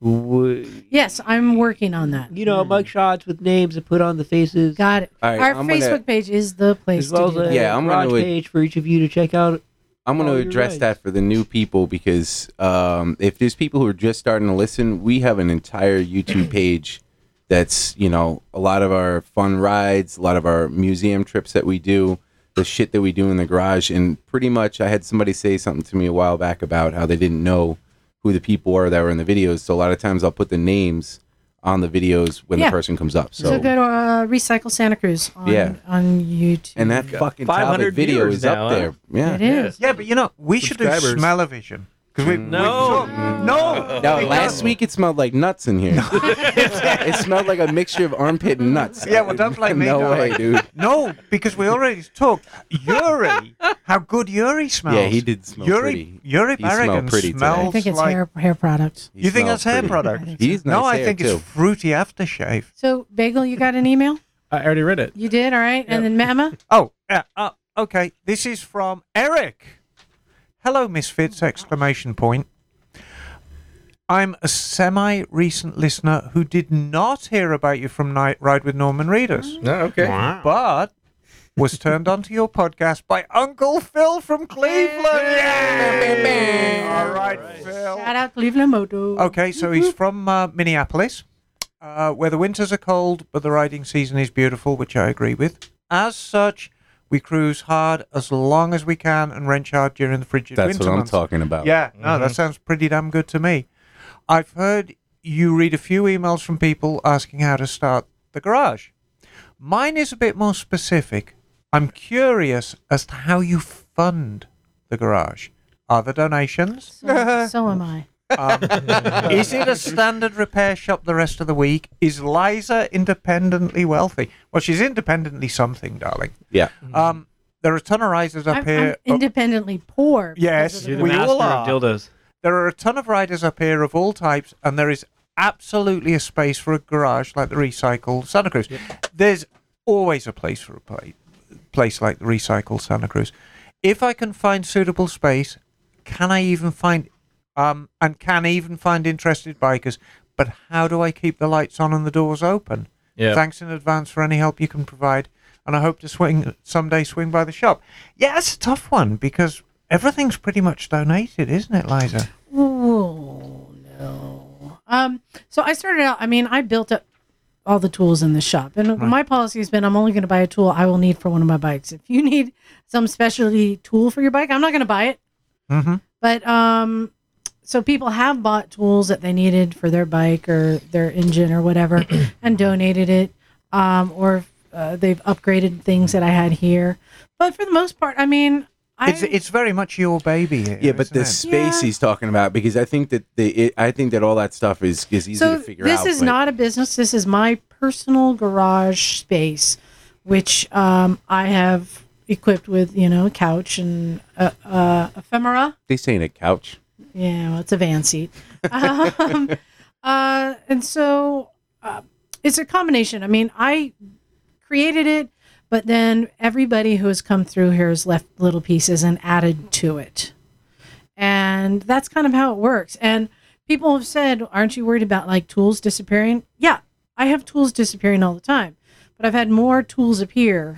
[SPEAKER 4] Wo-
[SPEAKER 2] yes, I'm working on that.
[SPEAKER 4] you
[SPEAKER 3] Hmm.
[SPEAKER 4] know, mugshots with names and put on the faces.
[SPEAKER 2] Got it.
[SPEAKER 3] All right,
[SPEAKER 2] Our
[SPEAKER 3] I'm gonna-
[SPEAKER 2] Facebook page is the place
[SPEAKER 4] as well
[SPEAKER 2] to do
[SPEAKER 4] as
[SPEAKER 2] that.
[SPEAKER 4] a
[SPEAKER 3] Yeah, I'm gonna
[SPEAKER 4] garage
[SPEAKER 3] would-
[SPEAKER 4] page for each of you to check out.
[SPEAKER 3] I'm going to
[SPEAKER 4] Oh, you're
[SPEAKER 3] address
[SPEAKER 4] right.
[SPEAKER 3] that for the new people because um, if there's people who are just starting to listen, we have an entire YouTube page that's, you know, a lot of our fun rides, a lot of our museum trips that we do, the shit that we do in the garage. And pretty much, I had somebody say something to me a while back about how they didn't know who the people were that were in the videos. So a lot of times I'll put the names on the videos when
[SPEAKER 2] Yeah.
[SPEAKER 3] the person comes up. So,
[SPEAKER 2] So, go to uh, Recycle Santa Cruz on,
[SPEAKER 3] Yeah.
[SPEAKER 2] on YouTube.
[SPEAKER 3] and that fucking
[SPEAKER 1] 500
[SPEAKER 3] Talbot video
[SPEAKER 1] viewers
[SPEAKER 3] is
[SPEAKER 1] now,
[SPEAKER 3] up
[SPEAKER 1] huh?
[SPEAKER 3] there. Yeah.
[SPEAKER 2] it is.
[SPEAKER 7] Yeah, but you know, we should do
[SPEAKER 1] Subscribers.
[SPEAKER 7] smell-o-vision. Because we,
[SPEAKER 1] No.
[SPEAKER 7] we talked- no,
[SPEAKER 3] No,
[SPEAKER 7] because-
[SPEAKER 3] last week it smelled like nuts in here. it smelled like a mixture of armpit and nuts.
[SPEAKER 7] Yeah, well, don't blame me,
[SPEAKER 3] No
[SPEAKER 7] darling.
[SPEAKER 3] way, dude.
[SPEAKER 7] No, because we already talked Yuri. How good Yuri smells.
[SPEAKER 3] Yeah, he did smell
[SPEAKER 7] Yuri,
[SPEAKER 3] pretty.
[SPEAKER 7] Yuri
[SPEAKER 3] He smelled
[SPEAKER 7] Barrigan
[SPEAKER 3] pretty today.
[SPEAKER 7] smells
[SPEAKER 2] I think it's
[SPEAKER 7] like.
[SPEAKER 2] hair, hair product.
[SPEAKER 3] He
[SPEAKER 7] You think
[SPEAKER 3] smelled
[SPEAKER 7] that's hair
[SPEAKER 3] pretty.
[SPEAKER 7] product?
[SPEAKER 3] He's nice
[SPEAKER 7] no, I
[SPEAKER 3] hair,
[SPEAKER 7] think
[SPEAKER 3] too.
[SPEAKER 7] it's fruity aftershave.
[SPEAKER 2] So, Bagel, you got an email?
[SPEAKER 8] I already read it.
[SPEAKER 2] You did, all right. And then Mama,
[SPEAKER 7] Oh, uh, uh, okay. This is from Eric. Hello, misfits! Exclamation point. I'm a semi-recent listener who did not hear about you from Night Ride with Norman Reedus,
[SPEAKER 1] No, okay.
[SPEAKER 7] but was turned onto your podcast by Uncle Oh, Phil from Cleveland. All right, Phil. Oh,
[SPEAKER 2] shout out Cleveland Moto.
[SPEAKER 7] Okay, so he's from uh, Minneapolis, uh, where the winters are cold, but the riding season is beautiful, which I agree with. As such, we cruise hard as long as we can and wrench hard during the frigid
[SPEAKER 3] That's
[SPEAKER 7] winter
[SPEAKER 3] what I'm
[SPEAKER 7] months.
[SPEAKER 3] talking about.
[SPEAKER 7] Yeah, no, that sounds pretty damn good to me. I've heard you read a few emails from people asking how to start the garage. Mine is a bit more specific. I'm curious as to how you fund the garage. Are there donations?
[SPEAKER 2] So, so am I.
[SPEAKER 7] Um, is it a standard repair shop the rest of the week? Is Liza independently wealthy? Well, she's independently something, darling.
[SPEAKER 3] Yeah.
[SPEAKER 7] Um, there are a ton of riders up
[SPEAKER 2] I'm, I'm
[SPEAKER 7] here. oh,
[SPEAKER 2] independently poor. because
[SPEAKER 7] Yes,
[SPEAKER 2] of the-
[SPEAKER 7] You're the We master all of are.
[SPEAKER 4] dildos.
[SPEAKER 7] there are a ton of riders up here of all types, and there is absolutely a space for a garage like the Recycle Santa Cruz. There's always a place for a pla- place like the Recycle Santa Cruz. If I can find suitable space, can I even find, um, and can even find interested bikers? But how do I keep the lights on and the doors open?
[SPEAKER 1] Yeah.
[SPEAKER 7] Thanks in advance for any help you can provide, and I hope to swing someday swing by the shop. Yeah, it's a tough one because everything's pretty much donated, isn't it, Liza?
[SPEAKER 2] Oh no. Um. So I started out. I mean, I built up all the tools in the shop, and my policy has been: I'm only going to buy a tool I will need for one of my bikes. If you need some specialty tool for your bike, I'm not going to buy it.
[SPEAKER 7] Mm-hmm.
[SPEAKER 2] But um, so people have bought tools that they needed for their bike or their engine or whatever, and donated it, um, or uh, they've upgraded things that I had here. But for the most part, I mean, I
[SPEAKER 7] It's it's very much your baby. Here,
[SPEAKER 3] Yeah, but
[SPEAKER 7] isn't
[SPEAKER 3] the
[SPEAKER 7] it?
[SPEAKER 3] space
[SPEAKER 2] Yeah.
[SPEAKER 3] he's talking about because I think that the it, I think that all that stuff is is easy
[SPEAKER 2] so
[SPEAKER 3] to figure
[SPEAKER 2] this
[SPEAKER 3] out.
[SPEAKER 2] is
[SPEAKER 3] but-
[SPEAKER 2] not a business. This is my personal garage space, which um, I have equipped with you know a couch and uh, uh, ephemera.
[SPEAKER 3] They say in a couch.
[SPEAKER 2] Yeah, well, it's a van seat. Um, uh, and so uh, it's a combination. I mean, I created it, but then everybody who has come through here has left little pieces and added to it. And that's kind of how it works. And people have said, Aren't you worried about like tools disappearing? Yeah, I have tools disappearing all the time, but I've had more tools appear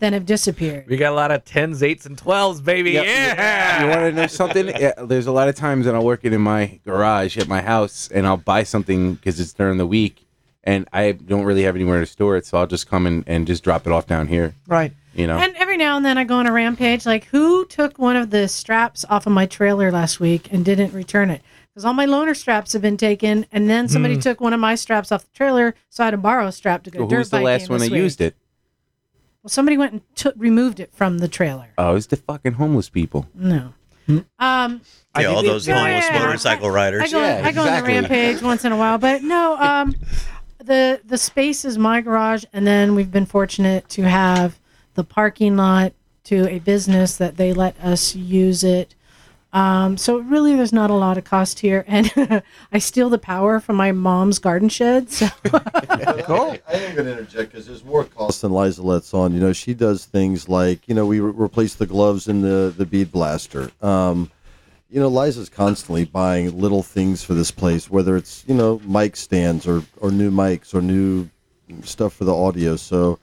[SPEAKER 2] than have disappeared.
[SPEAKER 1] We got a lot of tens, eights, and twelves, baby. Yeah.
[SPEAKER 3] You want to know something? Yeah, there's a lot of times that I'll work it in my garage at my house, and I'll buy something because it's during the week, and I don't really have anywhere to store it, so I'll just come and, and just drop it off down here.
[SPEAKER 7] right.
[SPEAKER 3] You know.
[SPEAKER 2] And every now and then I go on a rampage. Like, who took one of the straps off of my trailer last week and didn't return it? 'Cause because all my loaner straps have been taken, and then somebody took one of my straps off the trailer, so I had to borrow a strap to go
[SPEAKER 3] Hmm. Well,
[SPEAKER 2] dirt
[SPEAKER 3] who's the
[SPEAKER 2] biking
[SPEAKER 3] last one
[SPEAKER 2] this
[SPEAKER 3] that
[SPEAKER 2] week.
[SPEAKER 3] used it?
[SPEAKER 2] Well, somebody went and took removed it from the trailer.
[SPEAKER 3] Oh, it's the fucking homeless people.
[SPEAKER 2] No. Um,
[SPEAKER 8] I
[SPEAKER 9] yeah,
[SPEAKER 8] think
[SPEAKER 9] all
[SPEAKER 8] we-
[SPEAKER 9] those
[SPEAKER 2] Yeah,
[SPEAKER 9] homeless
[SPEAKER 2] yeah, yeah.
[SPEAKER 9] motorcycle riders.
[SPEAKER 2] I go,
[SPEAKER 3] Yeah,
[SPEAKER 2] I go
[SPEAKER 3] exactly.
[SPEAKER 2] on the rampage once in a while, but no. Um, the the space is my garage, and then we've been fortunate to have the parking lot to a business that they let us use it. Um, so really, there's not a lot of cost here, and I steal the power from my mom's garden shed. So
[SPEAKER 5] I, I am going to interject because there's more cost than Liza lets on. You know, she does things like you know we re- replace the gloves in the the bead blaster. Um, you know, Liza's constantly buying little things for this place, whether it's you know mic stands or or new mics or new stuff for the audio. So. I-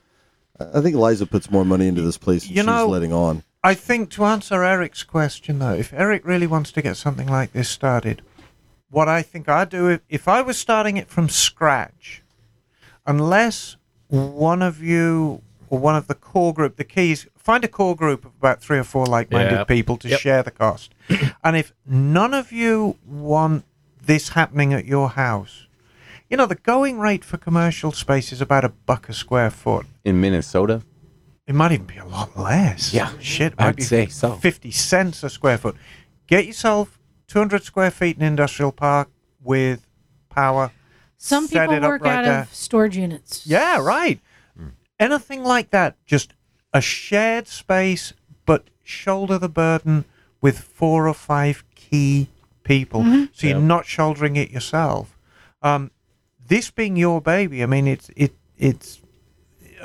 [SPEAKER 5] I think Liza puts more money into this place than
[SPEAKER 7] You
[SPEAKER 5] she's
[SPEAKER 7] know-
[SPEAKER 5] letting on.
[SPEAKER 7] I think to answer Eric's question, though, if Eric really wants to get something like this started, what I think I'd do if, if I was starting it from scratch, unless one of you or one of the core group, the keys, find a core group of about three or four like minded
[SPEAKER 1] Yep.
[SPEAKER 7] people to
[SPEAKER 1] Yep.
[SPEAKER 7] share the cost. and if none of you want this happening at your house, you know, the going rate for commercial space is about a buck a square foot.
[SPEAKER 3] In Minnesota?
[SPEAKER 7] It might even be a lot less.
[SPEAKER 3] Yeah,
[SPEAKER 7] Shit, it
[SPEAKER 3] I'd
[SPEAKER 7] might be
[SPEAKER 3] say so.
[SPEAKER 7] 50 cents a square foot. Get yourself 200 square feet in an industrial park with power.
[SPEAKER 2] some
[SPEAKER 7] Set
[SPEAKER 2] people
[SPEAKER 7] it up
[SPEAKER 2] work
[SPEAKER 7] right
[SPEAKER 2] out
[SPEAKER 7] there.
[SPEAKER 2] of storage units.
[SPEAKER 7] Yeah, right.
[SPEAKER 5] Mm.
[SPEAKER 7] Anything like that. Just a shared space, but shoulder the burden with four or five key people. So you're not shouldering it yourself. Um, this being your baby, I mean, it's, it, it's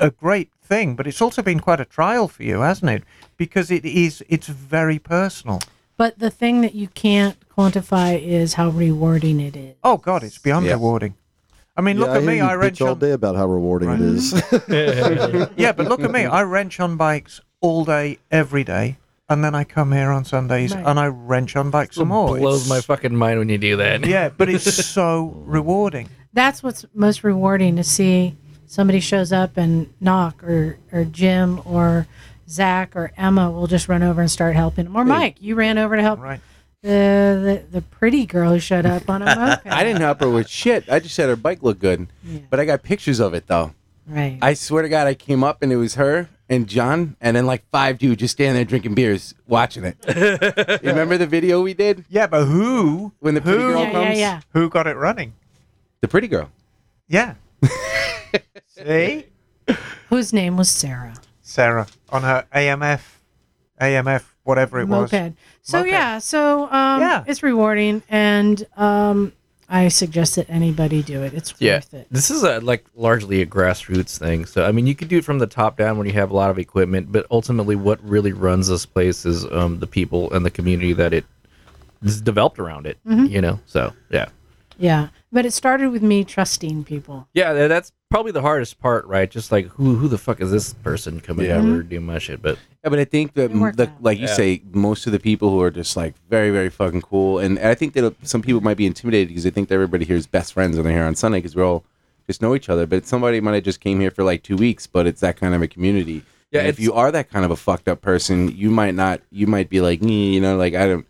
[SPEAKER 7] a great thing, but it's also been quite a trial for you, hasn't it? Because it is, it's very personal.
[SPEAKER 2] But the thing that you can't quantify is how rewarding it is.
[SPEAKER 7] Oh God, it's beyond
[SPEAKER 3] Yeah.
[SPEAKER 7] rewarding. I mean, look
[SPEAKER 5] Yeah,
[SPEAKER 7] at
[SPEAKER 5] hear
[SPEAKER 7] me.
[SPEAKER 5] you
[SPEAKER 7] I wrench
[SPEAKER 5] bitch all
[SPEAKER 7] on.
[SPEAKER 5] day about how rewarding
[SPEAKER 7] Right.
[SPEAKER 5] it is.
[SPEAKER 7] Yeah, but look at me. I wrench on bikes all day, every day, and then I come here on Sundays
[SPEAKER 2] Right.
[SPEAKER 7] and I wrench on bikes some more.
[SPEAKER 1] blows
[SPEAKER 7] It's-
[SPEAKER 1] my fucking mind when you do that.
[SPEAKER 7] yeah, but it's so rewarding.
[SPEAKER 2] that's what's most rewarding to see somebody shows up and knock or or Jim or Zach or Emma will just run over and start helping them. Or Mike, you ran over to help
[SPEAKER 7] Right.
[SPEAKER 2] the, the the pretty girl who showed up on a moped.
[SPEAKER 3] I didn't help her with shit. I just said her bike looked good. But I got pictures of it, though.
[SPEAKER 2] Right.
[SPEAKER 3] I swear to God, I came up and it was her and John, and then like five dudes just standing there drinking beers, watching it. you remember the video we did
[SPEAKER 7] Yeah, but who?
[SPEAKER 3] when the pretty
[SPEAKER 7] Who?
[SPEAKER 3] girl
[SPEAKER 2] yeah, yeah,
[SPEAKER 3] comes?
[SPEAKER 2] yeah.
[SPEAKER 7] Who got it running?
[SPEAKER 3] The pretty girl.
[SPEAKER 7] Yeah. See,
[SPEAKER 2] Whose name was Sarah?
[SPEAKER 7] Sarah on her AMF, AMF, whatever it was.
[SPEAKER 2] Moped. So
[SPEAKER 7] Moped.
[SPEAKER 2] yeah, so um,
[SPEAKER 7] Yeah.
[SPEAKER 2] it's rewarding and um, I suggest that anybody do it. It's
[SPEAKER 1] Yeah,
[SPEAKER 2] worth it.
[SPEAKER 1] this is a like largely a grassroots thing. So I mean, you could do it from the top down when you have a lot of equipment, but ultimately, what really runs this place is um, the people and the community that it is developed around it.
[SPEAKER 2] Mm-hmm.
[SPEAKER 1] You know, so yeah,
[SPEAKER 2] Yeah. But it started with me trusting people.
[SPEAKER 1] yeah, tha- that's probably the hardest part, right? Just like who who the fuck is this person coming
[SPEAKER 3] Yeah.
[SPEAKER 2] Mm-hmm.
[SPEAKER 1] over to do my shit? But
[SPEAKER 3] Yeah, but I think that
[SPEAKER 2] It worked
[SPEAKER 3] the,
[SPEAKER 2] out.
[SPEAKER 3] like you say, most of the people who are just like very, very fucking cool, and I think that some people might be intimidated because they think that everybody here is best friends when they're here on Sunday because we all just know each other. But somebody might have just came here for like two weeks, but it's that kind of a community.
[SPEAKER 1] Yeah,
[SPEAKER 3] And if
[SPEAKER 1] it's-
[SPEAKER 3] you are that kind of a fucked up person, you might not. You might be like, "Nee," you know, like I don't,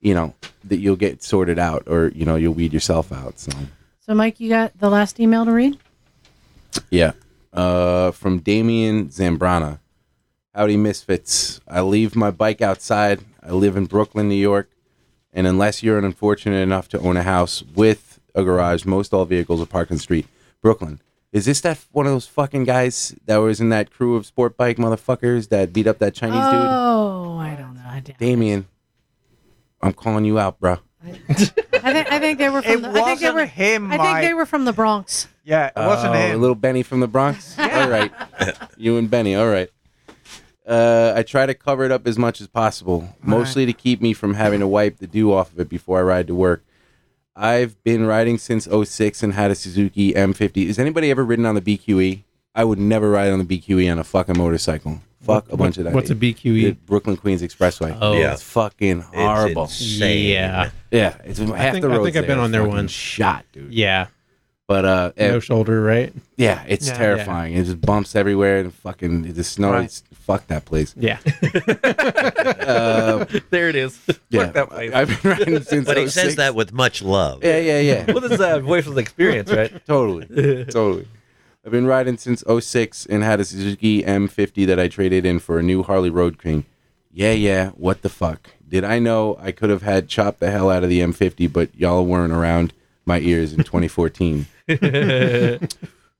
[SPEAKER 3] you know, that you'll get sorted out, or you know, you'll weed yourself out. So
[SPEAKER 2] So Mike, you got the last email to read?
[SPEAKER 3] yeah. Uh, from Damien Zambrana. Howdy, Misfits. I leave my bike outside. I live in Brooklyn, New York. And unless you're unfortunate enough to own a house with a garage, most all vehicles are parked on the street. Brooklyn. Is this that one of those fucking guys that was in that crew of sport bike motherfuckers that beat up that Chinese
[SPEAKER 2] Oh, I don't know. I, don't-
[SPEAKER 3] dude? Damien, I'm calling you out, bro.
[SPEAKER 2] I think I think they were from
[SPEAKER 7] It
[SPEAKER 2] the, I think they
[SPEAKER 7] wasn't
[SPEAKER 2] were
[SPEAKER 7] him,
[SPEAKER 2] I think
[SPEAKER 7] Mike.
[SPEAKER 2] they were from the Bronx.
[SPEAKER 7] Yeah, it wasn't
[SPEAKER 3] Oh,
[SPEAKER 7] him.
[SPEAKER 3] Little Benny from the Bronx. all right, you and Benny. All right. Uh, I try to cover it up as much as possible, mostly to keep me from having to wipe the dew off of it before I ride to work. I've been riding since 06 and had a Suzuki M50. Has anybody ever ridden on the BQE? I would never ride on the BQE on a fucking motorcycle. Fuck a bunch of that.
[SPEAKER 8] What's a
[SPEAKER 3] The
[SPEAKER 8] BQE?
[SPEAKER 3] Brooklyn Queens Expressway.
[SPEAKER 8] Oh.
[SPEAKER 9] Yeah.
[SPEAKER 3] it's fucking
[SPEAKER 9] It's
[SPEAKER 3] horrible.
[SPEAKER 9] insane.
[SPEAKER 8] Yeah.
[SPEAKER 3] yeah, it's half
[SPEAKER 8] think-
[SPEAKER 3] the
[SPEAKER 8] I
[SPEAKER 3] road.
[SPEAKER 8] think I've been on there once.
[SPEAKER 3] Shot, dude.
[SPEAKER 8] Yeah.
[SPEAKER 3] But uh,
[SPEAKER 8] No
[SPEAKER 3] eh,
[SPEAKER 8] shoulder, right?
[SPEAKER 3] yeah, it's
[SPEAKER 7] Yeah.
[SPEAKER 3] terrifying. It just bumps everywhere and fucking the snow.
[SPEAKER 7] Right.
[SPEAKER 3] It's, fuck that place.
[SPEAKER 8] Yeah.
[SPEAKER 3] Uh,
[SPEAKER 1] there it is.
[SPEAKER 3] yeah,
[SPEAKER 1] that place.
[SPEAKER 3] I, have been riding since.
[SPEAKER 9] But he
[SPEAKER 3] 06.
[SPEAKER 9] says that with much love.
[SPEAKER 3] Yeah, yeah, yeah.
[SPEAKER 1] well, this is a voice of experience, right?
[SPEAKER 3] totally, totally. I've been riding since 06 and had a Suzuki M50 that I traded in for a new Harley Road King. Yeah, yeah. What the fuck? Did I know I could have had chopped the hell out of the M50, but y'all weren't around my ears in 2014.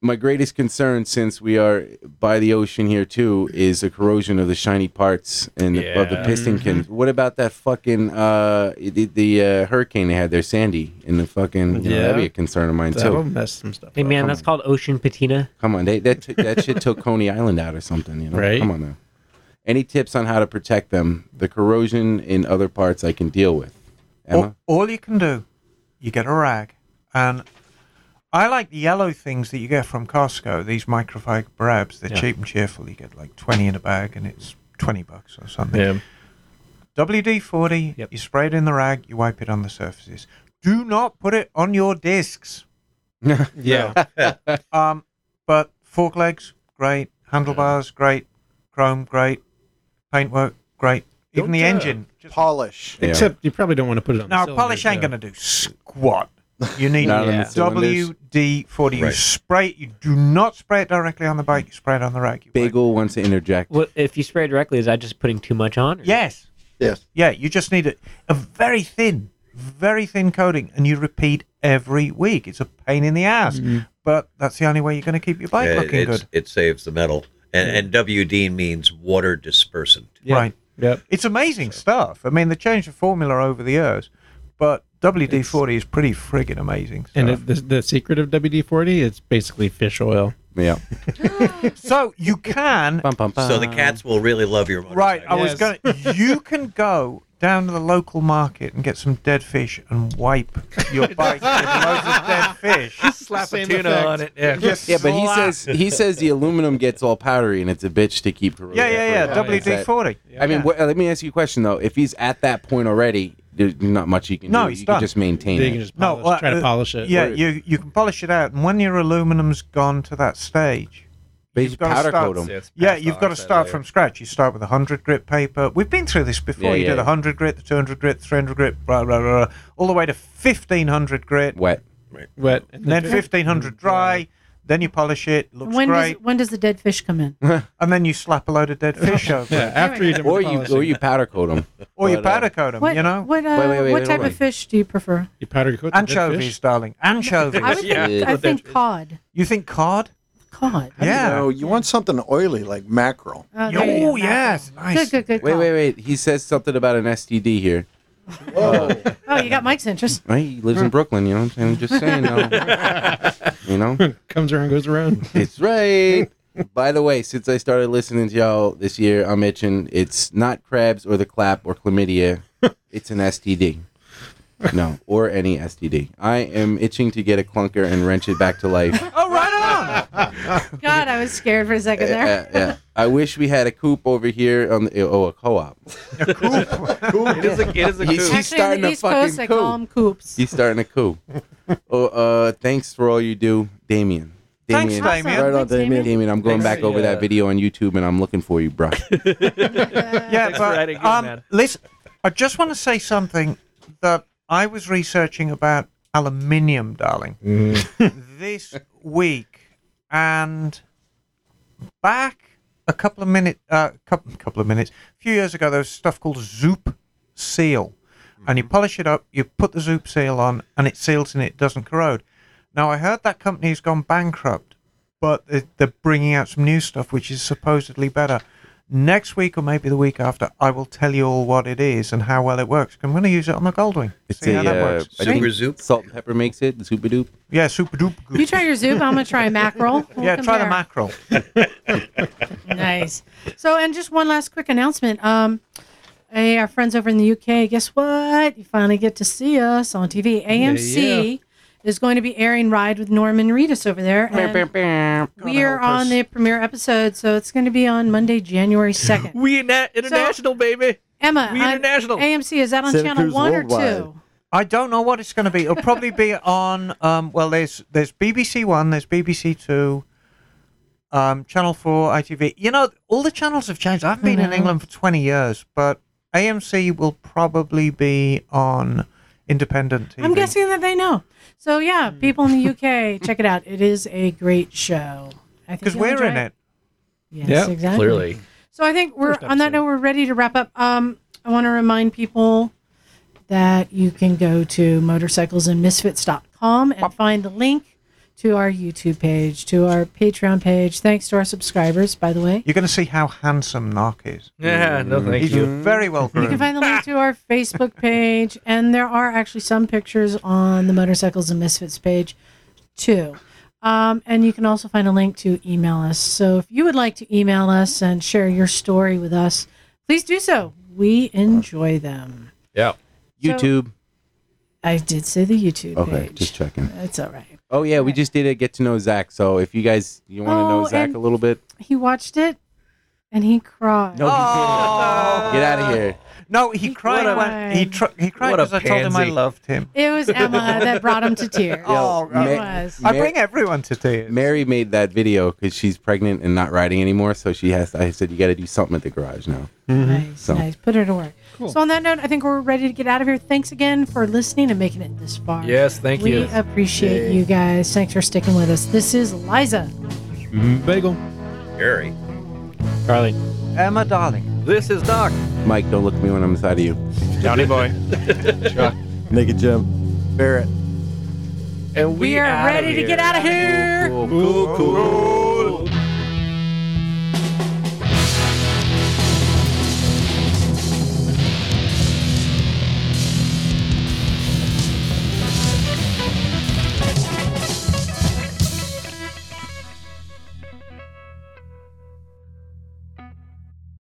[SPEAKER 3] my greatest concern, since we are by the ocean here too, is the corrosion of the shiny parts and the- of the
[SPEAKER 1] Yeah.
[SPEAKER 3] piston cans. What about that fucking uh, the, the uh, hurricane they had there, Sandy, and the fucking yeah. that'd be a concern of mine too.
[SPEAKER 8] That'll mess some stuff
[SPEAKER 4] Hey
[SPEAKER 8] up.
[SPEAKER 4] man, that's called ocean patina.
[SPEAKER 3] Come on, they, that t- that shit took Coney Island out or something. You know,
[SPEAKER 8] Right.
[SPEAKER 3] Come on now. Any tips on how to protect them? The corrosion in other parts I can deal with. Emma,
[SPEAKER 7] All, all you can do, you get a rag, and I like the yellow things that you get from Costco. These microfiber wraps, they're
[SPEAKER 4] Yeah.
[SPEAKER 7] cheap and cheerful. You get like twenty in a bag, and it's twenty bucks or something.
[SPEAKER 1] Yeah.
[SPEAKER 7] WD forty.
[SPEAKER 4] Yep.
[SPEAKER 7] You spray it in the rag. You wipe it on the surfaces. Do not put it on your discs.
[SPEAKER 1] Yeah.
[SPEAKER 7] Um, but fork legs, great. Handlebars, great. Chrome, great. Paintwork, great. Even
[SPEAKER 8] Don't,
[SPEAKER 7] the
[SPEAKER 8] uh,
[SPEAKER 7] engine. Just
[SPEAKER 10] Polish.
[SPEAKER 3] Yeah.
[SPEAKER 8] Except you probably don't want to put it on. the
[SPEAKER 7] now,
[SPEAKER 8] cylinder,
[SPEAKER 7] polish ain't
[SPEAKER 8] though.
[SPEAKER 7] going to do squat. You need
[SPEAKER 3] Not on the cylinders.
[SPEAKER 7] WD forty. You
[SPEAKER 9] Right.
[SPEAKER 7] spray it. You do not spray it directly on the bike. You spray it on the rack. You wipe-
[SPEAKER 3] Bagel wants to interject.
[SPEAKER 4] Well, if you spray it directly, is that just putting too much on? or-
[SPEAKER 7] Yes.
[SPEAKER 10] Yes.
[SPEAKER 7] Yeah. You just need a, a very thin, very thin coating, and you repeat every week. It's a pain in the ass,
[SPEAKER 8] Mm-hmm.
[SPEAKER 7] but that's the only way you're going to keep your bike
[SPEAKER 9] Yeah,
[SPEAKER 7] looking
[SPEAKER 9] it's-
[SPEAKER 7] good.
[SPEAKER 9] It saves the metal. And, and WD means water dispersant.
[SPEAKER 8] Yeah.
[SPEAKER 7] Right.
[SPEAKER 8] Yep.
[SPEAKER 7] It's amazing stuff. I mean, they changed the formula over the years, but WD forty is pretty friggin' amazing. Stuff.
[SPEAKER 8] And it, the, the secret of WD-40 is basically fish oil.
[SPEAKER 3] Yeah.
[SPEAKER 7] so you can
[SPEAKER 3] Bum, bum, bum.
[SPEAKER 9] So the cats will really love your motorcycle.
[SPEAKER 7] Right, I was
[SPEAKER 8] Yes.
[SPEAKER 7] going. to You can go down to the local market and get some dead fish and wipe your bike with loads of dead fish.
[SPEAKER 1] Slap
[SPEAKER 8] Same
[SPEAKER 1] a tuna
[SPEAKER 8] effect.
[SPEAKER 1] on it. Yeah.
[SPEAKER 7] Just
[SPEAKER 3] Yeah, but he
[SPEAKER 7] slap-
[SPEAKER 3] says he says the aluminum gets all powdery and it's a bitch to keep corrosion.
[SPEAKER 7] Yeah, yeah, yeah.
[SPEAKER 3] Is that-
[SPEAKER 7] WD forty.
[SPEAKER 3] I mean, wh- let me ask you a question though. If he's at that point already, there's not much he can
[SPEAKER 7] No,
[SPEAKER 3] do.
[SPEAKER 7] he's
[SPEAKER 3] you can
[SPEAKER 7] done.
[SPEAKER 3] just maintain
[SPEAKER 8] They can
[SPEAKER 3] it.
[SPEAKER 8] just polish,
[SPEAKER 7] well,
[SPEAKER 8] try to
[SPEAKER 7] uh,
[SPEAKER 8] polish it.
[SPEAKER 7] Yeah, you you can polish it out, and when your aluminum's gone to that stage,
[SPEAKER 3] They
[SPEAKER 7] you've
[SPEAKER 3] just
[SPEAKER 7] gotta
[SPEAKER 3] powder
[SPEAKER 7] start-
[SPEAKER 3] coat them.
[SPEAKER 1] it's
[SPEAKER 7] yeah,
[SPEAKER 1] past
[SPEAKER 7] you've
[SPEAKER 1] the
[SPEAKER 7] got to
[SPEAKER 1] oxide
[SPEAKER 7] start
[SPEAKER 1] layer.
[SPEAKER 7] from scratch. You start with a hundred grit paper. We've been through this before.
[SPEAKER 3] Yeah,
[SPEAKER 7] you
[SPEAKER 3] yeah.
[SPEAKER 7] do the hundred grit, the two hundred grit, three hundred grit, blah blah blah, blah, all the way to fifteen hundred grit,
[SPEAKER 3] Wet.
[SPEAKER 8] Wet.
[SPEAKER 7] and then fifteen hundred dry. Then you polish it. Looks
[SPEAKER 2] When does,
[SPEAKER 7] great.
[SPEAKER 2] when does the dead fish come in?
[SPEAKER 7] and then you slap a load of dead fish over
[SPEAKER 8] Yeah,
[SPEAKER 7] it,
[SPEAKER 8] after you
[SPEAKER 3] Or you or you powder coat them.
[SPEAKER 7] or you
[SPEAKER 3] But, uh,
[SPEAKER 7] powder coat them.
[SPEAKER 2] What
[SPEAKER 7] you know,
[SPEAKER 2] what uh,
[SPEAKER 3] Wait, wait, wait,
[SPEAKER 2] what
[SPEAKER 3] wait,
[SPEAKER 2] type
[SPEAKER 3] wait.
[SPEAKER 2] of fish do you prefer?
[SPEAKER 8] you powder coat the dead
[SPEAKER 7] anchovies,
[SPEAKER 8] fish.
[SPEAKER 7] darling, anchovies.
[SPEAKER 2] I would think,
[SPEAKER 3] Yeah.
[SPEAKER 2] I think cod.
[SPEAKER 7] you think cod?
[SPEAKER 2] Cod.
[SPEAKER 7] Yeah.
[SPEAKER 10] No, you want something oily like mackerel.
[SPEAKER 2] Oh,
[SPEAKER 7] Yo,
[SPEAKER 2] there you go.
[SPEAKER 7] yes,
[SPEAKER 2] Good,
[SPEAKER 7] nice.
[SPEAKER 2] good, good.
[SPEAKER 3] Wait,
[SPEAKER 2] call.
[SPEAKER 3] wait, wait. He says something about an STD here.
[SPEAKER 2] Oh, you got Mike's interest.
[SPEAKER 3] Right? He lives in Brooklyn, you know what I'm saying? Just saying, though. you know?
[SPEAKER 8] Comes around, goes around.
[SPEAKER 3] It's right. By the way, since I started listening to y'all this year, I'm itching. It's not crabs or the clap or chlamydia. It's an STD. No, or any STD. I am itching to get a clunker and wrench it back to life.
[SPEAKER 7] Oh, right on.
[SPEAKER 2] God, I was scared for a second there.
[SPEAKER 3] Yeah, yeah. I wish we had a coop over here on the, oh, a co-op. Uh,
[SPEAKER 1] It is a, it is a
[SPEAKER 3] He's-
[SPEAKER 1] coup.
[SPEAKER 2] Actually, on
[SPEAKER 3] starting
[SPEAKER 2] the
[SPEAKER 3] a
[SPEAKER 2] East Coast,
[SPEAKER 3] fucking
[SPEAKER 2] I call
[SPEAKER 3] coup.
[SPEAKER 2] them coops.
[SPEAKER 3] He's starting a coup. oh, uh, thanks for all you do, Damien.
[SPEAKER 7] Thanks, Damien.
[SPEAKER 2] Awesome.
[SPEAKER 7] Right
[SPEAKER 10] on,
[SPEAKER 2] Thanks,
[SPEAKER 10] Damien.
[SPEAKER 2] Damien.
[SPEAKER 3] Damien, I'm going
[SPEAKER 1] Thanks.
[SPEAKER 3] back over
[SPEAKER 1] Yeah.
[SPEAKER 3] that video on YouTube and I'm looking for you, bro.
[SPEAKER 7] yeah,
[SPEAKER 1] Thanks for adding
[SPEAKER 7] but
[SPEAKER 1] in
[SPEAKER 7] um,
[SPEAKER 1] that.
[SPEAKER 7] listen, I just want to say something that I was researching about aluminium, darling, this week, and back a couple of minutes, uh, couple couple of minutes, a few years ago, there was stuff called Zoop Seal, and you polish it up, you put the Zoop Seal on, and it seals and it doesn't corrode. Now I heard that company has gone bankrupt, but they- they're bringing out some new stuff which is supposedly better. Next week or maybe the week after, I will tell you all what it is and how well it works. I'm going to use it on the Goldwing.
[SPEAKER 3] It's
[SPEAKER 7] See
[SPEAKER 3] a,
[SPEAKER 7] how that
[SPEAKER 3] uh,
[SPEAKER 7] works.
[SPEAKER 3] I think
[SPEAKER 9] Super Zoop?
[SPEAKER 3] Salt and pepper makes it. Super doop.
[SPEAKER 7] Yeah, super duper
[SPEAKER 2] You
[SPEAKER 7] good.
[SPEAKER 2] try your zoop. I'm gonna try mackerel. We'll
[SPEAKER 7] Yeah, try the
[SPEAKER 2] compare.
[SPEAKER 7] mackerel.
[SPEAKER 2] Nice. So, and just one last quick announcement. Um, hey, our friends over in the UK, guess what? You finally get to see us on TV. AMC is going to be airing Ride with Norman Reedus over there. And we are on the premiere episode, so it's going to be on Monday, January 2nd.
[SPEAKER 1] We interna- international, baby.
[SPEAKER 2] Emma,
[SPEAKER 1] We
[SPEAKER 2] on
[SPEAKER 1] international.
[SPEAKER 2] AMC, is that on
[SPEAKER 5] Santa
[SPEAKER 2] channel
[SPEAKER 5] Cruz
[SPEAKER 2] one
[SPEAKER 5] Worldwide.
[SPEAKER 2] or two?
[SPEAKER 7] I don't know what it's going to be. It'll probably be on. Um, well, there's there's BBC One, there's BBC Two, um, Channel Four, ITV. You know, all the channels have changed. I've
[SPEAKER 2] Mm-hmm.
[SPEAKER 7] been in England for twenty years, but AMC will probably be on independent TV.
[SPEAKER 2] I'm guessing that they know. So yeah, people in the UK, check it out. It is a great show. I think
[SPEAKER 7] because
[SPEAKER 2] you'll
[SPEAKER 7] we're in
[SPEAKER 2] enjoy
[SPEAKER 7] it.
[SPEAKER 2] Yes,
[SPEAKER 8] Yep,
[SPEAKER 2] exactly.
[SPEAKER 1] Clearly.
[SPEAKER 2] So I think we're on that note. We're ready to wrap up. Um, I want to remind people that you can go to motorcyclesandmisfits.com and find the link to our YouTube page, to our Patreon page. Thanks to our subscribers, by the way.
[SPEAKER 7] You're going to see how handsome Knock is.
[SPEAKER 1] Yeah, no, thank
[SPEAKER 7] He's
[SPEAKER 1] you.
[SPEAKER 7] very well
[SPEAKER 2] You can
[SPEAKER 7] groomed.
[SPEAKER 2] find the link to our Facebook page, and there are actually some pictures on the Motorcycles and Misfits page, too. Um, and you can also find a link to email us. So if you would like to email us and share your story with us, please do so. We enjoy them.
[SPEAKER 1] Yeah.
[SPEAKER 3] YouTube.
[SPEAKER 2] I did say the YouTube
[SPEAKER 3] Okay,
[SPEAKER 2] page.
[SPEAKER 3] just checking.
[SPEAKER 2] That's all right.
[SPEAKER 3] Oh yeah, we just did a get to know Zach. So if you guys you want to
[SPEAKER 2] Oh,
[SPEAKER 3] know Zach
[SPEAKER 2] and-
[SPEAKER 3] a little bit,
[SPEAKER 2] He watched it and he cried.
[SPEAKER 3] no, he didn't. get out of here.
[SPEAKER 7] No, he cried
[SPEAKER 2] a-
[SPEAKER 7] when he tr- he cried
[SPEAKER 1] What a
[SPEAKER 7] because I told him I
[SPEAKER 1] pansy.
[SPEAKER 7] loved him.
[SPEAKER 2] It was Emma that brought him to tears.
[SPEAKER 7] Oh,
[SPEAKER 2] it
[SPEAKER 7] Ma-
[SPEAKER 2] was.
[SPEAKER 7] I
[SPEAKER 3] Ma-
[SPEAKER 7] bring everyone to tears.
[SPEAKER 3] Mary made that video because she's pregnant and not riding anymore. So she has. I said you got to do something at the garage now.
[SPEAKER 7] Mm-hmm.
[SPEAKER 2] Nice,
[SPEAKER 3] So-
[SPEAKER 2] nice. Put her to work. So on that note, I think we're ready to get out of here. Thanks again for listening and making it this far.
[SPEAKER 1] Yes, thank
[SPEAKER 2] we
[SPEAKER 1] you.
[SPEAKER 2] appreciate you guys. Thanks for sticking with us. This is Liza.
[SPEAKER 8] Bagel.
[SPEAKER 9] Gary.
[SPEAKER 4] Charlie.
[SPEAKER 7] Emma, darling.
[SPEAKER 1] This is Doc.
[SPEAKER 3] Mike, don't look at me when I'm inside of you.
[SPEAKER 6] Johnny boy.
[SPEAKER 5] Naked Jim.
[SPEAKER 1] And we,
[SPEAKER 2] We are
[SPEAKER 1] outta
[SPEAKER 2] ready to
[SPEAKER 1] here.
[SPEAKER 2] get out of here.
[SPEAKER 1] Cool, cool, cool.